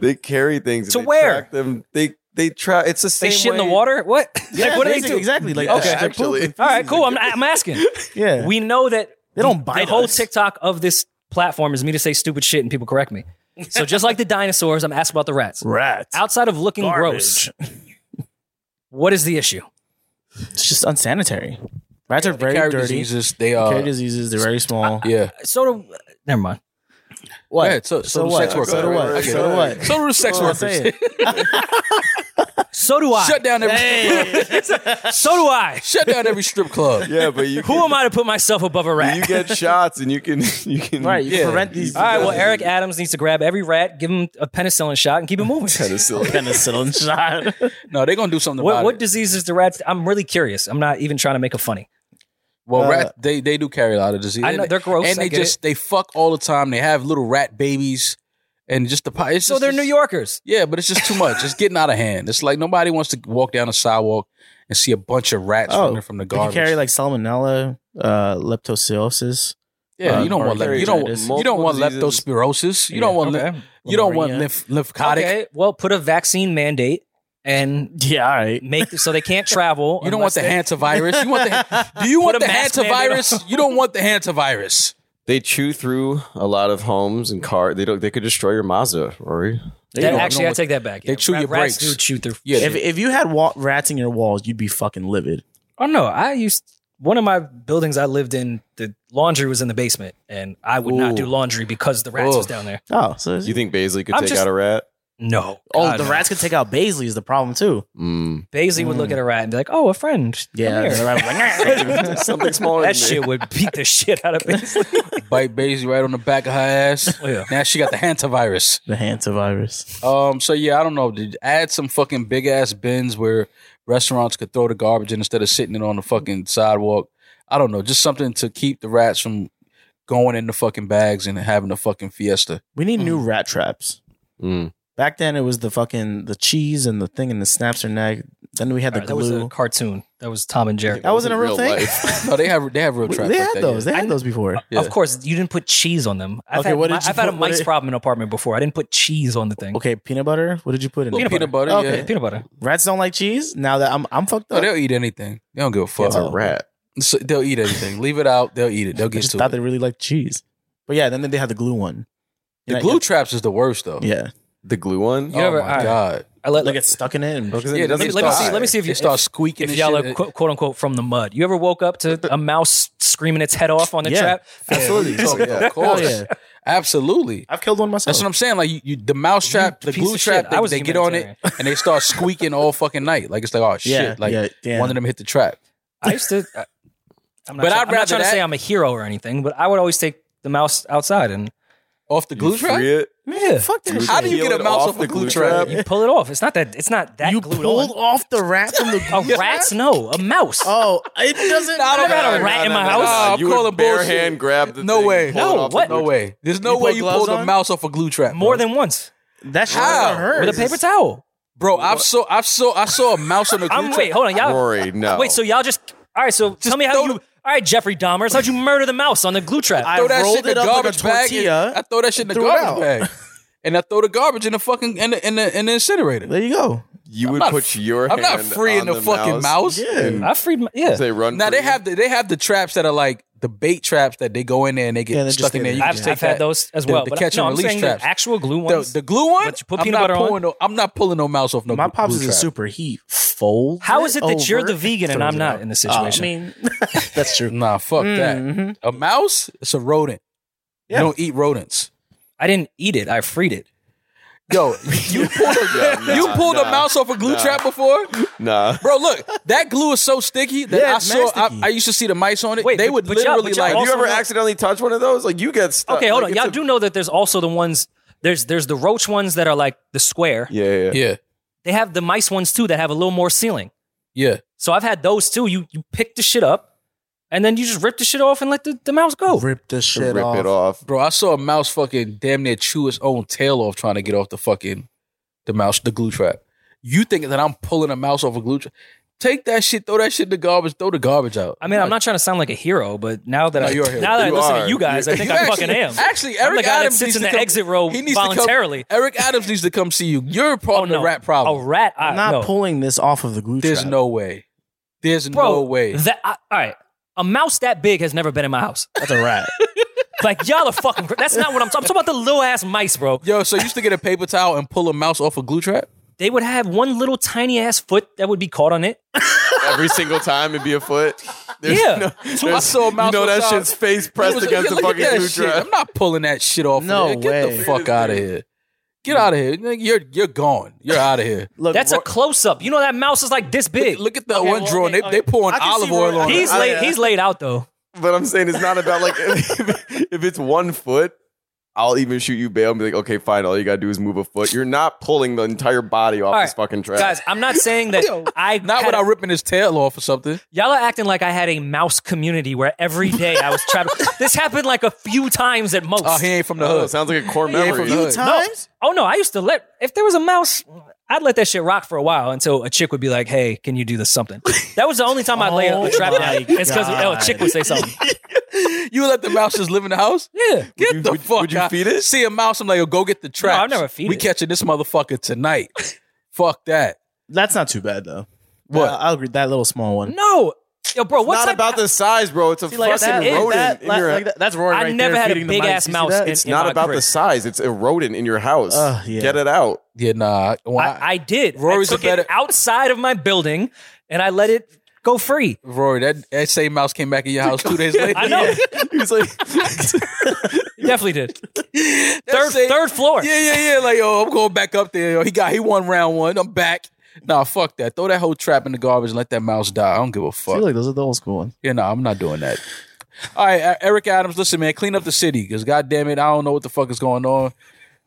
Speaker 3: they carry things.
Speaker 2: To
Speaker 3: they
Speaker 2: where?
Speaker 3: track them. They they try. It's the same.
Speaker 2: they shit in
Speaker 3: way-
Speaker 2: the water? What? like what do they
Speaker 4: basically-
Speaker 2: do?
Speaker 4: Exactly. Like
Speaker 3: Yeah, <laughs>
Speaker 4: okay,
Speaker 3: actually.
Speaker 2: All right, cool. I'm, I'm <laughs> asking.
Speaker 4: Yeah.
Speaker 2: We know that
Speaker 4: They don't
Speaker 2: the-
Speaker 4: bite
Speaker 2: The whole
Speaker 4: us.
Speaker 2: TikTok of this platform is me to say stupid shit and people correct me. So just like the dinosaurs, I'm asked about the rats.
Speaker 4: rats.
Speaker 2: Outside of looking
Speaker 4: Garbage.
Speaker 2: gross, what is the issue?
Speaker 4: It's just unsanitary. Rats are <laughs> very
Speaker 1: Carry
Speaker 4: dirty.
Speaker 1: diseases. They
Speaker 4: They carry
Speaker 1: are.
Speaker 4: diseases. They're very small.
Speaker 1: Yeah.
Speaker 2: So do, never mind.
Speaker 4: What?
Speaker 1: Yeah, so, so,
Speaker 4: so,
Speaker 1: do
Speaker 4: what?
Speaker 1: sex workers.
Speaker 4: so do
Speaker 3: Right,
Speaker 4: what?
Speaker 3: right,
Speaker 4: So do
Speaker 3: right.
Speaker 4: what?
Speaker 1: So do the sex
Speaker 4: Come on,
Speaker 1: workers.
Speaker 4: say it.
Speaker 2: So do I.
Speaker 1: <laughs> Shut down every.
Speaker 2: <laughs> So do I.
Speaker 1: <laughs> Shut down every strip club.
Speaker 3: Yeah, but you
Speaker 2: Who am I to put myself above a rat? <laughs>
Speaker 3: You get <laughs> shots, and you can you can
Speaker 4: Right. You
Speaker 1: Yeah.
Speaker 4: prevent these.
Speaker 2: All right. Well, Eric Adams needs to grab every rat, give him a penicillin shot, and keep it moving.
Speaker 4: penicillin shot.
Speaker 1: No, they're gonna do something
Speaker 2: <laughs> What,
Speaker 1: about
Speaker 2: what
Speaker 1: it.
Speaker 2: disease is the rats? I'm really curious. I'm not even trying to make a funny.
Speaker 1: Well,
Speaker 4: uh,
Speaker 1: rats they they do carry a lot of disease.
Speaker 2: I know
Speaker 1: And-
Speaker 2: they're gross.
Speaker 1: and
Speaker 2: I
Speaker 1: they
Speaker 2: get
Speaker 1: just
Speaker 2: it.
Speaker 1: they fuck all the time. They have little rat babies, and just the pie.
Speaker 2: so they're New Yorkers.
Speaker 1: Yeah, but it's just too much. It's getting out of hand. It's like nobody wants to walk down the sidewalk and see a bunch of rats
Speaker 4: Oh,
Speaker 1: running from the
Speaker 4: They can
Speaker 1: garbage.
Speaker 4: carry like salmonella, uh, leptospirosis.
Speaker 1: yeah,
Speaker 4: uh,
Speaker 1: you don't want lep- you don't
Speaker 4: arteritis.
Speaker 1: you don't want
Speaker 3: Multiple
Speaker 1: leptospirosis. You don't want lep- you don't want
Speaker 4: Gonorrhea.
Speaker 1: lymph lymphatic.
Speaker 2: Okay. Well, put a vaccine mandate and
Speaker 4: Yeah. All right.
Speaker 2: make so they can't travel.
Speaker 1: <laughs> You don't want the hantavirus. You want
Speaker 4: <laughs>
Speaker 1: the Do you want
Speaker 2: Put
Speaker 1: the
Speaker 2: a mask mandate
Speaker 1: hantavirus? You don't want the hantavirus.
Speaker 3: They chew through a lot of homes and car. They don't. They could destroy your Mazda, Rory.
Speaker 4: There you
Speaker 2: That,
Speaker 4: go.
Speaker 2: actually,
Speaker 1: You
Speaker 2: I
Speaker 1: don't
Speaker 2: take that back.
Speaker 1: They chew
Speaker 2: Rat-
Speaker 1: your
Speaker 2: rats
Speaker 1: brakes.
Speaker 2: do chew through.
Speaker 1: Yeah.
Speaker 4: If if you had wa- rats in your walls, you'd be fucking livid.
Speaker 2: Oh no! I used one of my buildings I lived in. The laundry was in the basement, and I would not
Speaker 1: Ooh.
Speaker 2: do laundry because the rats
Speaker 1: Ooh.
Speaker 2: was down there.
Speaker 4: Oh, so
Speaker 3: You think Baisley could
Speaker 2: I'm
Speaker 3: take
Speaker 2: just-
Speaker 3: out a rat?
Speaker 2: No.
Speaker 4: oh,
Speaker 2: God,
Speaker 4: the
Speaker 2: no.
Speaker 4: rats could take out Baisley is the problem too.
Speaker 3: Mm.
Speaker 2: Basie would look at a rat and be like, "Oh, a friend." come
Speaker 4: Yeah,
Speaker 2: here."
Speaker 4: the rat was like, <laughs>
Speaker 3: Something smaller.
Speaker 2: <laughs> That
Speaker 3: than me.
Speaker 2: shit would beat the shit out of Basie.
Speaker 1: Bite Basie right on the back of her
Speaker 4: Oh,
Speaker 1: ass.
Speaker 2: yeah.
Speaker 1: Now she got the hantavirus.
Speaker 4: the hantavirus.
Speaker 1: Um. So yeah, I don't know. Dude. Add some fucking big ass bins where restaurants could throw the garbage in instead of sitting it on the fucking sidewalk. I don't know. Just something to keep the rats from going in the fucking bags and having a fucking fiesta.
Speaker 4: We need new rat traps.
Speaker 3: Mm.
Speaker 4: Back then, it was the fucking the cheese and the thing and the snaps her neck. Then we had the
Speaker 2: That was a
Speaker 4: glue.
Speaker 2: cartoon. That was Tom and Jerry.
Speaker 4: That wasn't a real thing.
Speaker 3: life.
Speaker 1: No, they have they have real
Speaker 4: We-
Speaker 1: traps.
Speaker 4: they
Speaker 1: like
Speaker 4: had
Speaker 1: that,
Speaker 4: those.
Speaker 1: yeah.
Speaker 4: They had those before.
Speaker 1: Yeah.
Speaker 2: Uh, Of course, you didn't put cheese on them. I've
Speaker 4: Okay,
Speaker 2: had,
Speaker 4: what
Speaker 2: my-
Speaker 4: did you
Speaker 2: I've had a
Speaker 4: put- what
Speaker 2: mice
Speaker 4: did-
Speaker 2: problem apartment before. I didn't put cheese on the thing.
Speaker 4: Okay, peanut butter. What did you put in?
Speaker 1: Little
Speaker 4: it?
Speaker 2: Peanut
Speaker 1: peanut
Speaker 2: butter.
Speaker 1: butter.
Speaker 4: Okay.
Speaker 1: Yeah.
Speaker 2: Peanut butter.
Speaker 4: Rats don't like cheese. Now that I'm I'm fucked
Speaker 1: No,
Speaker 4: up.
Speaker 1: they'll eat anything. They don't give a fuck.
Speaker 3: It's a rat.
Speaker 1: So they'll eat anything. Leave it out. They'll eat it.
Speaker 4: <laughs>
Speaker 1: They'll
Speaker 4: I
Speaker 1: get
Speaker 4: just
Speaker 1: to
Speaker 4: thought
Speaker 1: it.
Speaker 4: they really liked cheese. But yeah, then they had the glue one.
Speaker 1: The
Speaker 4: Yeah,
Speaker 1: glue traps is the worst though.
Speaker 4: Yeah,
Speaker 3: The glue one.
Speaker 2: You
Speaker 1: oh
Speaker 2: ever-
Speaker 1: my
Speaker 2: alright.
Speaker 1: god.
Speaker 2: I let,
Speaker 4: like it's stuck in it. And,
Speaker 3: Because it
Speaker 1: Yeah,
Speaker 3: doesn't
Speaker 2: let, me, let me see.
Speaker 3: die.
Speaker 2: Let me see if
Speaker 1: If
Speaker 2: you
Speaker 1: you start
Speaker 2: if,
Speaker 1: squeaking,
Speaker 2: if
Speaker 1: and
Speaker 2: y'all
Speaker 1: shit,
Speaker 2: are quote, quote unquote from the mud. You ever woke up to a mouse screaming its head off on the
Speaker 4: Yeah.
Speaker 2: trap?
Speaker 4: absolutely.
Speaker 1: Oh, yeah, of course.
Speaker 4: Hell yeah.
Speaker 1: absolutely.
Speaker 4: I've killed one myself.
Speaker 1: That's what I'm saying. Like you, you the mouse trap, the
Speaker 2: piece
Speaker 1: glue
Speaker 2: of
Speaker 1: trap.
Speaker 2: shit.
Speaker 1: They,
Speaker 2: I was a
Speaker 1: they get on it and they start squeaking all fucking night. Like it's like oh shit.
Speaker 4: Yeah,
Speaker 1: like
Speaker 4: yeah, damn.
Speaker 1: one of them hit the trap.
Speaker 2: I used to. I, I'm not,
Speaker 1: But
Speaker 2: try-
Speaker 1: I'd
Speaker 2: I'm not
Speaker 1: rather
Speaker 2: trying to
Speaker 1: that-
Speaker 2: say I'm a hero or anything, but I would always take the mouse outside and
Speaker 1: off the glue trap?
Speaker 3: Free it?
Speaker 2: Yeah.
Speaker 4: Fuck that.
Speaker 3: You
Speaker 4: shit.
Speaker 1: How do you
Speaker 3: Peel
Speaker 1: get a
Speaker 3: it
Speaker 1: mouse
Speaker 3: off
Speaker 1: off
Speaker 3: the
Speaker 1: a glue
Speaker 3: glue
Speaker 1: trap?
Speaker 3: trap?
Speaker 2: You pull it off. It's not that. It's not that
Speaker 4: You
Speaker 2: glued
Speaker 4: pulled
Speaker 2: on.
Speaker 4: off the rat
Speaker 2: <laughs>
Speaker 4: from the.
Speaker 2: A rat's no. A mouse.
Speaker 4: Oh, it
Speaker 2: <laughs>
Speaker 4: doesn't.
Speaker 1: Nah, I don't
Speaker 4: matter.
Speaker 1: got a
Speaker 2: rat in my house.
Speaker 1: Nah, I'm
Speaker 3: Ah, you
Speaker 1: calling
Speaker 3: would bare
Speaker 1: bullshit.
Speaker 3: hand grab the
Speaker 1: No
Speaker 3: thing,
Speaker 1: way.
Speaker 3: pull it
Speaker 2: No,
Speaker 3: off the
Speaker 2: what?
Speaker 3: glue
Speaker 1: No way. There's no
Speaker 4: You
Speaker 1: way
Speaker 4: put
Speaker 1: you
Speaker 4: gloves
Speaker 1: pulled a
Speaker 4: on?
Speaker 1: mouse off a glue trap.
Speaker 2: More
Speaker 1: bro.
Speaker 2: than once.
Speaker 4: That shit
Speaker 1: How?
Speaker 4: doesn't hurt.
Speaker 2: With a paper towel.
Speaker 1: bro. I saw I saw I saw a mouse
Speaker 4: <laughs>
Speaker 1: on a glue
Speaker 2: I'm
Speaker 1: trap.
Speaker 2: wait, hold on,
Speaker 3: trap.
Speaker 2: y'all.
Speaker 3: Rory, no.
Speaker 2: Wait, so y'all just all right? So tell me how
Speaker 1: throw
Speaker 2: you.
Speaker 1: the-
Speaker 2: all right, Jeffrey Dahmer, how'd you murder the mouse on the glue trap?
Speaker 4: I
Speaker 1: throw that
Speaker 4: rolled
Speaker 1: shit in the
Speaker 4: it up like a
Speaker 1: garbage bag. And,
Speaker 4: tortilla
Speaker 1: I throw that shit in the
Speaker 4: threw it
Speaker 1: garbage
Speaker 4: out.
Speaker 1: bag, and I throw the garbage in the fucking in the in the, in the incinerator.
Speaker 4: There you go.
Speaker 3: you would
Speaker 1: not-
Speaker 3: put your
Speaker 1: I'm
Speaker 3: hand
Speaker 1: not freeing
Speaker 3: on
Speaker 1: the, fucking mouse.
Speaker 4: Yeah.
Speaker 2: I freed my yeah.
Speaker 3: Say run.
Speaker 1: Now they
Speaker 3: free.
Speaker 1: have the they have the traps that are like the bait traps that they go in there and they get
Speaker 4: Yeah, they just
Speaker 1: stuck in
Speaker 4: get
Speaker 1: there.
Speaker 4: it.
Speaker 1: You can
Speaker 2: I've,
Speaker 1: just
Speaker 2: I've
Speaker 1: take
Speaker 2: had
Speaker 1: that-
Speaker 2: those as
Speaker 1: the-
Speaker 2: well.
Speaker 1: the
Speaker 2: but
Speaker 1: catch
Speaker 2: no,
Speaker 1: and
Speaker 2: I'm
Speaker 1: release
Speaker 2: saying
Speaker 1: traps.
Speaker 2: the actual glue
Speaker 1: The,
Speaker 2: ones.
Speaker 1: the glue one.
Speaker 2: But you put
Speaker 1: I'm
Speaker 2: peanut
Speaker 1: not
Speaker 2: butter on?
Speaker 1: pulling No, I'm not pulling no mouse off no.
Speaker 4: My
Speaker 1: gl-
Speaker 4: pops
Speaker 1: glue
Speaker 4: is a
Speaker 1: trap.
Speaker 4: super. He folds.
Speaker 2: how is it that you're the
Speaker 4: over,
Speaker 2: vegan and
Speaker 4: throws
Speaker 2: I'm
Speaker 4: it
Speaker 2: not
Speaker 4: out.
Speaker 2: in this
Speaker 4: Uh,
Speaker 2: situation?
Speaker 4: I mean, that's true.
Speaker 1: Nah, fuck
Speaker 4: <laughs> Mhm.
Speaker 2: Mm-hmm.
Speaker 1: that. A mouse, it's a rodent.
Speaker 4: Yeah.
Speaker 1: You don't eat rodents.
Speaker 2: I didn't eat it. I freed it.
Speaker 3: <laughs>
Speaker 1: Yo, you pulled a,
Speaker 3: Yeah, nah,
Speaker 1: you pulled a
Speaker 3: nah,
Speaker 1: mouse off a glue
Speaker 3: nah.
Speaker 1: trap before,
Speaker 3: Nah.
Speaker 1: bro. Look, that glue is so sticky that
Speaker 4: Yeah,
Speaker 1: I
Speaker 4: it's
Speaker 1: saw.
Speaker 4: mad
Speaker 1: I,
Speaker 4: sticky.
Speaker 1: I used to see the mice on it.
Speaker 2: Wait,
Speaker 1: they
Speaker 2: but-
Speaker 1: would
Speaker 2: but y'all-
Speaker 1: literally
Speaker 2: but y'all
Speaker 1: like
Speaker 3: Have
Speaker 2: also
Speaker 3: you ever
Speaker 2: know-
Speaker 3: accidentally touched one of those? Like you get stuck.
Speaker 2: Okay, hold on.
Speaker 3: Like, it's
Speaker 2: Y'all
Speaker 3: a-
Speaker 2: do know that there's also the ones there's there's the roach ones that are like the square.
Speaker 3: Yeah, yeah, yeah.
Speaker 1: Yeah,
Speaker 2: They have the mice ones too that have a little more ceiling.
Speaker 1: yeah.
Speaker 2: So I've had those too. You you pick the shit up and then you just rip the shit off and let the, the mouse go.
Speaker 4: Rip the
Speaker 3: To
Speaker 4: shit
Speaker 3: Rip
Speaker 4: off.
Speaker 3: it off.
Speaker 1: Bro, I saw a mouse fucking damn near chew its own tail off trying to get off the fucking the mouse, the glue trap. You think that I'm pulling a mouse off a glue trap? Take that shit, throw that shit in the garbage, throw the garbage out.
Speaker 2: I mean, I'm not trying to sound like a hero, but now that
Speaker 1: No,
Speaker 2: I
Speaker 1: you're a hero.
Speaker 2: now that I
Speaker 3: You
Speaker 2: listen
Speaker 3: are.
Speaker 2: to you guys, I think
Speaker 1: You
Speaker 2: I
Speaker 1: actually-
Speaker 2: fucking am.
Speaker 1: Actually,
Speaker 2: I'm
Speaker 1: Eric
Speaker 2: the guy that
Speaker 1: Adams
Speaker 2: sits
Speaker 1: needs
Speaker 2: in
Speaker 1: to
Speaker 2: the
Speaker 1: come-
Speaker 2: exit row
Speaker 1: he needs to come-
Speaker 2: voluntarily.
Speaker 1: Eric Adams needs to come see you. You're part
Speaker 2: Oh
Speaker 1: of the
Speaker 2: no,
Speaker 1: rat
Speaker 2: A
Speaker 1: problem.
Speaker 2: rat. I,
Speaker 4: I'm not
Speaker 2: no.
Speaker 4: pulling this off of the glue
Speaker 1: There's
Speaker 4: trap.
Speaker 1: no way. There's
Speaker 2: Bro,
Speaker 1: no way.
Speaker 2: That, I, all right. A mouse that big has never been in my house.
Speaker 4: That's a rat.
Speaker 2: Like y'all are fucking. cra- That's not what I'm talking. I'm talking about the little ass mice, bro.
Speaker 1: Yo, so you used to get a paper towel and pull a mouse off a glue trap?
Speaker 2: They would have one little tiny ass foot that would be caught on it.
Speaker 3: Every single time it'd be a foot. There's
Speaker 2: Yeah.
Speaker 3: there's-
Speaker 1: I saw a mouse
Speaker 3: You know
Speaker 1: one
Speaker 3: that
Speaker 1: time.
Speaker 3: shit's face
Speaker 1: He
Speaker 3: pressed
Speaker 1: was-
Speaker 3: against
Speaker 1: yeah,
Speaker 3: the
Speaker 1: look at
Speaker 3: fucking
Speaker 1: that
Speaker 3: glue
Speaker 1: shit.
Speaker 3: trap.
Speaker 1: I'm not pulling that shit off.
Speaker 4: No
Speaker 1: of there. Get
Speaker 4: way.
Speaker 1: the fuck out of here. Get out of here. Nigga, You're you're gone. You're out of here.
Speaker 4: Look,
Speaker 2: That's a
Speaker 4: Ro-
Speaker 2: close up. You know that mouse is like this big.
Speaker 1: Look at that
Speaker 4: Okay,
Speaker 1: one
Speaker 4: well,
Speaker 1: drawing.
Speaker 4: okay,
Speaker 1: they they
Speaker 4: okay.
Speaker 1: pouring
Speaker 4: I can
Speaker 1: olive
Speaker 4: see where-
Speaker 1: oil on.
Speaker 2: he's
Speaker 1: it.
Speaker 4: I-
Speaker 2: laid.
Speaker 4: yeah.
Speaker 2: He's laid out though.
Speaker 3: But I'm saying it's not about like <laughs> if, if it's one foot, I'll even shoot you bail and be like, okay, fine. All you gotta do is move a foot. You're not pulling the entire body off
Speaker 2: All
Speaker 3: this
Speaker 2: right,
Speaker 3: fucking trap.
Speaker 2: Guys, I'm not saying that I
Speaker 1: Not
Speaker 2: had-
Speaker 1: without ripping his tail off or something.
Speaker 2: Y'all are acting like I had a mouse community where every day I was trapped. this happened like a few times at most.
Speaker 1: Oh, he ain't from the
Speaker 3: <laughs> I don't know,
Speaker 1: hood.
Speaker 3: it sounds like a core
Speaker 1: Yeah, from
Speaker 3: memory.
Speaker 1: the hood.
Speaker 4: few times.
Speaker 2: Oh no, I used to let if there was a mouse, I'd let that shit rock for a while until a chick would be like, "Hey, can you do this something?" That was the only time I'd lay
Speaker 4: Oh
Speaker 2: a trap
Speaker 4: my
Speaker 2: down. It's because
Speaker 4: God.
Speaker 2: a chick would say something.
Speaker 1: You let the mouse just live in the house?
Speaker 2: Yeah.
Speaker 1: Get
Speaker 3: you-
Speaker 1: the
Speaker 3: would-
Speaker 1: fuck
Speaker 3: would you
Speaker 1: out.
Speaker 3: feed it?
Speaker 1: See a mouse, I'm like, yo, go get the trap.
Speaker 2: I've never feed
Speaker 1: We
Speaker 2: it.
Speaker 1: catching this motherfucker tonight. fuck that.
Speaker 4: That's not too bad though.
Speaker 1: What?
Speaker 4: Uh, I'll agree. That little small one.
Speaker 2: No, yo, bro, what's
Speaker 3: not about the size, bro. It's a
Speaker 4: Like
Speaker 3: fucking
Speaker 4: that-
Speaker 3: rodent.
Speaker 4: that-
Speaker 3: in
Speaker 4: like-
Speaker 3: your-
Speaker 4: like that- that's Rory.
Speaker 2: I
Speaker 4: right
Speaker 2: never
Speaker 4: there
Speaker 2: had a
Speaker 4: feeding the
Speaker 2: big
Speaker 4: mice.
Speaker 2: ass
Speaker 4: You see
Speaker 2: mouse
Speaker 4: that?
Speaker 2: in-
Speaker 3: it's
Speaker 2: in
Speaker 3: not
Speaker 2: my
Speaker 3: about
Speaker 2: crib.
Speaker 3: the size. It's a rodent in your house.
Speaker 4: Ugh, yeah.
Speaker 3: Get it out.
Speaker 1: Yeah, nah. When I-
Speaker 2: I, I did.
Speaker 1: Rory's
Speaker 2: I took
Speaker 1: a better-
Speaker 2: it outside of my building and I let it go free.
Speaker 1: Rory, that, that same mouse came back in your house two days later.
Speaker 2: <laughs> I know.
Speaker 3: He
Speaker 4: <laughs>
Speaker 3: was like,
Speaker 2: You definitely did. third
Speaker 1: same-
Speaker 2: third floor.
Speaker 1: Yeah, yeah, yeah. Like, yo, I'm going back up there. Yo, he got he won round one. I'm back. Nah, fuck that. Throw that whole trap in the garbage and let that mouse die. I don't give a
Speaker 4: I
Speaker 1: fuck.
Speaker 4: feel like those are the old school ones.
Speaker 1: Yeah, no, I'm not doing that. All right, uh, Eric Adams, listen, man, clean up the city because goddamn it, I don't know what the fuck is going on.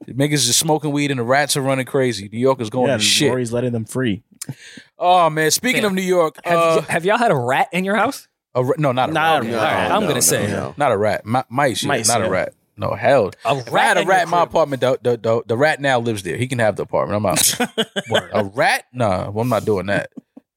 Speaker 1: Niggas is smoking weed and the rats are running crazy. New York is going
Speaker 4: Yeah,
Speaker 1: to shit.
Speaker 4: Rory's letting them free.
Speaker 1: Oh man, speaking
Speaker 2: Yeah.
Speaker 1: of New York,
Speaker 2: Have,
Speaker 1: uh,
Speaker 2: y- have y'all had a rat in your house?
Speaker 1: a ra- no, not a
Speaker 4: Nah,
Speaker 1: rat,
Speaker 4: no,
Speaker 3: no,
Speaker 2: I'm
Speaker 3: no,
Speaker 2: gonna
Speaker 3: no,
Speaker 2: say.
Speaker 3: no.
Speaker 1: not a rat, Mi- mice, yeah,
Speaker 4: Mice,
Speaker 1: not
Speaker 4: yeah.
Speaker 1: a rat. No hell,
Speaker 2: A
Speaker 1: If I had
Speaker 2: rat.
Speaker 1: a
Speaker 2: in your
Speaker 1: rat in my
Speaker 2: crib.
Speaker 1: apartment. The, the, the, the rat now lives there. He can have the apartment. I'm out. a rat? Nah, well, I'm not doing that.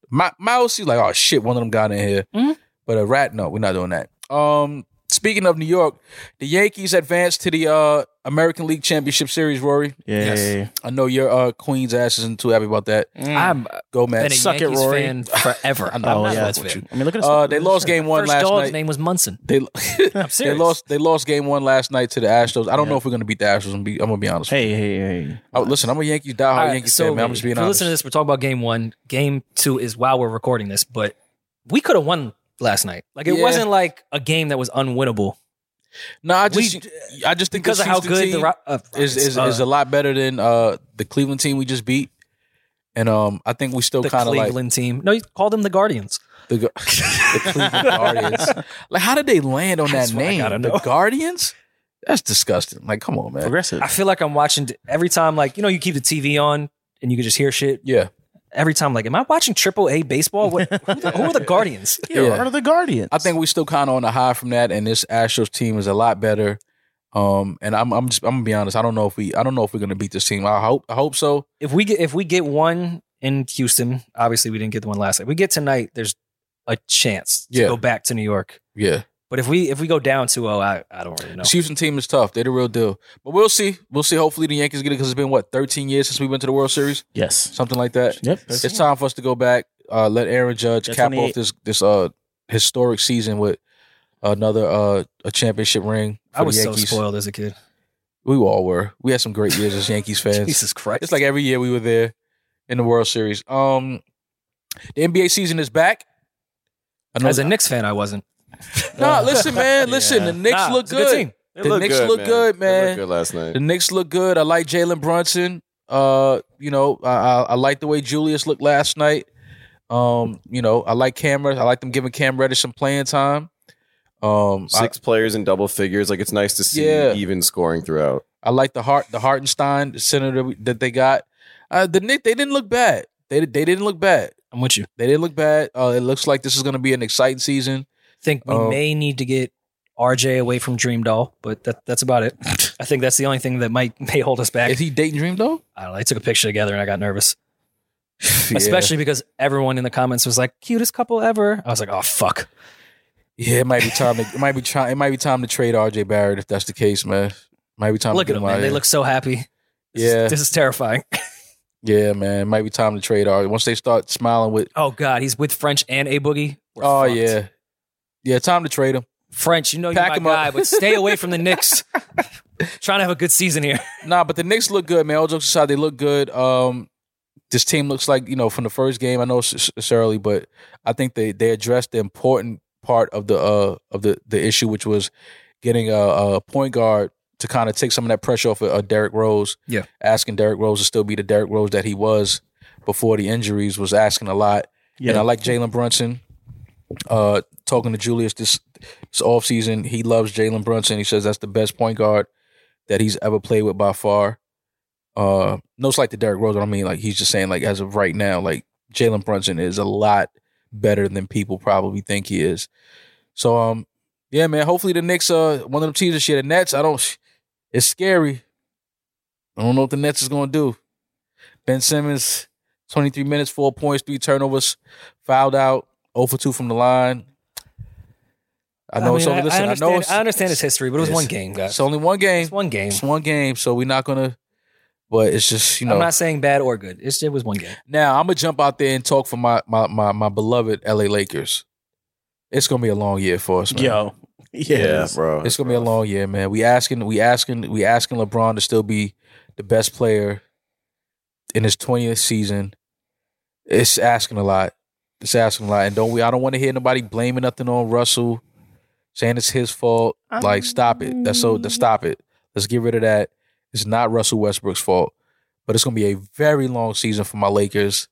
Speaker 1: My mouse, he's like, oh shit, one of them got in here. But a rat, no, we're not doing that. Um, speaking of New York, the Yankees advanced to the uh, American League Championship Series. Rory,
Speaker 4: Yeah.
Speaker 1: I know your uh, Queens ass isn't too happy about that.
Speaker 2: I'm
Speaker 1: Go
Speaker 2: been a
Speaker 1: Mets.
Speaker 4: Suck it,
Speaker 2: Yankees
Speaker 4: Rory.
Speaker 1: <laughs>
Speaker 2: fan forever. I'm
Speaker 4: Oh
Speaker 2: not
Speaker 4: yeah,
Speaker 2: a
Speaker 4: that's
Speaker 2: fan.
Speaker 4: what you. I mean, look at us.
Speaker 1: Uh, they lost game one
Speaker 2: First
Speaker 1: last
Speaker 2: dog's
Speaker 1: night.
Speaker 2: name was Munson.
Speaker 1: They <laughs>
Speaker 2: I'm
Speaker 1: they
Speaker 2: serious.
Speaker 1: lost they lost game one last night to the Astros. I don't
Speaker 4: Yeah.
Speaker 1: know if we're gonna beat the Astros. I'm, be, I'm gonna be honest.
Speaker 4: Hey, hey, hey.
Speaker 1: Oh, listen, I'm a Yankees diehard
Speaker 2: All right,
Speaker 1: Yankees
Speaker 2: so
Speaker 1: fan, man. I'm just being
Speaker 2: if you
Speaker 1: honest.
Speaker 2: listen to this, we're talking about game one. Game two is while we're recording this, but we could have won last night. Like it
Speaker 1: Yeah.
Speaker 2: wasn't like a game that was unwinnable
Speaker 1: No, I
Speaker 2: We-
Speaker 1: just I just think
Speaker 2: because
Speaker 1: the
Speaker 2: of how
Speaker 1: Houston
Speaker 2: good the
Speaker 1: team
Speaker 2: Ro- uh,
Speaker 1: is
Speaker 2: Rockets,
Speaker 1: is,
Speaker 2: uh,
Speaker 1: is a lot better than uh, the Cleveland team we just beat. And um, I think we still
Speaker 2: the
Speaker 1: kind of like
Speaker 2: Cleveland team. No, you call them the Guardians.
Speaker 1: the, Gu- <laughs>
Speaker 2: <laughs>
Speaker 1: the Cleveland Guardians. Like, how did they land on
Speaker 2: I
Speaker 1: that
Speaker 2: swear I
Speaker 1: name?
Speaker 2: gotta
Speaker 1: The
Speaker 2: know.
Speaker 1: Guardians.
Speaker 7: That's disgusting. Like, come on, man.
Speaker 4: Progressive.
Speaker 2: I feel like I'm watching every time, like, you know, you keep the TV on and you can just hear shit.
Speaker 1: Yeah.
Speaker 2: Every time, like, am I watching Triple A baseball? What, who, the- who are
Speaker 4: <laughs>
Speaker 2: the <laughs> Guardians?
Speaker 4: You're
Speaker 1: Yeah.
Speaker 4: part of the Guardians.
Speaker 1: I think we still kind of on the high from that, and this Astros team is a lot better. Um, and I'm I'm just, I'm gonna be honest. I don't know if we I don't know if we're gonna beat this team. I hope I hope so.
Speaker 2: If we get if we get one in Houston, obviously we didn't get the one last night. If we get tonight, there's a chance to
Speaker 1: Yeah.
Speaker 2: go back to New York.
Speaker 1: Yeah,
Speaker 2: But if we if we go down 2-0, I, I don't really know.
Speaker 1: this Houston team is tough. They're the real deal. But we'll see. We'll see. Hopefully the Yankees get it because it's been what 13 years since we went to the World Series,
Speaker 4: yes.
Speaker 1: something like that.
Speaker 4: Yep.
Speaker 1: It's time for us to go back. Uh, let Aaron Judge
Speaker 4: That's
Speaker 1: cap
Speaker 4: 28.
Speaker 1: off this this uh historic season with another uh a championship ring. For
Speaker 2: I was
Speaker 1: the
Speaker 2: so
Speaker 1: Yankees.
Speaker 2: spoiled as a kid.
Speaker 1: We all were. We had some great years as
Speaker 2: <laughs>
Speaker 1: Yankees fans.
Speaker 2: Jesus Christ.
Speaker 1: It's like every year we were there in the World Series. Um, the NBA season is back. I know-
Speaker 2: as a Knicks fan, I wasn't.
Speaker 1: nah, listen,
Speaker 2: <laughs>
Speaker 1: man, listen. The Knicks
Speaker 2: Nah,
Speaker 1: look
Speaker 2: it's a good
Speaker 1: good.
Speaker 2: team.
Speaker 3: They
Speaker 1: The
Speaker 3: look
Speaker 1: Knicks look good,
Speaker 3: They
Speaker 1: man.
Speaker 3: look good last night.
Speaker 1: The Knicks look good. I like Jalen Brunson. Uh, you know, I, I, I like the way Julius looked last night. Um, you know, I like Cameron. I like them giving Cam Reddish some playing time. Um, I-
Speaker 3: Six players in double figures. Like it's nice to see
Speaker 1: Yeah.
Speaker 3: even scoring throughout.
Speaker 1: I like the heart, the Hartenstein the center that, we, that they got. Uh, the Knicks, they didn't look bad. They they didn't look bad.
Speaker 2: I'm with you.
Speaker 1: They didn't look bad. Uh, it looks like this is going to be an exciting season.
Speaker 2: think we
Speaker 1: Um,
Speaker 2: may need to get RJ away from Dream Doll, but that, that's
Speaker 1: <laughs>
Speaker 2: about it. I think that's the only thing that might may hold us back.
Speaker 1: Is he dating Dream
Speaker 2: <laughs>
Speaker 1: though?
Speaker 2: I don't know. I took a picture together and I got nervous, especially because everyone in the comments was like, "Cutest couple ever." I was like, "Oh fuck."
Speaker 1: yeah, it might be time. To, it might be try, It might be time to trade RJ Barrett if that's the case, man. Might be time.
Speaker 2: Look
Speaker 1: to get
Speaker 2: at them,
Speaker 1: him out
Speaker 2: man.
Speaker 1: of
Speaker 2: They
Speaker 1: here.
Speaker 2: look so happy. This is-
Speaker 1: Yeah.
Speaker 2: this is terrifying. <laughs>
Speaker 1: Yeah, man. It might be time to trade RJ once they start smiling with.
Speaker 2: Oh god, he's with French and a boogie. We're
Speaker 1: oh
Speaker 2: fucked.
Speaker 1: yeah, yeah. Time to trade him.
Speaker 2: French. You know
Speaker 1: Pack
Speaker 2: you're
Speaker 1: him
Speaker 2: my
Speaker 1: up.
Speaker 2: guy,
Speaker 1: <laughs>
Speaker 2: but stay away from the Knicks. <laughs> Trying to have a good season here.
Speaker 1: Nah, but the Knicks look good, man. All jokes aside, they look good. Um, this team looks like you know from the first game. I know it's, it's early, but I think they they addressed the important part of the uh of the the issue, which was getting a, a point guard to kind of take some of that pressure off of uh, Derrick Rose.
Speaker 2: Yeah.
Speaker 1: asking Derrick Rose to still be the Derrick Rose that he was before the injuries was asking a lot. And I like Jalen Brunson. Uh, talking to Julius this this offseason, he loves Jalen Brunson. He says that's the best point guard that he's ever played with by far. Uh, no slight to Derrick Rose, but I mean like he's just saying like as of right now, like Jalen Brunson is a lot better than people probably think he is. So um, yeah, man. Hopefully the Knicks uh one of them teams this year. The Nets, I don't. It's scary. I don't know what the Nets is gonna do. Ben Simmons, twenty three minutes, four points, three turnovers, fouled out, zero for two from the line. I know it's
Speaker 2: mean,
Speaker 1: only. Listen, I,
Speaker 2: understand,
Speaker 1: know it's,
Speaker 2: I understand his history, but it was
Speaker 1: it's-
Speaker 2: one game, guys.
Speaker 1: it's only one game.
Speaker 2: it's one game.
Speaker 1: It's one game, so we're not gonna. But it's just you know.
Speaker 2: I'm not saying bad or good. It's, it was one game.
Speaker 1: now I'm gonna jump out there and talk for my my my, my beloved LA Lakers. It's gonna be a long year for us, man.
Speaker 4: Yo. <laughs> Yes.
Speaker 3: bro.
Speaker 1: It's gonna be a long year, man. We asking, we asking, we asking LeBron to still be the best player in his twentieth season. It's asking a lot. It's asking a lot, and don't we? I don't want to hear nobody blaming nothing on Russell, saying it's his fault. like, stop it. That's so. That's stop it. Let's get rid of that. It's not Russell Westbrook's fault, but it's gonna be a very long season for my Lakers.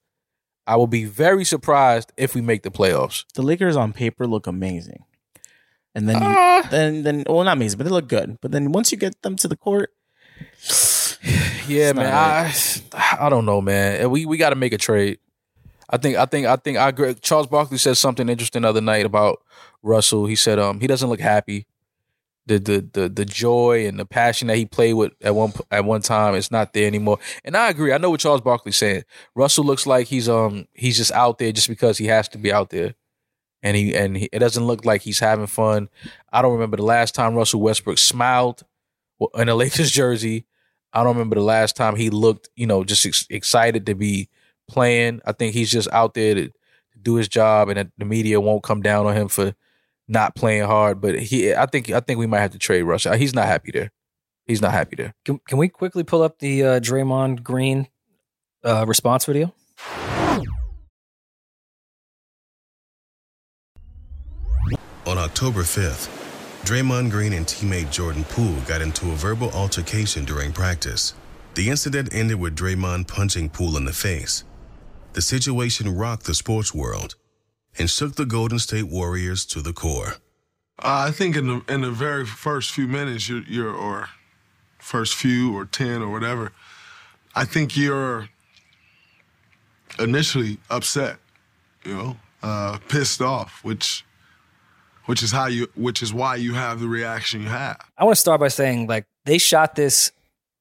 Speaker 1: I will be very surprised if we make the playoffs.
Speaker 4: The Lakers on paper look amazing. And then you,
Speaker 1: Ah.
Speaker 4: then then well not amazing, but they look good. But then once you get them to the court,
Speaker 1: Yeah,
Speaker 4: It's not
Speaker 1: man. I I don't know, man. And We we got to make a trade. I think I think I think I agree. Charles Barkley said something interesting the other night about Russell. He said um he doesn't look happy. The the the the joy and the passion that he played with at one p- at one time is not there anymore. And I agree. I know what Charles Barkley's saying. Russell looks like he's um he's just out there just because he has to be out there. And he and he, it doesn't look like he's having fun. I don't remember the last time Russell Westbrook smiled in a <laughs> Lakers jersey. I don't remember the last time he looked, you know, just ex- excited to be playing. I think he's just out there to do his job, and that the media won't come down on him for not playing hard. But he, I think, I think we might have to trade Russell. He's not happy there. He's not happy there.
Speaker 2: Can, can we quickly pull up the uh, Draymond Green uh, response video?
Speaker 8: On October 5th, Draymond Green and teammate Jordan Poole got into a verbal altercation during practice. The incident ended with Draymond punching Poole in the face. The situation rocked the sports world and shook the Golden State Warriors to the core.
Speaker 9: Uh, I think in the in the very first few minutes, you're, you're or first few or ten or whatever, I think you're initially upset, you know, uh, pissed off, which which is how you which is why you have the reaction you have.
Speaker 2: I want to start by saying like they shot this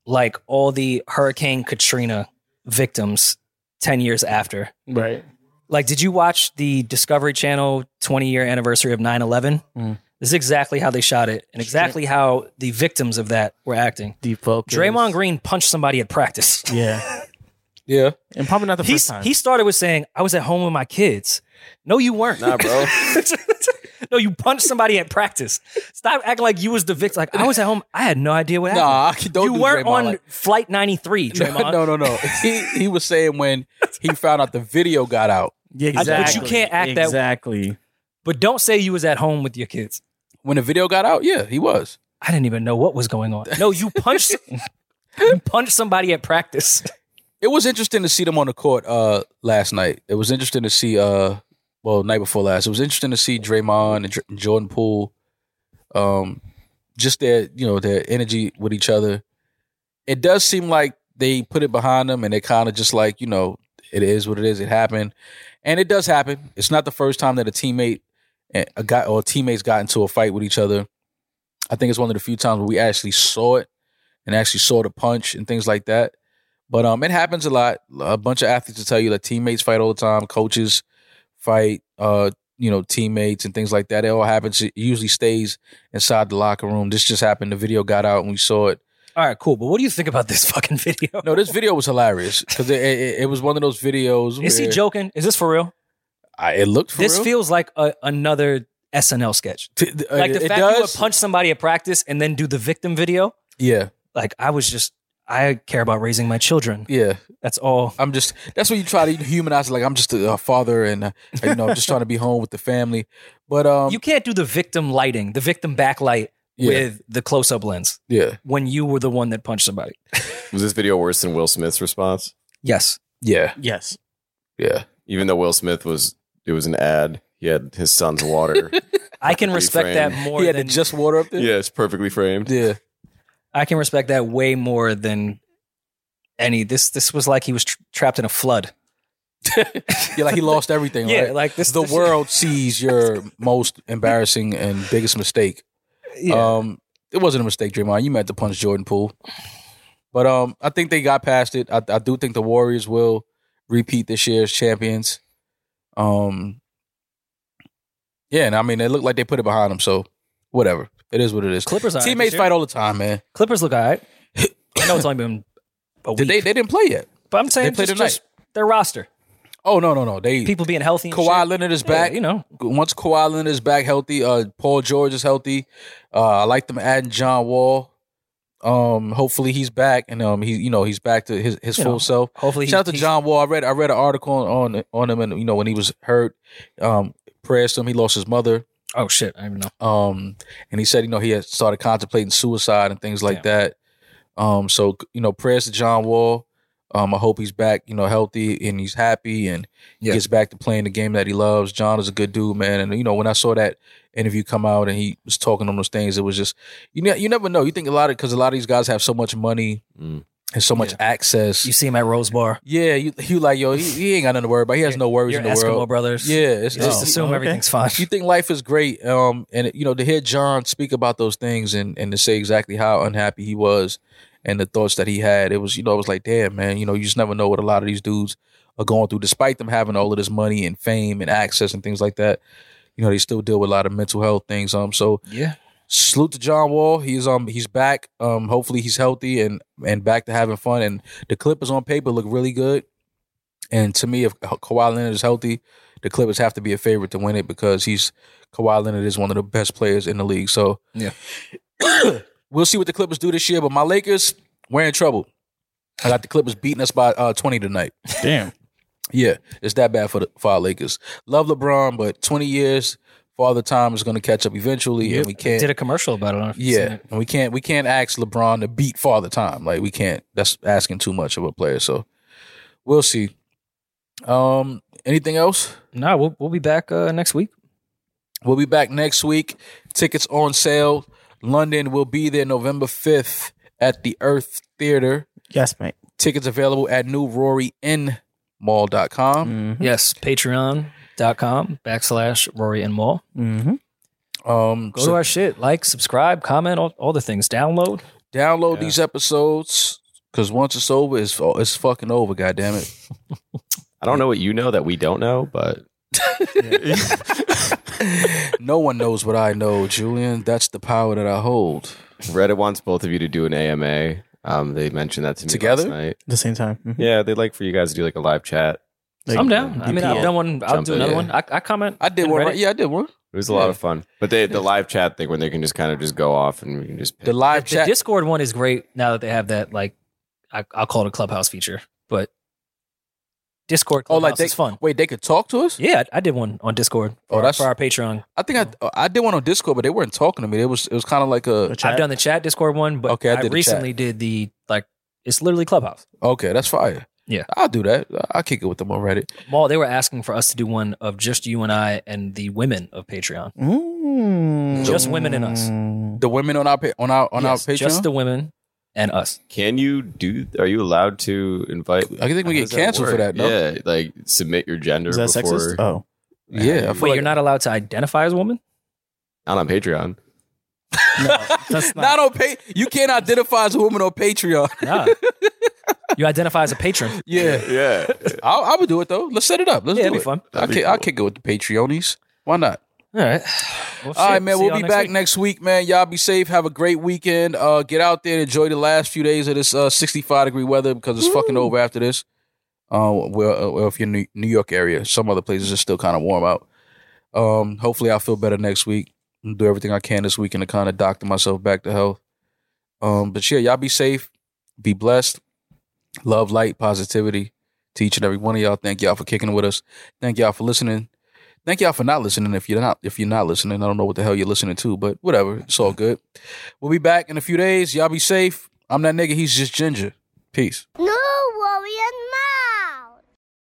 Speaker 2: like all the Hurricane Katrina victims 10 years after.
Speaker 4: <sighs> Right.
Speaker 2: Like did you watch the Discovery Channel 20 year anniversary of 9/11?
Speaker 4: Mm.
Speaker 2: This is exactly how they shot it and exactly how the victims of that were acting.
Speaker 4: Deep focus.
Speaker 2: Draymond Green punched somebody at practice. <laughs>
Speaker 4: Yeah.
Speaker 1: Yeah.
Speaker 4: And probably not the
Speaker 2: He's,
Speaker 4: first time.
Speaker 2: he started with saying, I was at home with my kids. No, you weren't.
Speaker 3: <laughs> Nah,
Speaker 1: <laughs>
Speaker 3: bro.
Speaker 2: <laughs> no, you punched somebody at practice. Stop acting like you was the victim. Like, I was at home. I had no idea what happened.
Speaker 1: Nah, I don't
Speaker 2: you
Speaker 1: do
Speaker 2: weren't
Speaker 1: Draymond
Speaker 2: on
Speaker 1: like-
Speaker 2: flight 93, Draymond.
Speaker 1: <laughs> No, no, no. He he was saying when he found out the video got out.
Speaker 4: yeah,
Speaker 2: I- but you can't act that-
Speaker 4: exactly.
Speaker 2: But don't say you was at home with your kids.
Speaker 1: When the video got out, yeah, he was.
Speaker 2: I didn't even know what was going on. No, you <laughs> punched you punched somebody at practice.
Speaker 1: It was interesting to see them on the court uh last night. It was interesting to see uh well night before last. It was interesting to see Draymond and, Dr- and Jordan Poole, um, just their you know their energy with each other. It does seem like they put it behind them and they kind of just like you know it is what it is. It happened, and it does happen. It's not the first time that a teammate eh, a guy or teammates got into a fight with each other. I think it's one of the few times where we actually saw it and actually saw the punch and things like that. But um, it happens a lot. A bunch of athletes will tell you that teammates fight all the time, coaches fight, uh, you know, teammates and things like that. It all happens. It usually stays inside the locker room. This just happened. The video got out and we saw it.
Speaker 2: All right, cool. But what do you think about this fucking <laughs> video?
Speaker 1: No, this video was hilarious because it, it, it was one of those videos.
Speaker 2: Is he
Speaker 1: where
Speaker 2: joking? Is this for real?
Speaker 1: I, it looked for
Speaker 2: this
Speaker 1: real.
Speaker 2: feels like a, another SNL sketch.
Speaker 1: T- th-
Speaker 2: Like the
Speaker 1: it
Speaker 2: fact you would
Speaker 1: does.
Speaker 2: punch somebody at practice and then do the victim video.
Speaker 1: yeah,
Speaker 2: Like I was just, I care about raising my children.
Speaker 1: yeah.
Speaker 2: That's all.
Speaker 1: I'm just. That's what you try to humanize. it, Like I'm just a, a father, and uh, you know, I'm just trying to be home with the family. But um,
Speaker 2: you can't do the victim lighting, the victim backlight
Speaker 1: yeah,
Speaker 2: with the close-up lens
Speaker 1: yeah,
Speaker 2: when you were the one that punched somebody.
Speaker 3: Was this video worse than Will Smith's response?
Speaker 2: Yes.
Speaker 1: yeah,
Speaker 4: Yes.
Speaker 1: yeah.
Speaker 3: Even though Will Smith was, it was an ad. He had his
Speaker 1: <laughs>
Speaker 3: son's water.
Speaker 2: I can respect that
Speaker 3: Reframe.
Speaker 2: more
Speaker 1: he had
Speaker 2: than
Speaker 1: to just water up there.
Speaker 3: yeah, it's perfectly framed.
Speaker 1: yeah.
Speaker 2: I can respect that way more than any this this was like he was tra- trapped in a flood.
Speaker 1: Yeah, like he lost everything.
Speaker 2: Yeah,
Speaker 1: right?
Speaker 2: like this
Speaker 1: the
Speaker 2: this-
Speaker 1: world sees your most embarrassing and biggest mistake.
Speaker 2: Yeah.
Speaker 1: Um, it wasn't a mistake, Draymond. You meant to punch Jordan Poole. But um, I think they got past it. I, I do think the Warriors will repeat this year's champions. Um, yeah, and I mean, it looked like they put it behind them. So whatever, it is what it is.
Speaker 2: Clippers are
Speaker 1: Teammates fight all the time, man.
Speaker 2: Clippers
Speaker 1: <laughs>
Speaker 2: look all right. I know it's only been a week.
Speaker 1: Did they? They didn't play yet.
Speaker 2: but I'm saying
Speaker 1: they played
Speaker 2: just,
Speaker 1: tonight.
Speaker 2: just their roster.
Speaker 1: Oh no, no, no. They
Speaker 2: People being healthy. and
Speaker 1: Kawhi
Speaker 2: shit.
Speaker 1: Leonard is
Speaker 2: Yeah,
Speaker 1: back.
Speaker 2: you know.
Speaker 1: once Kawhi Leonard is back healthy, uh, Paul George is healthy. Uh, I like them adding John Wall. Um, hopefully he's back, and um, he you know he's back to his, his
Speaker 2: You
Speaker 1: full
Speaker 2: know,
Speaker 1: self.
Speaker 2: Hopefully he-
Speaker 1: Shout out to
Speaker 2: he-
Speaker 1: John Wall. I read I read an article on on him, and you know when he was hurt, um, prayers to him. He lost his mother
Speaker 2: Oh shit, I don't even know.
Speaker 1: um and he said you know he had started contemplating suicide and things like that um so you know prayers to john wall um i hope he's back you know healthy and he's happy and he
Speaker 2: Yeah.
Speaker 1: gets back to playing the game that he loves john is a good dude man and you know when i saw that interview come out and he was talking on those things it was just you know you never know you think a lot of because a lot of these guys have so much money
Speaker 3: Mm.
Speaker 1: and so much access
Speaker 2: You see him at Rose Bar.
Speaker 1: yeah you, you like yo he, he ain't got nothing to worry about he has no worries
Speaker 2: Your
Speaker 1: in the
Speaker 2: Eskimo
Speaker 1: world
Speaker 2: brothers.
Speaker 1: yeah it's,
Speaker 2: You Just
Speaker 1: it's-
Speaker 2: assume
Speaker 4: okay.
Speaker 2: everything's fine.
Speaker 1: you think life is great um and you know to hear john speak about those things and and to say exactly how unhappy he was and the thoughts that he had it was you know it was like damn man you know you just never know what a lot of these dudes are going through despite them having all of this money and fame and access and things like that you know they still deal with a lot of mental health things um so
Speaker 2: Yeah.
Speaker 1: salute to john wall he's um he's back um hopefully he's healthy and and back to having fun and the clippers on paper look really good and to me, if Kawhi Leonard is healthy, the Clippers have to be a favorite to win it because he's Kawhi Leonard is one of the best players in the league. So
Speaker 2: Yeah.
Speaker 1: <coughs> we'll see what the Clippers do this year. But my Lakers, we're in trouble. I got the Clippers beating us by uh, twenty tonight.
Speaker 4: Damn.
Speaker 1: Yeah, it's that bad for the for our Lakers. Love LeBron, but twenty years father time is going to catch up eventually, and we can't.
Speaker 2: Did a commercial about it. I don't know if you've seen
Speaker 1: Yeah,
Speaker 2: it.
Speaker 1: and we can't we can't ask LeBron to beat Father Time. Like we can't. That's asking too much of a player. So we'll see. Um, anything else?
Speaker 2: No, we'll we'll be back uh, next week.
Speaker 1: We'll be back next week. Tickets on sale. London will be there November 5th at the Earth Theater.
Speaker 4: Yes, mate.
Speaker 1: Tickets available at
Speaker 2: Mm.
Speaker 1: newroryinmall.com.
Speaker 2: Yes, patreon.com backslash Rory and Maul.
Speaker 4: Mm-hmm.
Speaker 1: Um,
Speaker 2: Go
Speaker 1: so
Speaker 2: to our shit. Like, subscribe, comment, all, all the things. Download.
Speaker 1: download these episodes because once it's over, it's, it's fucking over, God damn it.
Speaker 3: I don't know what you know that we don't know, but
Speaker 1: no one knows what I know, Julian. That's the power that I hold.
Speaker 3: Reddit wants both of you to do an AMA. Um, they mentioned that to me
Speaker 1: Together?
Speaker 3: last night.
Speaker 4: At <laughs> the same time. Mhm.
Speaker 3: Yeah, they'd like for you guys to do like a live chat.
Speaker 4: Like,
Speaker 2: I'm down. I mean,
Speaker 4: DP.
Speaker 2: I've done one. I'll
Speaker 3: Jump
Speaker 2: do
Speaker 3: in.
Speaker 2: another one. I, I comment.
Speaker 1: I did
Speaker 2: in
Speaker 1: one,
Speaker 2: Reddit.
Speaker 1: right? Yeah, I did one.
Speaker 3: It was a lot of fun, but they the live chat thing when they can just kind of just go off and we
Speaker 1: <laughs>
Speaker 3: can just pick.
Speaker 1: The live
Speaker 2: The
Speaker 1: chat.
Speaker 2: Discord one is great now that they have that. Like, I, I'll call it a clubhouse feature, but Discord
Speaker 1: Oh,
Speaker 2: clubhouse
Speaker 1: like they,
Speaker 2: is fun.
Speaker 1: Wait, they could talk to us?
Speaker 2: Yeah, I, I did one on Discord.
Speaker 1: Oh,
Speaker 2: For,
Speaker 1: that's-
Speaker 2: for our Patreon.
Speaker 1: I think I oh, I did one on Discord, but they weren't talking to me. It was it was kind of like a
Speaker 4: A chat?
Speaker 2: I've done the chat Discord one, but
Speaker 1: Okay, I
Speaker 2: I,
Speaker 1: did the chat.
Speaker 2: recently did the like. It's literally clubhouse.
Speaker 1: okay, that's fire.
Speaker 2: Yeah.
Speaker 1: I'll do that. I'll kick it with them on Reddit.
Speaker 2: Maul, they were asking for us to do one of just you and I and the women of Patreon.
Speaker 4: Mm.
Speaker 2: Just women and us.
Speaker 1: The women on our pa- on our on
Speaker 2: Yes,
Speaker 1: our Patreon.
Speaker 2: Just the women and us.
Speaker 3: Can you do? Are you allowed to invite?
Speaker 1: I think we get
Speaker 3: How does that
Speaker 1: canceled for
Speaker 3: work?
Speaker 1: that, no?
Speaker 3: Yeah, like submit your gender.
Speaker 4: Is that
Speaker 3: before,
Speaker 4: sexist? Oh.
Speaker 1: yeah, I feel
Speaker 2: Wait,
Speaker 1: like-
Speaker 2: you're not allowed to identify as a woman?
Speaker 3: Not on Patreon.
Speaker 4: That's
Speaker 1: <laughs> not on pay. You can't identify as a woman on Patreon.
Speaker 2: Nah. you identify as a patron.
Speaker 1: yeah,
Speaker 3: <laughs> Yeah,
Speaker 1: <laughs> I'll, I would do it though. Let's set it up. Let's
Speaker 2: Yeah,
Speaker 1: do
Speaker 2: it'd
Speaker 1: it.
Speaker 2: be fun.
Speaker 1: I'll,
Speaker 3: That'd be
Speaker 1: kick, I'll
Speaker 3: cool.
Speaker 1: kick it with the Patreonies. Why not?
Speaker 2: All right.
Speaker 1: All right, man. We'll be back next week, man. Y'all be safe. Have a great weekend. Uh, get out there and enjoy the last few days of this uh, 65 degree weather because it's fucking over after this. Uh, well, uh, well, if you're in New- New York area, some other places it's still kind of warm out. Um, hopefully I'll feel better next week. and Do everything I can this weekend to kind of doctor myself back to health. Um, but yeah, y'all be safe. Be blessed. Love, light, positivity to each and every one of y'all. Thank y'all for kicking it with us. Thank y'all for listening. Thank y'all for not listening. If you're not, if you're not listening, I don't know what the hell you're listening to, but whatever. It's all good. We'll be back in a few days. Y'all be safe. I'm that nigga. He's just ginger. Peace.
Speaker 5: No